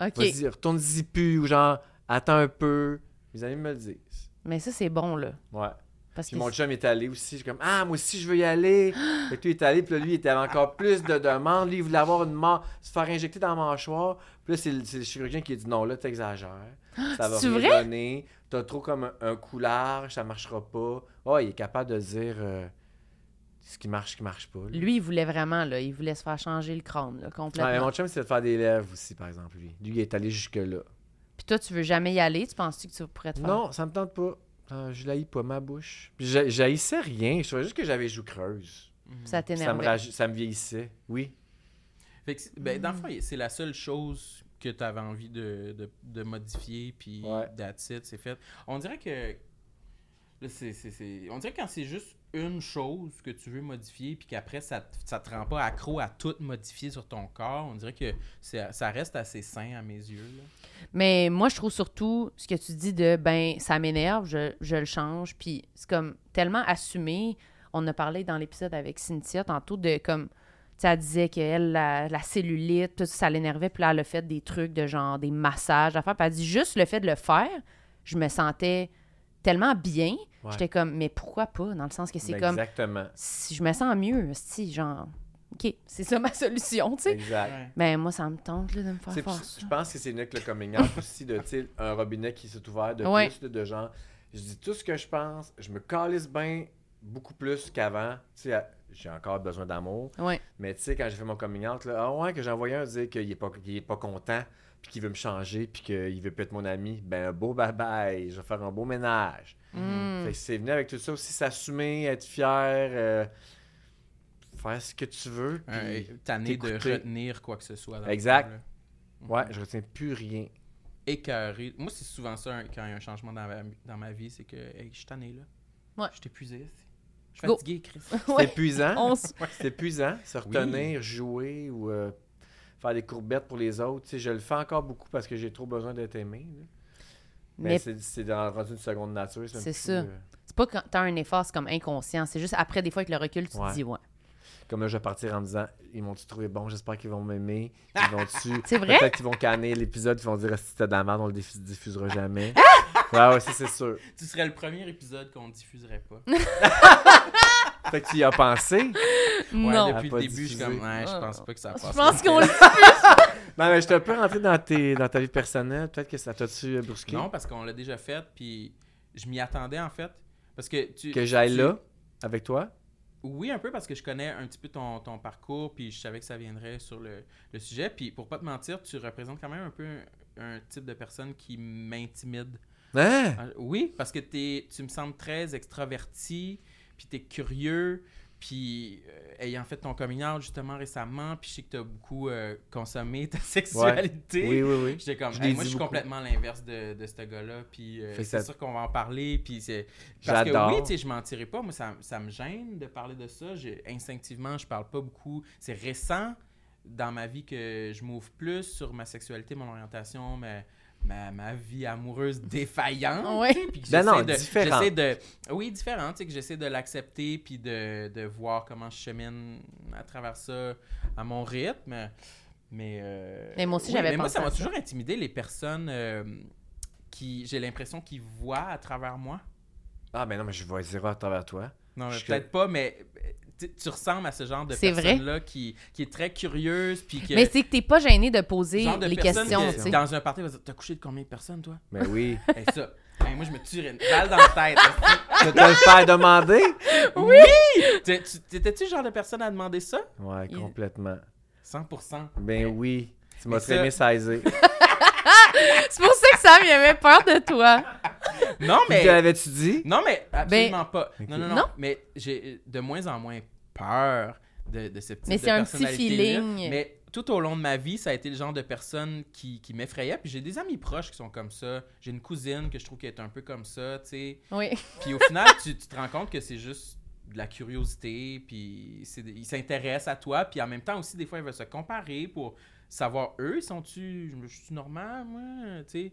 Speaker 2: OK.
Speaker 4: Vas-y, retourne-y plus, ou genre, attends un peu. Mes amis me le disent.
Speaker 2: Mais ça, c'est bon, là.
Speaker 4: Ouais.
Speaker 2: Parce
Speaker 4: Puis
Speaker 2: que
Speaker 4: mon chum est allé aussi. J'ai comme, ah, moi aussi, je veux y
Speaker 2: *gasps*
Speaker 4: aller. Fait que lui, il est allé. Puis là, lui, il était encore plus de demandes. Lui, il voulait avoir une mort, se faire injecter dans la mâchoire. Puis là, c'est le, c'est le chirurgien qui a dit, non, là, t'exagères.
Speaker 2: *gasps*
Speaker 4: Ça va
Speaker 2: c'est
Speaker 4: rien
Speaker 2: vrai?
Speaker 4: donner. T'as trop comme un, un coup large, ça marchera pas. Oh, il est capable de dire euh, ce qui marche, ce qui marche pas. là.
Speaker 2: Lui, il voulait vraiment, là, il voulait se faire changer le crâne, là,
Speaker 4: Ouais, mais
Speaker 2: complètement.
Speaker 4: mon chum, c'est de faire des lèvres aussi, par exemple, lui. Lui, il est allé jusque-là.
Speaker 2: Puis toi, tu veux jamais y aller, tu penses-tu que tu pourrais te faire?
Speaker 4: Non, ça me tente pas. Euh, je l'haïs pas, ma bouche. Puis j'a- j'haïssais rien. Je trouvais juste que j'avais les joues creuses.
Speaker 3: Mhm.
Speaker 2: Ça
Speaker 4: Puis Ça me,
Speaker 2: t'énerve.
Speaker 4: raje- ça me vieillissait. Oui.
Speaker 3: Fait que c'est- ben, dans le
Speaker 4: Mm.
Speaker 3: fond, c'est la seule chose que tu avais envie de, de- de modifier, puis
Speaker 4: Ouais.
Speaker 3: that's it, c'est fait. On dirait que. là, c'est- c'est- c'est- On dirait que quand c'est juste une chose que tu veux modifier, puis qu'après, ça, te- ça te rend pas accro à tout modifier sur ton corps, on dirait que c'est- ça reste assez sain à mes yeux. là.
Speaker 2: Mais moi, je trouve surtout ce que tu dis de ben, ça m'énerve, je, je le change. Puis c'est comme tellement assumé. On a parlé dans l'épisode avec Cynthia tantôt de comme. Tu sais, elle disait qu'elle, la, la cellulite, tout ça, ça l'énervait. Puis là, elle a fait des trucs de genre des massages, d'affaires. Puis elle dit juste le fait de le faire, je me sentais tellement bien.
Speaker 4: Ouais.
Speaker 2: J'étais comme, mais pourquoi pas? Dans le sens que c'est
Speaker 4: Ben,
Speaker 2: comme.
Speaker 4: Exactement.
Speaker 2: si je me sens mieux, si genre OK, c'est ça ma *laughs* solution, tu sais.
Speaker 4: Exact.
Speaker 3: Ouais.
Speaker 2: Ben, moi, ça me tente là, de me
Speaker 4: Tu sais,
Speaker 2: faire
Speaker 4: puis
Speaker 2: faire
Speaker 4: je-
Speaker 2: ça.
Speaker 4: je pense que c'est Nick le coming
Speaker 2: *laughs*
Speaker 4: out aussi de tu sais, un robinet qui s'est ouvert de
Speaker 2: Ouais.
Speaker 4: plus de, de gens. Je dis tout ce que je pense, je me calisse bien beaucoup plus qu'avant. Tu sais, à- j'ai encore besoin d'amour.
Speaker 2: Ouais.
Speaker 4: Mais tu sais, quand j'ai fait mon coming out, là, ah ouais, que j'ai envoyé un dire qu'il est pas, qu'il est pas content, puis qu'il veut me changer, puis qu'il veut plus être mon ami, ben un beau bye bye, je vais faire un beau ménage.
Speaker 2: Mm.
Speaker 4: Hmm. Fait
Speaker 2: *laughs*
Speaker 4: que c'est venu avec tout ça aussi, s'assumer, être fier, euh, faire ce que tu veux. puis-
Speaker 3: Ouais, Tanné euh, de
Speaker 4: t'écouter.
Speaker 3: retenir quoi que ce soit. dans le
Speaker 4: Exact.
Speaker 3: fond, là.
Speaker 4: Ouais, je retiens plus rien.
Speaker 3: écœuré. Moi, c'est souvent ça hein, quand il y a un changement dans ma, dans ma vie, c'est que hey, je suis tanné là.
Speaker 2: Ouais.
Speaker 3: Je suis épuisé. c'est- Je suis
Speaker 2: Go.
Speaker 3: fatigué, Chris.
Speaker 4: C'est
Speaker 2: Ouais.
Speaker 4: épuisant.
Speaker 2: On s-
Speaker 4: C'est épuisant, se retenir, jouer ou euh, faire des courbettes pour les autres. Tu sais, je le fais encore beaucoup parce que j'ai trop besoin d'être aimé. là. Mais,
Speaker 2: Mais
Speaker 4: c'est- c'est dans- rendu une seconde nature. même
Speaker 2: C'est
Speaker 4: plus,
Speaker 2: ça.
Speaker 4: euh,
Speaker 2: c'est pas quand t'as un effort, c'est comme inconscient. C'est juste après, des fois, avec le recul, tu
Speaker 4: Ouais.
Speaker 2: te dis, ouais.
Speaker 4: comme là, je vais partir en me disant Ils m'ont-tu trouvé bon J'espère qu'ils vont m'aimer. Ils vont-tu.
Speaker 2: Ah! *laughs* C'est vrai?
Speaker 4: Peut-être qu'ils vont canner l'épisode. Ils vont dire Si c'était de la merde, on le diff- diffusera jamais.
Speaker 2: Ah!
Speaker 4: ouais, ouais, ça, c'est sûr.
Speaker 3: tu serais le premier épisode qu'on diffuserait pas.
Speaker 4: Fait que tu y as pensé.
Speaker 2: non.
Speaker 4: Elle a
Speaker 3: depuis
Speaker 4: pas
Speaker 3: le début, je suis
Speaker 4: diffusé.
Speaker 3: comme, ouais, je
Speaker 2: Ah.
Speaker 3: pense pas que ça passe.
Speaker 2: Je
Speaker 3: *laughs*
Speaker 2: pense qu'on le
Speaker 4: Non, mais je t'ai un peu rentré dans, tes, dans ta vie personnelle. Peut-être que ça t'a-tu euh, brusqué
Speaker 3: Non, parce qu'on l'a déjà fait, puis je m'y attendais en fait. Parce que tu.
Speaker 4: Que j'aille
Speaker 3: tu-
Speaker 4: là avec toi
Speaker 3: Oui, un peu parce que je connais un petit peu ton, ton parcours, puis je savais que ça viendrait sur le, le sujet. Puis pour pas te mentir, tu représentes quand même un peu un, un type de personne qui m'intimide.
Speaker 4: Hein
Speaker 3: Ah, Oui, parce que t'es, tu me sembles très extraverti, puis tu es curieux, puis euh, ayant fait ton coming out justement récemment, puis je sais que tu as beaucoup euh, consommé ta *laughs* sexualité.
Speaker 4: Oui, oui, oui.
Speaker 3: J'étais comme,
Speaker 4: Je
Speaker 3: Hey,
Speaker 4: l'ai
Speaker 3: moi,
Speaker 4: dit
Speaker 3: je suis
Speaker 4: beaucoup.
Speaker 3: complètement l'inverse de, de ce gars-là. Puis euh,
Speaker 4: Fait que
Speaker 3: c'est
Speaker 4: ça-
Speaker 3: sûr qu'on va en parler. Puis c'est. Parce
Speaker 4: J'adore.
Speaker 3: que oui, tu sais, je m'en tirais pas. Moi, ça, ça me gêne de parler de ça. J'ai- instinctivement, je parle pas beaucoup. C'est récent dans ma vie que je m'ouvre plus sur ma sexualité, mon orientation, ma, ma, ma vie amoureuse défaillante.
Speaker 2: Ouais.
Speaker 3: tu sais, puis que
Speaker 4: Ben non,
Speaker 3: j'essaie de-
Speaker 4: différente.
Speaker 3: j'essaie de, oui, différent, tu sais, que j'essaie de l'accepter puis de, de voir comment je chemine à travers ça à mon rythme. Mais, euh,
Speaker 2: Mais moi aussi, j'avais
Speaker 3: mais moi,
Speaker 2: pensé
Speaker 3: ça
Speaker 2: à
Speaker 3: m'a
Speaker 2: ça.
Speaker 3: toujours intimidé les personnes euh, qui, j'ai l'impression qu'ils voient à travers moi.
Speaker 4: Ah, ben non, mais je vois zéro à travers toi.
Speaker 3: Non, mais
Speaker 4: Je-
Speaker 3: peut-être pas, mais euh, tu, tu ressembles à ce genre de
Speaker 2: C'est vrai.
Speaker 3: personne-là qui, qui est très curieuse. Puis que,
Speaker 2: Mais c'est que t'es pas gêné de
Speaker 3: le
Speaker 2: poser
Speaker 3: genre de
Speaker 2: les
Speaker 3: personne
Speaker 2: questions,
Speaker 3: que
Speaker 2: tu sais.
Speaker 3: Dans un party, elle va dire T'as couché de combien de personnes, toi *laughs*
Speaker 4: Mais oui.
Speaker 3: Et ça. Hey, moi, je me tuerais une balle dans la
Speaker 2: *laughs*
Speaker 3: tête. là.
Speaker 4: Tu vas te le faire demander?
Speaker 3: T'es- tu- T'étais-tu le genre de personne à demander ça
Speaker 4: Ouais,
Speaker 2: Il-
Speaker 4: complètement.
Speaker 3: 100
Speaker 4: Ben oui. Tu m'as
Speaker 3: Mais
Speaker 4: très
Speaker 3: ça-
Speaker 4: bien saisi.
Speaker 2: C'est pour ça que Sam, il avait peur de toi.
Speaker 3: Non,
Speaker 4: Tu
Speaker 3: mais.
Speaker 4: l'avais-tu dit?
Speaker 3: Non, mais absolument pas. Non, non, non,
Speaker 2: Ben, Non.
Speaker 3: Mais j'ai de moins en moins peur de, de ce petit
Speaker 2: Mais c'est un petit feeling.
Speaker 3: Mais tout au long de ma vie, ça a été le genre de personne qui, qui m'effrayait. Puis j'ai des amis proches qui sont comme ça. J'ai une cousine que je trouve qui est un peu comme ça, tu sais.
Speaker 2: Oui.
Speaker 3: Puis au final, tu, tu te rends compte que c'est juste de la curiosité, puis c'est des- ils s'intéressent à toi, puis en même temps aussi, des fois, ils veulent se comparer pour savoir, eux, sont-tu, je suis normal, moi, tu sais.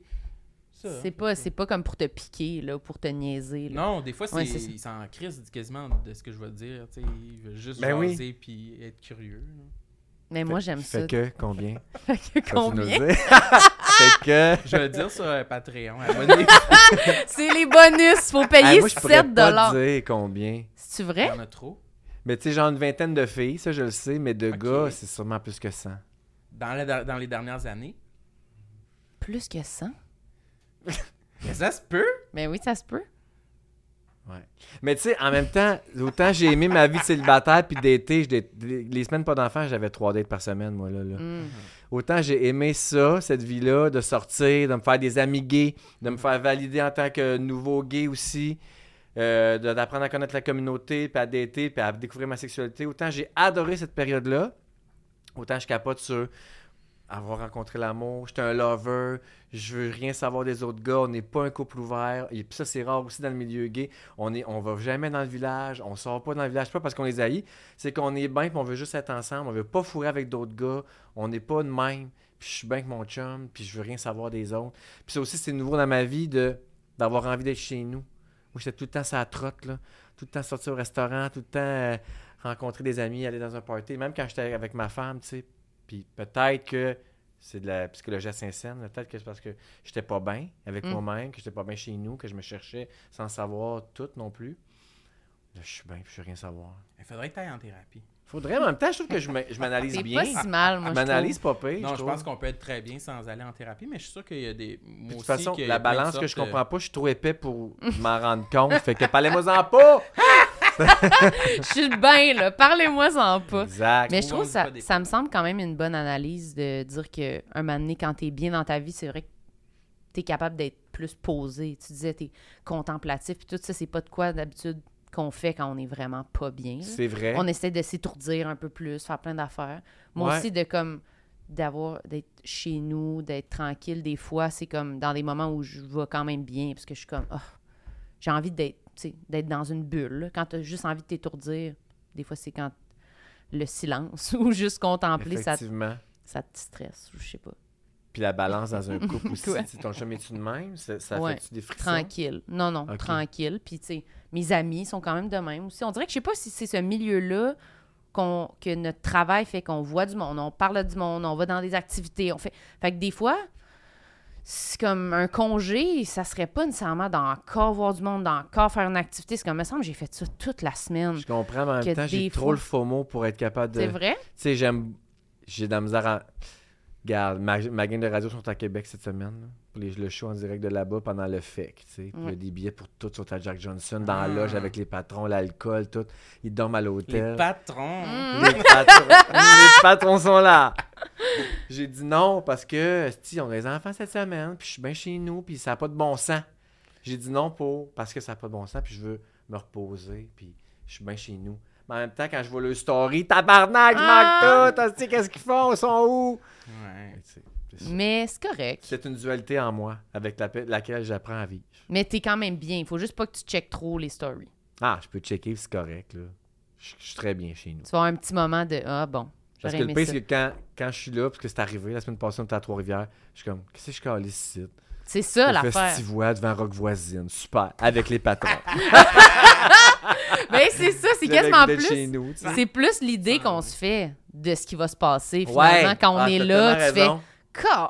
Speaker 3: Ça.
Speaker 2: C'est pas, c'est pas comme pour te piquer, là, pour te niaiser. Là.
Speaker 3: Non, des fois, c'est,
Speaker 2: Ouais, c'est ça.
Speaker 3: ils s'en crissent quasiment de ce que je vais te dire. tu sais, Ils veulent juste
Speaker 4: Ben oui.
Speaker 3: jaser puis être curieux. là.
Speaker 2: Mais moi, j'aime ça.
Speaker 4: Fait que combien?
Speaker 2: *laughs* Fait que
Speaker 4: Vas-tu nous *laughs*
Speaker 2: combien?
Speaker 4: le dire? fait que.
Speaker 3: *laughs* Je vais le dire sur euh,
Speaker 2: *laughs*
Speaker 3: Patreon. Abonnez-vous.
Speaker 2: C'est les bonus. Faut
Speaker 4: Ah,
Speaker 2: payer
Speaker 4: moi, je pourrais
Speaker 2: 7
Speaker 4: pas dire combien.
Speaker 2: C'est-tu
Speaker 3: Il y
Speaker 2: vrai?
Speaker 3: en a trop.
Speaker 4: Mais tu sais, genre une vingtaine de filles, ça je le sais, mais de
Speaker 3: Ok.
Speaker 4: gars, c'est sûrement plus que 100.
Speaker 3: Dans, la- dans les dernières années.
Speaker 2: Plus que 100?
Speaker 3: Mais ça se peut.
Speaker 2: Mais oui, ça se peut.
Speaker 4: Mais tu sais, en même temps, autant j'ai aimé ma vie de célibataire puis d'été, les semaines pas d'enfants, j'avais trois dates par semaine, moi, là. là.
Speaker 2: Mm.
Speaker 4: Autant j'ai aimé ça, cette vie-là, de sortir, de me faire des amis gays, de me faire valider en tant que nouveau gay aussi, euh, de- d'apprendre à connaître la communauté, puis à dater, puis à découvrir ma sexualité. Autant j'ai adoré cette période-là, autant je capote sur avoir rencontré l'amour, j'étais un lover, je veux rien savoir des autres gars, on n'est pas un couple ouvert, et puis ça c'est rare aussi dans le milieu gay, on est, on va jamais dans le village, on sort pas dans le village, pas parce qu'on les haït, c'est qu'on est bien, puis on veut juste être ensemble, on veut pas fourrer avec d'autres gars, on n'est pas de même, puis je suis bien avec mon chum, puis je veux rien savoir des autres. Puis ça aussi, c'est nouveau dans ma vie de d'avoir envie d'être chez nous. Moi, j'étais tout le temps ça trotte, là. Tout le temps sortir au restaurant, tout le temps euh, rencontrer des amis, aller dans un party, même quand j'étais avec ma femme, tu sais. Puis peut-être que c'est de la psychologie à Saint-Saëns, là. peut-être que c'est parce que j'étais pas bien avec
Speaker 2: Mm.
Speaker 4: moi-même, que j'étais pas bien chez nous, que je me cherchais sans savoir tout non plus. Là, je suis bien, puis je veux rien savoir.
Speaker 3: Il faudrait que tu ailles en thérapie.
Speaker 4: Faudrait, mais en même temps, je trouve que je me- je m'analyse
Speaker 2: C'est
Speaker 4: bien.
Speaker 2: pas si mal, moi,
Speaker 4: je
Speaker 2: je
Speaker 4: m'analyse
Speaker 2: trouve.
Speaker 4: pas pire.
Speaker 3: Non, je
Speaker 4: trouve.
Speaker 3: pense qu'on peut être très bien sans aller en thérapie, mais je suis sûr qu'il y a des. moi
Speaker 4: Puis De toute
Speaker 3: aussi,
Speaker 4: façon,
Speaker 3: qu'il y a
Speaker 4: la
Speaker 3: plein de
Speaker 4: balance que je
Speaker 3: sortes, euh,
Speaker 4: comprends pas, je suis trop épais
Speaker 2: *laughs*
Speaker 4: pour m'en rendre compte. Fait que parlez-moi-en pas!
Speaker 2: Je suis bien, là. Parlez-moi en pas.
Speaker 4: Exact.
Speaker 2: Mais je
Speaker 3: Trouvons-nous
Speaker 2: trouve que ça,
Speaker 3: pas des
Speaker 2: ça me semble quand même une bonne analyse de dire que un moment donné, quand t'es bien dans ta vie, c'est vrai que t'es capable d'être plus posé. Tu disais t'es contemplatif, puis tout ça, c'est pas de quoi d'habitude qu'on fait quand on est vraiment pas bien. là.
Speaker 4: C'est vrai.
Speaker 2: On essaie de s'étourdir un peu plus, faire plein d'affaires. Moi
Speaker 4: Ouais.
Speaker 2: aussi, de comme d'avoir d'être chez nous, d'être tranquille des fois, c'est comme dans des moments où je vais quand même bien, parce que je suis comme Ah, j'ai envie d'être tu sais, d'être dans une bulle. là. Quand t'as juste envie de t'étourdir, des fois c'est quand le silence *laughs* ou juste contempler, ça, te-
Speaker 4: Effectivement.
Speaker 2: ça te stresse, ou je sais pas.
Speaker 4: Puis la balance dans un
Speaker 2: *laughs*
Speaker 4: couple aussi.
Speaker 2: Ouais.
Speaker 4: si ton chum est-tu de même? Ça, ça
Speaker 2: Ouais.
Speaker 4: fait-tu des frictions?
Speaker 2: Tranquille. Non, non,
Speaker 4: Ok.
Speaker 2: tranquille. Puis, tu sais, mes amis sont quand même de même aussi. On dirait que je sais pas si c'est ce milieu-là qu'on que notre travail fait qu'on voit du monde, on parle du monde, on va dans des activités, on fait... Fait que des fois, c'est comme un congé, ça serait pas nécessairement d'encore voir du monde, d'encore faire une activité. C'est comme, me semble, que j'ai fait ça toute la semaine.
Speaker 4: Je comprends, mais en
Speaker 2: Que
Speaker 4: même temps, j'ai
Speaker 2: des
Speaker 4: trop
Speaker 2: fois-
Speaker 4: le faux mot pour être capable de.
Speaker 2: C'est vrai?
Speaker 4: Tu sais, j'aime. J'ai de la misère à. Regarde, ma, ma gang de radio sont à Québec cette semaine. là, Pour les, le show en direct de là-bas pendant le FEC. tu sais. Puis Il y
Speaker 2: Ouais.
Speaker 4: a des billets pour tout sur ta Jack Johnson, dans la
Speaker 3: Ah.
Speaker 4: loge avec les patrons, l'alcool, tout. Ils dorment à l'hôtel.
Speaker 3: Les patrons.
Speaker 4: Les patrons, les patrons sont là. J'ai dit non parce que si on a les enfants cette semaine, puis je suis bien chez nous, puis ça n'a pas de bon sens. J'ai dit non pour parce que ça n'a pas de bon sens, puis je veux me reposer, puis je suis bien chez nous. Mais en même temps, quand je vois le story, tabarnak, je
Speaker 2: Ah!
Speaker 4: manque tout, hostie, qu'est-ce qu'ils font, ils sont où?
Speaker 2: Mm.
Speaker 3: Ouais.
Speaker 4: Et c'est- c'est ça.
Speaker 2: Mais c'est correct.
Speaker 4: C'est une dualité en moi avec la- laquelle j'apprends à vivre.
Speaker 2: Mais t'es quand même bien. Il faut juste pas que tu checkes trop les stories.
Speaker 4: Ah, je peux checker, c'est correct, là. Je je suis très bien chez nous.
Speaker 2: Tu vas avoir un petit moment de « Ah, bon,
Speaker 4: Parce
Speaker 2: j'aurais
Speaker 4: que le
Speaker 2: aimé
Speaker 4: pire,
Speaker 2: ça.
Speaker 4: c'est que quand, quand je suis là, parce que c'est arrivé, la semaine passée, on était à Trois-Rivières, je suis comme, qu'est-ce que je calais ici? »
Speaker 2: C'est ça,
Speaker 4: le
Speaker 2: Ah, l'affaire.
Speaker 4: festival devant Rock Voisine, super, avec les patrons.
Speaker 2: Ben, c'est ça, *laughs* c'est
Speaker 4: Le mec
Speaker 2: quasiment
Speaker 4: d'être chez
Speaker 2: plus.
Speaker 4: nous, tu sais.
Speaker 2: C'est plus l'idée
Speaker 3: Ah,
Speaker 2: qu'on
Speaker 3: ouais.
Speaker 2: se fait de ce qui va se passer finalement quand on
Speaker 4: Ah,
Speaker 2: est
Speaker 4: t'as
Speaker 2: là.
Speaker 4: tellement
Speaker 2: Tu fais
Speaker 4: raison.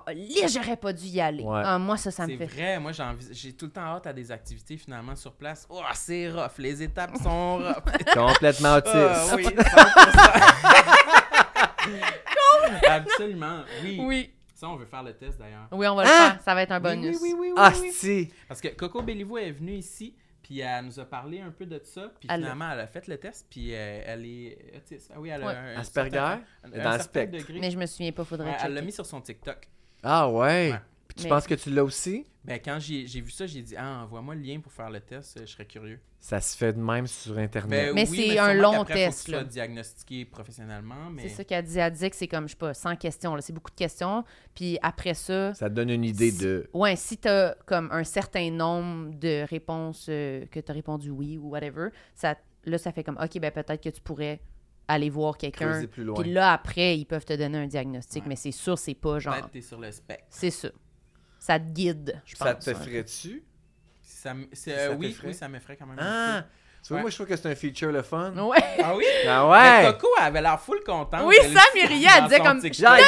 Speaker 2: Calisse, j'aurais pas dû y aller.
Speaker 4: Ouais.
Speaker 2: Ah, moi, ça, ça me
Speaker 3: C'est
Speaker 2: fait.
Speaker 3: vrai, moi j'ai envie- j'ai tout le temps hâte à des activités finalement sur place. Oh, c'est rough, les étapes sont
Speaker 2: *laughs*
Speaker 3: rough.
Speaker 4: *laughs* Complètement autiste.
Speaker 3: Ah
Speaker 4: *laughs*
Speaker 3: oui, 100%. Absolument, oui.
Speaker 2: Oui.
Speaker 3: Ça, on veut faire le test d'ailleurs.
Speaker 2: Oui, on va le
Speaker 4: Hein?
Speaker 2: faire. Ça va être un bonus.
Speaker 4: Ah, si.
Speaker 3: Parce que Coco Bellivo est venue ici, puis elle nous a parlé un peu de ça, puis
Speaker 2: Elle-
Speaker 3: finalement, elle a fait le test, puis euh, elle est autiste. Ah oui, elle a
Speaker 2: Ouais.
Speaker 3: un- un
Speaker 4: Asperger,
Speaker 3: certain-
Speaker 4: dans
Speaker 3: un
Speaker 4: le
Speaker 3: certain
Speaker 4: spectre.
Speaker 3: degré.
Speaker 2: Mais je me souviens pas, faudrait
Speaker 3: Ouais, elle l'a
Speaker 2: checker.
Speaker 3: mis sur son TikTok.
Speaker 4: Ah ouais.
Speaker 3: Ouais.
Speaker 4: Puis tu
Speaker 2: Mais-
Speaker 4: penses que tu l'as aussi?
Speaker 3: Ben, quand j'ai j'ai vu ça, j'ai dit Ah, envoie-moi le lien pour faire le test, euh, je serais curieux. Ben,
Speaker 4: Ça se fait de même sur Internet.
Speaker 2: Mais
Speaker 3: oui,
Speaker 2: c'est
Speaker 3: sûrement
Speaker 2: un long
Speaker 3: qu'après, faut que
Speaker 2: test,
Speaker 3: tu sois
Speaker 2: là.
Speaker 3: diagnostiqué professionnellement, mais.
Speaker 2: C'est ça qu'elle dit. Elle disait que c'est comme, je sais pas, 100 questions. là. C'est beaucoup de questions. Puis après ça,
Speaker 4: Ça te donne une idée
Speaker 2: Si-
Speaker 4: de...
Speaker 2: Ouais, si t'as comme un certain nombre de réponses euh, que t'as répondu oui ou whatever, ça, là, ça fait comme, OK, ben peut-être que tu pourrais aller voir quelqu'un.
Speaker 4: Creuser plus loin. Ben,
Speaker 2: Puis là, après, ils peuvent te donner un diagnostic,
Speaker 3: Ouais.
Speaker 2: mais c'est sûr, c'est pas genre.
Speaker 3: Peut-être que t'es sur le spectre.
Speaker 2: C'est ça. Ça te guide, je pense. hein.
Speaker 4: Ça te
Speaker 2: ouais.
Speaker 4: ferait-tu?
Speaker 3: Ça m- c'est-
Speaker 4: Ça
Speaker 3: euh, oui,
Speaker 4: t'effraie?
Speaker 3: oui, ça m'effraie quand même. un
Speaker 4: Ah! Tu vois,
Speaker 3: Ouais.
Speaker 4: moi, je trouve que c'est un feature le fun.
Speaker 2: Ouais.
Speaker 3: peu. Ah oui?
Speaker 4: Ah
Speaker 3: Mais
Speaker 4: ouais!
Speaker 3: Coco elle avait l'air full contente.
Speaker 2: Oui,
Speaker 3: Elle
Speaker 2: Sam,
Speaker 3: aussi,
Speaker 2: il riait, elle
Speaker 3: dans
Speaker 2: disait
Speaker 3: son
Speaker 2: comme-
Speaker 3: TikTok.
Speaker 4: Genre,
Speaker 2: *laughs*
Speaker 4: yes!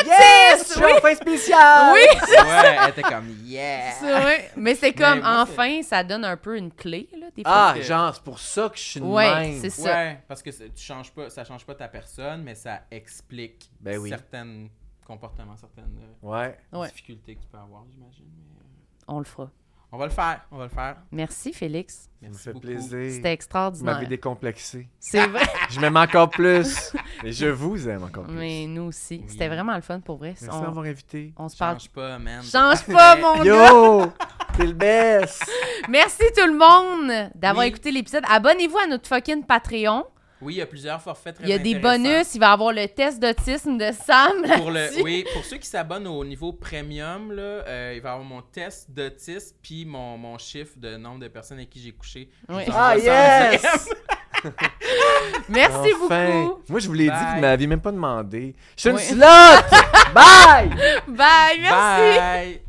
Speaker 4: Je suis en fin spéciale!
Speaker 2: Oui,
Speaker 3: Ouais, elle était comme Yeah!
Speaker 2: c'est vrai. Mais c'est comme,
Speaker 3: Mais moi, c'est-
Speaker 2: enfin, ça donne un peu une clé, là, des
Speaker 4: Ah,
Speaker 2: fois.
Speaker 3: que-
Speaker 4: genre, c'est pour ça que je suis de
Speaker 2: Ouais,
Speaker 4: même.
Speaker 2: c'est ça.
Speaker 3: Ouais, parce que c'est- tu changes pas, ça change pas ta personne, mais ça explique
Speaker 4: Ben oui.
Speaker 3: certains comportements, certaines euh,
Speaker 4: Ouais.
Speaker 2: Ouais.
Speaker 3: difficultés que tu peux avoir, j'imagine. mais, euh,
Speaker 2: On le fera.
Speaker 3: On va le faire, on va le faire.
Speaker 2: Merci, Félix.
Speaker 4: Ça me
Speaker 3: Merci
Speaker 4: fait
Speaker 3: beaucoup.
Speaker 4: plaisir. Vous
Speaker 2: C'était extraordinaire.
Speaker 4: m'avez décomplexé.
Speaker 2: C'est vrai. *laughs*
Speaker 4: Je m'aime encore plus. Et je vous aime encore plus.
Speaker 2: Mais nous aussi.
Speaker 3: Oui.
Speaker 2: C'était vraiment le fun pour vrai.
Speaker 4: Merci
Speaker 2: On-
Speaker 4: d'avoir invité.
Speaker 2: On se parle.
Speaker 3: Change pas, man.
Speaker 2: Change pas, mon gars!
Speaker 4: Yo! T'es le best!
Speaker 2: Merci tout le monde d'avoir
Speaker 3: Oui.
Speaker 2: écouté l'épisode. Abonnez-vous à notre fucking Patreon.
Speaker 3: Oui, il y a plusieurs forfaits très
Speaker 2: Il y a des
Speaker 3: intéressants.
Speaker 2: bonus. Il va y avoir le test d'autisme de Sam.
Speaker 3: Pour
Speaker 2: là-dessus. *laughs*
Speaker 3: le, oui, pour ceux qui s'abonnent au niveau premium, là, euh, il va y avoir mon test d'autisme puis mon, mon chiffre de nombre de personnes avec qui j'ai couché. Je
Speaker 2: Oui.
Speaker 3: vous envoie ça
Speaker 4: Ah
Speaker 3: en
Speaker 4: yes!
Speaker 3: DM.
Speaker 2: Merci
Speaker 4: Enfin!
Speaker 2: beaucoup.
Speaker 4: Moi, je vous l'ai dit,
Speaker 3: Bye.
Speaker 4: vous
Speaker 2: *laughs*
Speaker 4: m'aviez même pas demandé. Je suis une
Speaker 2: Oui.
Speaker 4: slotte! Bye!
Speaker 2: Bye. Merci.
Speaker 3: Bye!